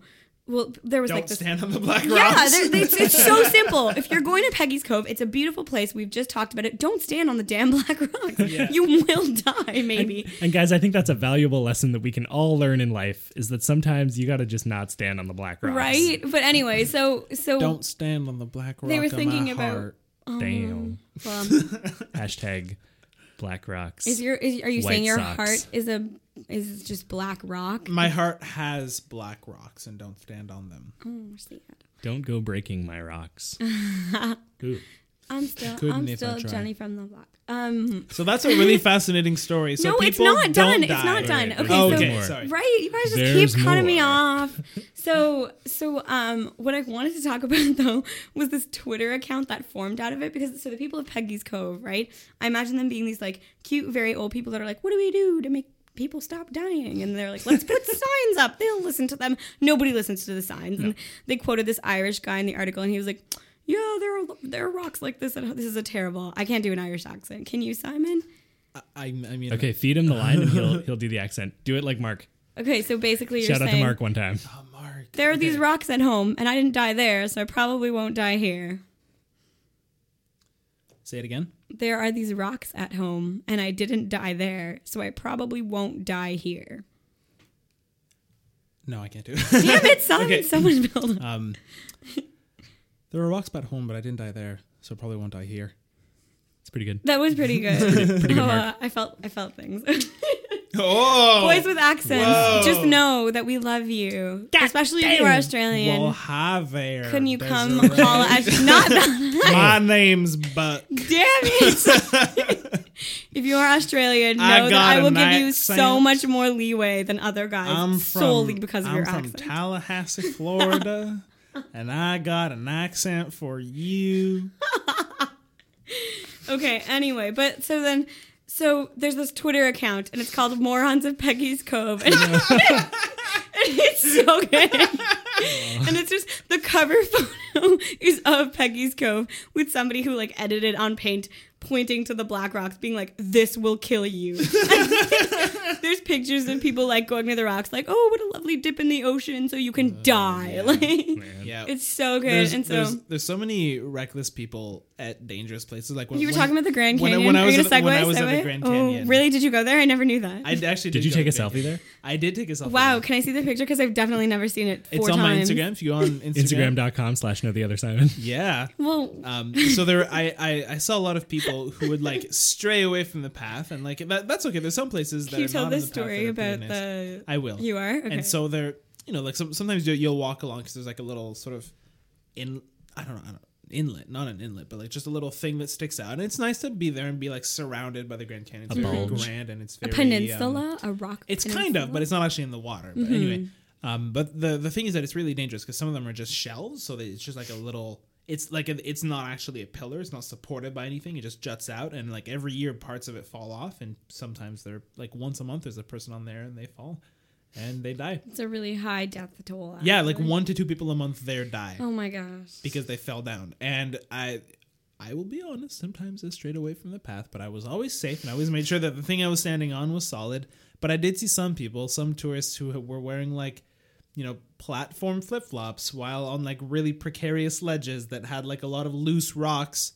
Speaker 3: well there was
Speaker 7: Don't
Speaker 3: like this
Speaker 7: stand on the black
Speaker 3: yeah,
Speaker 7: rocks.
Speaker 3: there- they- it's, it's so simple. If you're going to Peggy's Cove, it's a beautiful place. We've just talked about it. Don't stand on the damn black rocks. You will die, maybe.
Speaker 1: And guys, I think that's a valuable lesson that we can all learn in life is that sometimes you got to just not stand on the black rocks.
Speaker 3: Right? But anyway, so so
Speaker 2: Don't stand on the black rock.
Speaker 3: They were
Speaker 2: of my
Speaker 3: thinking about-
Speaker 2: heart.
Speaker 1: Damn.
Speaker 3: well,
Speaker 1: Hashtag black rocks.
Speaker 3: um, is your is, are you
Speaker 1: White
Speaker 3: saying your
Speaker 1: socks.
Speaker 3: heart is a is just black rock?
Speaker 2: My heart has black rocks, and don't stand on them.
Speaker 3: Oh, we're sad.
Speaker 1: Don't go breaking my rocks. Ooh.
Speaker 3: I'm still
Speaker 2: Couldn't
Speaker 3: I'm
Speaker 2: if I
Speaker 3: still
Speaker 2: tried.
Speaker 3: Johnny from the block. Um,
Speaker 2: So that's a really fascinating story. So
Speaker 3: no, it's
Speaker 2: people
Speaker 3: not
Speaker 2: don't
Speaker 3: done. It's not
Speaker 2: die.
Speaker 3: done.
Speaker 1: Right,
Speaker 3: Okay,
Speaker 1: right.
Speaker 3: so
Speaker 1: Okay,
Speaker 2: sorry.
Speaker 3: Right, you guys just
Speaker 1: There's
Speaker 3: keep cutting me
Speaker 1: more.
Speaker 3: off. So, so um, what I wanted to talk about though was this Twitter account that formed out of it because so the people of Peggy's Cove, right? I imagine them being these like cute, very old people that are like, "What do we do to make people stop dying?" And they're like, "Let's put signs up. They'll listen to them." Nobody listens to the signs, and they quoted this Irish guy in the article, and he was like. Yeah, there are there are rocks like this, and this is a terrible. I can't do an Irish accent. Can you, Simon?
Speaker 2: I, I mean,
Speaker 1: Okay, feed him the line and he'll he'll do the accent. Do it like Mark.
Speaker 3: Okay, so basically, you're
Speaker 1: Shout out
Speaker 3: saying
Speaker 1: to Mark one time.
Speaker 2: oh, Mark.
Speaker 3: There are these rocks at home, and I didn't die there, so I probably won't die here.
Speaker 2: Say it again.
Speaker 3: There are these rocks at home, and I didn't die there, so I probably won't die here.
Speaker 2: No, I can't do it.
Speaker 3: Damn it, Simon! Someone build.
Speaker 1: Uh,
Speaker 3: up.
Speaker 2: um, there were rocks back home, but I didn't die there, so probably won't die here.
Speaker 1: It's pretty good.
Speaker 3: That was pretty good.
Speaker 1: pretty good,
Speaker 3: Oh,
Speaker 1: Mark.
Speaker 3: uh, I felt I felt things.
Speaker 7: Oh,
Speaker 3: Boys with accents, just know that we love you, especially if you are Australian.
Speaker 2: Well, hi there.
Speaker 3: Couldn't you come
Speaker 2: Desiree.
Speaker 3: holla at not that?
Speaker 2: My name's Buck.
Speaker 3: Damn it! if you are Australian, know
Speaker 2: I
Speaker 3: that
Speaker 2: got
Speaker 3: I will
Speaker 2: an
Speaker 3: give you so
Speaker 2: accent.
Speaker 3: much more leeway than other guys
Speaker 2: I'm from
Speaker 3: solely because of
Speaker 2: I'm
Speaker 3: your
Speaker 2: from
Speaker 3: accent.
Speaker 2: Tallahassee, Florida, and I got an accent for you.
Speaker 3: Okay, anyway, but so then so there's this Twitter account and it's called Morons of Peggy's Cove. And, and it's so good. And it's just the cover photo is of Peggy's Cove with somebody who like edited on paint pointing to the black rocks being like this will kill you. there's pictures of people like going to the rocks like oh what a lovely dip in the ocean so you can die. Like
Speaker 2: Yeah.
Speaker 3: it's so good
Speaker 2: there's,
Speaker 3: and so
Speaker 2: there's, there's so many reckless people at dangerous places. Like when
Speaker 3: You were
Speaker 2: when-
Speaker 3: talking about the Grand
Speaker 2: when I-
Speaker 3: Canyon.
Speaker 2: when I
Speaker 3: Are you
Speaker 2: was
Speaker 3: gonna
Speaker 2: at-
Speaker 3: segue?
Speaker 2: when I was at the
Speaker 3: segue?
Speaker 2: Grand
Speaker 3: Oh,
Speaker 2: Canyon.
Speaker 3: really? Did you go there? I never knew that.
Speaker 2: I actually
Speaker 1: Did you
Speaker 2: go
Speaker 1: take
Speaker 2: to
Speaker 1: a selfie
Speaker 2: Vegas.
Speaker 1: there?
Speaker 2: I did take a selfie.
Speaker 3: wow,
Speaker 2: there.
Speaker 3: can I see the picture? Because I've definitely never seen it. Four
Speaker 2: it's on
Speaker 3: times.
Speaker 2: my Instagram. If you go on Instagram,
Speaker 1: Instagram.com slash know the other Simon.
Speaker 2: yeah.
Speaker 3: Well,
Speaker 2: Um, so there, I, I I saw a lot of people who would like stray away from the path, and like that, that's okay. There's some places that
Speaker 3: can you
Speaker 2: are
Speaker 3: tell
Speaker 2: not
Speaker 3: the
Speaker 2: on the path
Speaker 3: story
Speaker 2: that are
Speaker 3: about
Speaker 2: pretty nice.
Speaker 3: the?
Speaker 2: I will.
Speaker 3: You are okay.
Speaker 2: And so there, you know, like some, sometimes you'll, you'll walk along because there's like a little sort of in I don't know, I don't inlet, not an inlet, but like just a little thing that sticks out. And it's nice to be there and be like surrounded by the Grand Canyon. It's
Speaker 1: A
Speaker 2: very
Speaker 1: bulge.
Speaker 2: grand and it's
Speaker 3: a
Speaker 2: very um,
Speaker 3: peninsula, a rock.
Speaker 2: it's kind of, but it's not actually in the water. But anyway, um, but the the thing is that it's really dangerous because some of them are just shelves, so that it's just like a little. It's like a, it's not actually a pillar. It's not supported by anything. It just juts out, and like every year, parts of it fall off, and sometimes they're like once a month. There's a person on there, and they fall, and they die.
Speaker 3: It's a really high death toll.
Speaker 2: Yeah, like
Speaker 3: actually.
Speaker 2: one to two people a month there die
Speaker 3: Oh my gosh.
Speaker 2: because they fell down. And I I will be honest, sometimes I strayed away from the path, but I was always safe and I always made sure that the thing I was standing on was solid. But I did see some people, some tourists who were wearing like, you know, platform flip flops while on like really precarious ledges that had like a lot of loose rocks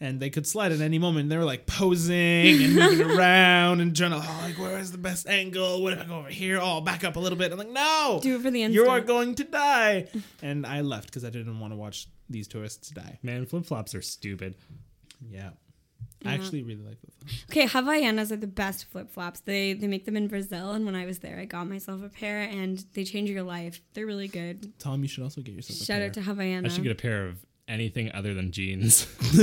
Speaker 2: and they could slide at any moment. They were like posing and moving around and trying to, oh, like, where is the best angle? What if I go over here? Oh, back up a little bit. I'm like, no,
Speaker 3: Do it for the
Speaker 2: You are
Speaker 3: instant.
Speaker 2: going to die. And I left because I didn't want to watch these tourists die.
Speaker 1: Man, flip flops are stupid.
Speaker 2: Yeah.
Speaker 3: Mm-hmm.
Speaker 2: I actually really like flip flops.
Speaker 3: Okay, Havaianas are the best flip flops. They they make them in Brazil, and when I was there, I got myself a pair, and they change your life. They're really good.
Speaker 2: Tom, you should also get yourself a
Speaker 3: Shout
Speaker 2: pair.
Speaker 3: out to Havaiana.
Speaker 1: I should get a pair of anything other than jeans.
Speaker 3: you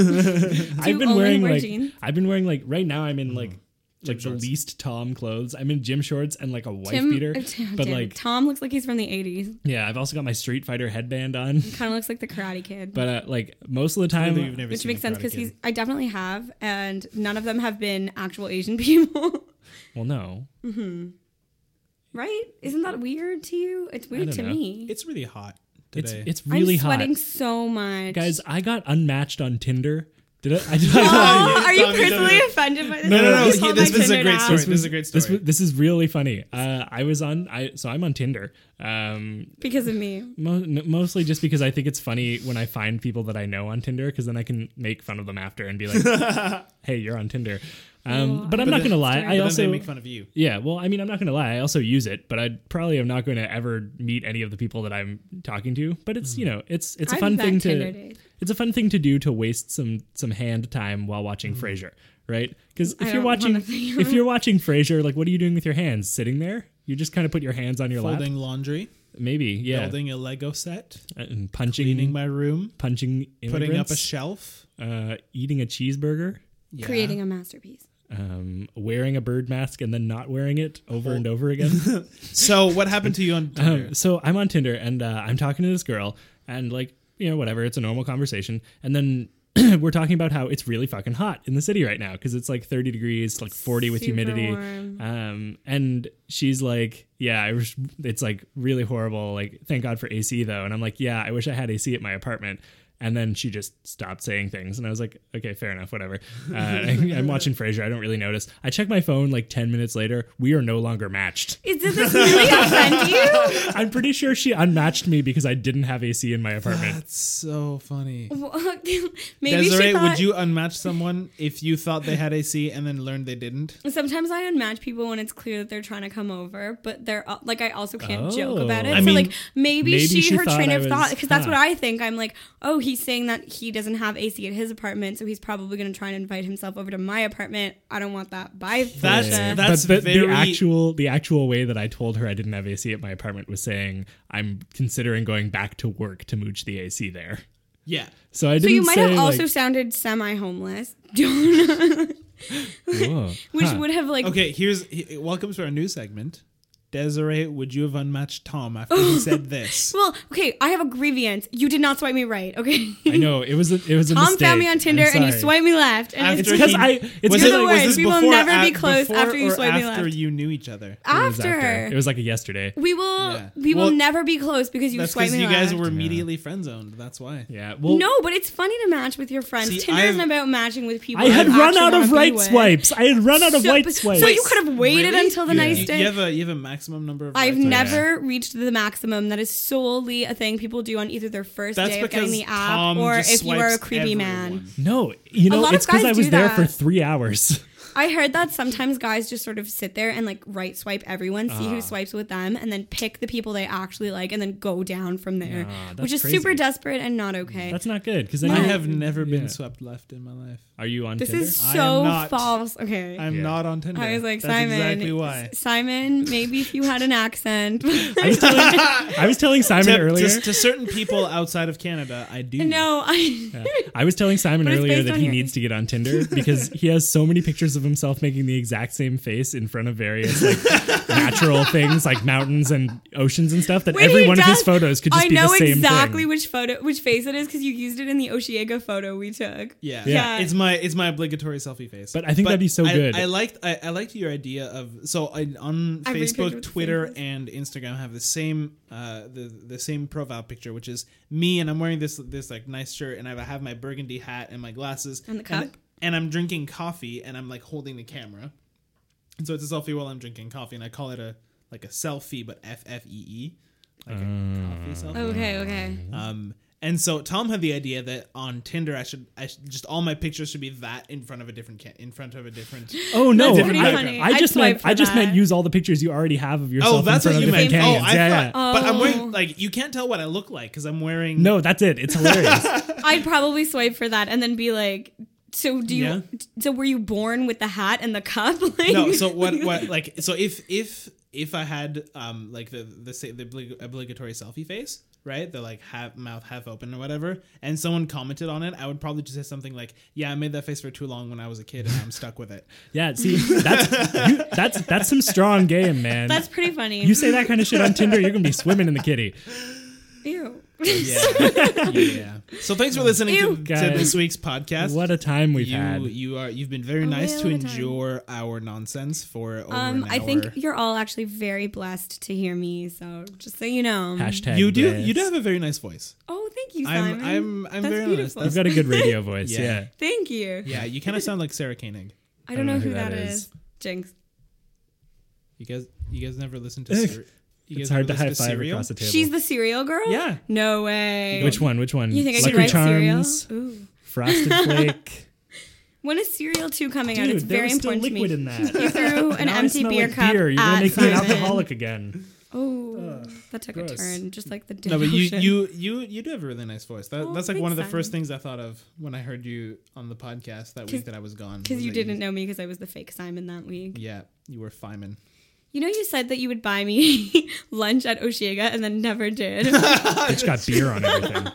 Speaker 1: I've been
Speaker 3: only
Speaker 1: wearing
Speaker 3: wear
Speaker 1: like
Speaker 3: jeans?
Speaker 1: I've been wearing like right now I'm in
Speaker 8: Uh-huh.
Speaker 1: like like the
Speaker 2: shorts.
Speaker 1: least Tom clothes. I'm in gym shorts and like a wife
Speaker 3: Tim,
Speaker 1: beater.
Speaker 3: oh, Tim-
Speaker 1: but
Speaker 3: damn it.
Speaker 1: like
Speaker 3: Tom looks like he's from the '80s.
Speaker 1: yeah, I've also got my Street Fighter headband on.
Speaker 3: Kind of looks like the Karate Kid.
Speaker 1: But uh, like most of the
Speaker 2: I
Speaker 1: time,
Speaker 2: know you've never
Speaker 3: which
Speaker 2: seen a
Speaker 3: makes sense because
Speaker 2: Karate Kid.
Speaker 3: he's i definitely have and none of them have been actual asian people
Speaker 1: well, no,
Speaker 3: Right? Isn't that weird to you? It's weird
Speaker 1: don't
Speaker 3: to
Speaker 1: know.
Speaker 3: me.
Speaker 8: It's really hot
Speaker 1: It's
Speaker 8: today.
Speaker 1: it's really
Speaker 3: I'm sweating
Speaker 1: hot,
Speaker 3: so much.
Speaker 1: guys. I got unmatched on Tinder. Did I? I, did I
Speaker 3: Oh, are you
Speaker 2: Tommy, Tommy.
Speaker 3: personally offended by this?
Speaker 8: no, no,
Speaker 3: Can
Speaker 8: no.
Speaker 3: you
Speaker 8: he-
Speaker 3: call
Speaker 8: this
Speaker 3: my
Speaker 8: is a
Speaker 3: Tinder
Speaker 8: great
Speaker 3: now?
Speaker 8: story. This is a great
Speaker 1: This,
Speaker 8: story.
Speaker 1: w- this is really funny. Uh, I was on. I so I'm on Tinder. Um,
Speaker 3: Because of me.
Speaker 1: Mo- n- mostly just because I think it's funny when I find people that I know on Tinder because then I can make fun of them after and be like, "Hey, you're on Tinder." Um,
Speaker 3: Oh,
Speaker 1: but I'm not gonna lie. I
Speaker 2: But
Speaker 1: also
Speaker 2: then they make fun of you.
Speaker 1: yeah. Well, I mean, I'm not gonna lie. I also use it, but I probably am not going to ever meet any of the people that I'm talking to. But it's
Speaker 2: Mm.
Speaker 1: you know, it's it's a
Speaker 3: I'm
Speaker 1: fun
Speaker 3: that
Speaker 1: thing
Speaker 3: Tinder
Speaker 1: to
Speaker 3: date.
Speaker 1: it's a fun thing to do to waste some some hand time while
Speaker 2: Mm.
Speaker 1: watching Frasier, right? Because
Speaker 3: I
Speaker 1: if you're
Speaker 3: don't wanna
Speaker 1: watching
Speaker 3: think
Speaker 1: if you're watching Frasier, like, what are you doing with your hands? Sitting there? You just kind of put your hands on your lap,
Speaker 2: Folding laundry,
Speaker 1: maybe, yeah, Mm-hmm. Uh,
Speaker 2: building a Lego set,
Speaker 1: and punching
Speaker 2: cleaning my room,
Speaker 1: punching immigrants,
Speaker 2: putting up a shelf.
Speaker 1: uh, eating a cheeseburger,
Speaker 2: Yeah.
Speaker 3: Creating a masterpiece.
Speaker 1: um, wearing a bird mask and then not wearing it over and over again.
Speaker 2: So what happened to you on Tinder?
Speaker 1: Um, so I'm on Tinder and uh, I'm talking to this girl and like you know whatever it's a normal conversation and then we're talking about how it's really fucking hot in the city right now because it's like 30 degrees like 40 with
Speaker 3: Super
Speaker 1: humidity
Speaker 3: warm.
Speaker 1: um and she's like yeah I wish it's like really horrible like thank god for AC though and I'm like yeah I wish I had AC at my apartment and then she just stopped saying things and I was like okay fair enough whatever uh, I'm watching Frasier I don't really notice I check my phone like 10 minutes later we are no longer matched
Speaker 3: Is, did this really offend you?
Speaker 1: I'm pretty sure she unmatched me because I didn't have AC in my apartment.
Speaker 2: That's so funny.
Speaker 3: Well, Maybe she
Speaker 2: Desiree,
Speaker 3: thought,
Speaker 2: would you unmatch someone if you thought they had AC and then learned they didn't?
Speaker 3: Sometimes I unmatch people when it's clear that they're trying to come over, but they're al- like I also can't joke
Speaker 1: Oh.
Speaker 3: about it.
Speaker 1: I
Speaker 3: so
Speaker 1: mean,
Speaker 3: like maybe,
Speaker 1: maybe
Speaker 3: she,
Speaker 1: she
Speaker 3: her
Speaker 1: thought
Speaker 3: train
Speaker 1: I
Speaker 3: of
Speaker 1: was
Speaker 3: thought because that's what
Speaker 1: hot.
Speaker 3: I think. I'm like, oh, he's saying that he doesn't have AC at his apartment, so he's probably going to try and invite himself over to my apartment. I don't want that. Bye.
Speaker 2: That's-
Speaker 3: Felicia.
Speaker 2: that- That's
Speaker 1: but, but the
Speaker 2: very-
Speaker 1: actual the actual way that I told her I didn't have AC at my apartment was saying I'm considering going back to work to mooch the AC there.
Speaker 2: Yeah.
Speaker 1: So I
Speaker 3: so
Speaker 1: didn't.
Speaker 3: you might
Speaker 1: say,
Speaker 3: have also
Speaker 1: like,
Speaker 3: sounded semi homeless, which
Speaker 1: "Whoa, huh."
Speaker 3: would have like
Speaker 2: Okay, here's he- welcome to our new segment. Desiree, would you have unmatched Tom after he said this?
Speaker 3: Well, okay, I have a grievance. You did not swipe me right, okay?
Speaker 1: I know it was a, it was a
Speaker 3: Tom
Speaker 1: mistake.
Speaker 3: found me on Tinder
Speaker 1: I'm
Speaker 3: and you
Speaker 1: sorry.
Speaker 3: swiped me left. And
Speaker 1: It's
Speaker 3: it's
Speaker 2: After
Speaker 1: because
Speaker 2: he-
Speaker 1: I. It's
Speaker 3: You're
Speaker 1: because
Speaker 3: the
Speaker 1: it
Speaker 3: worst.
Speaker 1: was,
Speaker 3: We will
Speaker 2: before,
Speaker 3: never be
Speaker 2: at-
Speaker 3: close
Speaker 2: before
Speaker 3: after you
Speaker 2: or
Speaker 3: swiped me
Speaker 2: after
Speaker 3: left.
Speaker 2: you knew each other.
Speaker 1: it
Speaker 3: after,
Speaker 1: was It was like a yesterday.
Speaker 3: we will
Speaker 2: Yeah.
Speaker 3: we will
Speaker 2: Well,
Speaker 3: never be close because you
Speaker 2: That's
Speaker 3: swiped
Speaker 2: because
Speaker 3: me
Speaker 2: you
Speaker 3: left.
Speaker 2: guys were immediately friend zoned. That's why.
Speaker 1: Yeah. Well,
Speaker 3: no, but it's funny to match with your friends.
Speaker 2: See,
Speaker 3: Tinder
Speaker 2: I've-
Speaker 3: isn't about matching with people.
Speaker 1: I had
Speaker 3: you
Speaker 1: run
Speaker 3: actually
Speaker 1: out
Speaker 3: wanna
Speaker 1: of
Speaker 3: be
Speaker 1: right
Speaker 3: with.
Speaker 1: swipes. I had run out of
Speaker 3: so,
Speaker 1: white
Speaker 3: but-
Speaker 1: swipes.
Speaker 3: So you could have waited until the
Speaker 2: You,
Speaker 3: nice day.
Speaker 2: you have a you have a maximum number of.
Speaker 3: I've
Speaker 2: rights.
Speaker 3: never reached the maximum. That is solely a thing people do on either their first
Speaker 2: That's
Speaker 3: day of
Speaker 2: because
Speaker 3: getting the app
Speaker 2: Tom
Speaker 3: or
Speaker 2: just
Speaker 3: if you are a
Speaker 2: swipes
Speaker 3: creepy man.
Speaker 2: everyone.
Speaker 1: no, you know
Speaker 3: lot of
Speaker 1: it's because
Speaker 3: guys
Speaker 1: I was
Speaker 3: do
Speaker 1: there for
Speaker 3: that.
Speaker 1: three hours.
Speaker 3: I heard that sometimes guys just sort of sit there and like right swipe everyone, see
Speaker 2: Ah.
Speaker 3: who swipes with them, and then pick the people they actually like, and then go down from there,
Speaker 1: Nah, that's
Speaker 3: which is
Speaker 1: crazy.
Speaker 3: super desperate and not okay.
Speaker 1: That's not good because then
Speaker 2: I
Speaker 1: you
Speaker 2: have never
Speaker 1: Yeah.
Speaker 2: been swept left in my life.
Speaker 1: Are you on
Speaker 3: this
Speaker 1: Tinder?
Speaker 3: is
Speaker 2: I
Speaker 3: so
Speaker 2: am not.
Speaker 3: false. Okay, i
Speaker 2: I'm
Speaker 1: Yeah.
Speaker 2: not on Tinder.
Speaker 3: was like
Speaker 2: That's
Speaker 3: Simon.
Speaker 2: Exactly why.
Speaker 3: S- Simon, maybe if you had an accent.
Speaker 1: I was telling, I was telling Simon
Speaker 2: To,
Speaker 1: earlier.
Speaker 2: to, to certain people outside of Canada, I do.
Speaker 3: no, I.
Speaker 1: I was telling Simon
Speaker 3: But it's
Speaker 1: earlier
Speaker 3: based
Speaker 1: that
Speaker 3: on
Speaker 1: he
Speaker 3: your-
Speaker 1: needs to get on Tinder because he has so many pictures of himself making the exact same face in front of various like natural things like mountains and oceans and stuff that
Speaker 3: When
Speaker 1: every
Speaker 3: he
Speaker 1: one of his
Speaker 3: does-
Speaker 1: photos could just
Speaker 3: I
Speaker 1: be the
Speaker 3: know
Speaker 1: same
Speaker 3: exactly
Speaker 1: thing.
Speaker 3: which photo, which face it is, because you used it in the Oshiega photo we took.
Speaker 2: Yeah.
Speaker 3: Yeah.
Speaker 2: It's my it's my obligatory selfie face.
Speaker 1: But I think that'd be so
Speaker 2: I-
Speaker 1: good.
Speaker 2: I liked I, I liked your idea of so I, on
Speaker 3: Every picture with
Speaker 2: Facebook,
Speaker 3: the same
Speaker 2: Twitter,
Speaker 3: face.
Speaker 2: and Instagram have the same uh the the same profile picture, which is me and I'm wearing this this like nice shirt and I have my burgundy hat and my glasses
Speaker 3: And the
Speaker 2: And,
Speaker 3: cup.
Speaker 2: and I'm drinking coffee and I'm like holding the camera. And so it's a selfie while I'm drinking coffee and I call it a like a selfie but F F E E. Like a
Speaker 1: Mm.
Speaker 2: coffee selfie.
Speaker 3: Okay, okay.
Speaker 2: Um, and so Tom had the idea that on Tinder, I should, I should just all my pictures should be that in front of a different, ca- in front of a different.
Speaker 1: Oh no!
Speaker 3: That's pretty
Speaker 1: I,
Speaker 3: funny.
Speaker 1: I just
Speaker 3: I'd swipe
Speaker 1: meant I
Speaker 3: for
Speaker 1: just meant
Speaker 3: that.
Speaker 1: use all the pictures you already have of yourself.
Speaker 2: Oh, that's
Speaker 1: in
Speaker 2: what
Speaker 1: front
Speaker 2: you
Speaker 1: of
Speaker 2: meant.
Speaker 1: different
Speaker 2: Oh,
Speaker 1: canyons.
Speaker 2: I
Speaker 1: yeah,
Speaker 2: thought,
Speaker 1: yeah.
Speaker 2: but I'm
Speaker 3: Oh.
Speaker 2: wearing like you can't tell what I look like because I'm wearing.
Speaker 1: No, that's it. It's hilarious.
Speaker 3: I'd probably swipe for that and then be like, so do you?
Speaker 2: Yeah.
Speaker 3: So were you born with the hat and the cup? Like,
Speaker 2: no. So what? What? Like so if if if I had um like the the sa- the oblig- obligatory selfie face. Right, the like half mouth half open or whatever, and someone commented on it. I would probably just say something like, "Yeah, I made that face for too long when I was a kid, and I'm stuck with it."
Speaker 1: Yeah, see, that's you, that's that's some strong game, man.
Speaker 3: That's pretty funny.
Speaker 1: you say that kind of shit on Tinder, you're gonna be swimming in the kitty.
Speaker 3: Ew.
Speaker 2: yeah. yeah. So thanks for listening to,
Speaker 3: Ew.
Speaker 2: to
Speaker 1: Guys,
Speaker 2: this week's podcast.
Speaker 1: What a time we've
Speaker 2: you
Speaker 1: had.
Speaker 2: you are you've been very
Speaker 3: Oh, A
Speaker 2: nice to
Speaker 3: real good time.
Speaker 2: endure our nonsense for over
Speaker 3: Um,
Speaker 2: an
Speaker 3: I think
Speaker 2: hour.
Speaker 3: you're all actually very blessed to hear me. So just so you know.
Speaker 1: Hashtag
Speaker 2: you do
Speaker 1: blessed.
Speaker 2: you do have a very nice voice.
Speaker 3: oh, thank you,
Speaker 2: I'm-
Speaker 3: Simon.
Speaker 2: I'm- I'm
Speaker 3: That's
Speaker 2: very honest.
Speaker 3: beautiful.
Speaker 1: You've got a good radio voice.
Speaker 2: Yeah.
Speaker 1: yeah.
Speaker 3: thank you.
Speaker 2: Yeah, you kind of sound like Sarah Koenig.
Speaker 3: I don't know, who, that is. Jinx.
Speaker 2: You guys you guys never listen to Ser- you guys
Speaker 1: It's hard
Speaker 2: never
Speaker 1: to
Speaker 2: listen
Speaker 1: high five
Speaker 2: Serial?
Speaker 1: across the table.
Speaker 3: She's the cereal girl.
Speaker 2: Yeah.
Speaker 3: No way.
Speaker 1: Which one? Which one?
Speaker 3: You think I
Speaker 1: Lucky
Speaker 3: could write
Speaker 1: Charms,
Speaker 3: cereal? Ooh.
Speaker 1: Frosted Flake.
Speaker 3: When is cereal two coming out?
Speaker 1: Dude,
Speaker 3: It's
Speaker 1: there
Speaker 3: very
Speaker 1: was still
Speaker 3: important to
Speaker 1: liquid
Speaker 3: me.
Speaker 1: in that.
Speaker 3: You threw an
Speaker 1: Now I
Speaker 3: empty
Speaker 1: smell
Speaker 3: beer
Speaker 1: like
Speaker 3: cup
Speaker 1: Beer. You're
Speaker 3: at
Speaker 1: gonna make me an
Speaker 3: Simon.
Speaker 1: alcoholic again.
Speaker 3: Oh, that took a
Speaker 1: gross.
Speaker 3: turn, just like the
Speaker 2: No, but you,
Speaker 3: devotion.
Speaker 2: you you you do have a really nice voice. That,
Speaker 3: Oh,
Speaker 2: that's like one of
Speaker 3: thanks,
Speaker 2: the first
Speaker 3: Simon.
Speaker 2: things I thought of when I heard you on the podcast that
Speaker 3: 'Cause-
Speaker 2: week that I was gone.
Speaker 3: because
Speaker 2: was
Speaker 3: you
Speaker 2: that
Speaker 3: didn't know me because I was the fake Simon that week.
Speaker 2: Yeah, you were Feynman.
Speaker 3: You know, you said that you would buy me lunch at Oshiega and then never did.
Speaker 1: It's got beer on everything.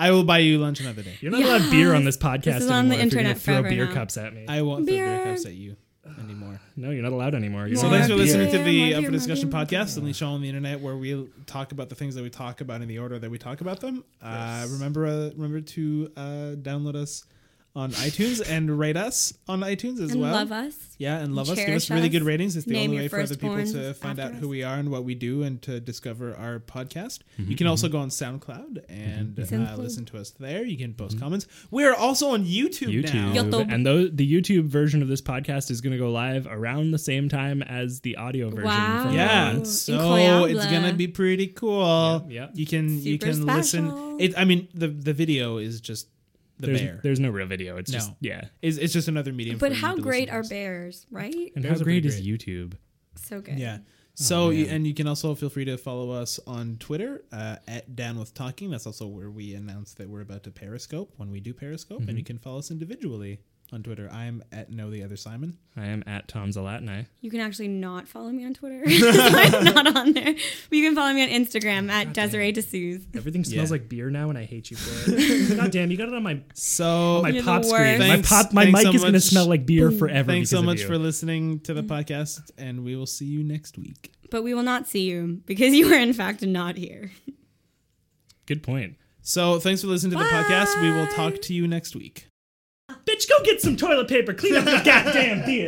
Speaker 2: I will buy you lunch another day.
Speaker 1: You're not allowed beer on this podcast
Speaker 3: This is
Speaker 1: anymore.
Speaker 3: on the
Speaker 1: if you're gonna
Speaker 3: internet
Speaker 1: throw
Speaker 3: forever
Speaker 1: beer
Speaker 3: now.
Speaker 1: cups at me.
Speaker 2: I won't throw beer
Speaker 3: Beer.
Speaker 2: cups at you anymore.
Speaker 1: no, you're not allowed anymore. You're
Speaker 2: So
Speaker 1: not
Speaker 2: thanks for
Speaker 1: allowed beer.
Speaker 2: listening to the
Speaker 3: Yeah,
Speaker 2: Up for
Speaker 3: my
Speaker 2: Discussion
Speaker 3: beer, my
Speaker 2: podcast, the only show on the internet where we talk about the things that we talk about in the order that we talk about them. Uh, remember, uh, remember to uh, download us on iTunes and rate us on iTunes as
Speaker 3: and
Speaker 2: well.
Speaker 3: love us.
Speaker 2: Yeah, and love us. Give
Speaker 3: Cherish
Speaker 2: us really
Speaker 3: us.
Speaker 2: good ratings. It's the
Speaker 3: Name
Speaker 2: only
Speaker 3: your
Speaker 2: way for other people
Speaker 3: firstborns
Speaker 2: to find out
Speaker 3: after
Speaker 2: who
Speaker 3: us.
Speaker 2: we are and what we do and to discover our podcast. You can also go on SoundCloud and uh,
Speaker 3: SoundCloud.
Speaker 2: listen to us there. You can post comments. We're also on Mm-hmm. YouTube,
Speaker 1: YouTube.
Speaker 2: now.
Speaker 3: YouTube.
Speaker 1: And tho- the YouTube version of this podcast is going to go live around the same time as the audio version.
Speaker 3: Wow.
Speaker 1: From
Speaker 2: Yeah,
Speaker 3: Oh,
Speaker 2: so
Speaker 3: incroyable.
Speaker 2: it's gonna be pretty cool.
Speaker 1: Yeah, yeah.
Speaker 2: you can you
Speaker 3: Super
Speaker 2: can listen.
Speaker 3: special.
Speaker 2: It, I mean, the the video is just the
Speaker 1: there's,
Speaker 2: bear.
Speaker 1: there's no real video. It's
Speaker 2: No.
Speaker 1: just, yeah.
Speaker 2: It's, it's just another medium.
Speaker 3: But
Speaker 2: for you
Speaker 3: how
Speaker 2: to listen
Speaker 3: great
Speaker 2: to
Speaker 3: are
Speaker 2: us.
Speaker 3: bears, right?
Speaker 1: And
Speaker 2: Bears
Speaker 1: how
Speaker 2: are pretty
Speaker 1: great is YouTube?
Speaker 3: So good.
Speaker 2: Yeah. So
Speaker 1: Oh, man.
Speaker 2: you, and you can also feel free to follow us on Twitter uh, at Down with Talking. That's also where we announce that we're about to Periscope when we do Periscope,
Speaker 1: Mm-hmm.
Speaker 2: and you can follow us individually on Twitter. I am at Know the Other Simon.
Speaker 1: I am at Tom Zalatni.
Speaker 3: You can actually not follow me on Twitter. I'm not on there. But you can follow me on Instagram at Desiree Dessous.
Speaker 1: Everything smells
Speaker 2: Yeah.
Speaker 1: like beer now, and I hate you for it. God damn, you got it on my
Speaker 2: So
Speaker 1: my
Speaker 3: You're the
Speaker 1: pop screen.
Speaker 3: worst.
Speaker 2: Thanks-
Speaker 1: my pop, my
Speaker 2: thanks
Speaker 1: mic
Speaker 2: so
Speaker 1: is going to
Speaker 2: much.
Speaker 1: smell like beer forever. because
Speaker 2: thanks so
Speaker 1: of
Speaker 2: much
Speaker 1: you.
Speaker 2: for listening
Speaker 3: Mm.
Speaker 2: to the podcast, and we will see you next week.
Speaker 3: But we will not see you because you are, in fact, not here.
Speaker 1: good point.
Speaker 2: So thanks for listening to the podcast. We will
Speaker 3: Bye.
Speaker 2: talk to you next week.
Speaker 1: Bitch, go get some toilet paper. Clean up the goddamn beer.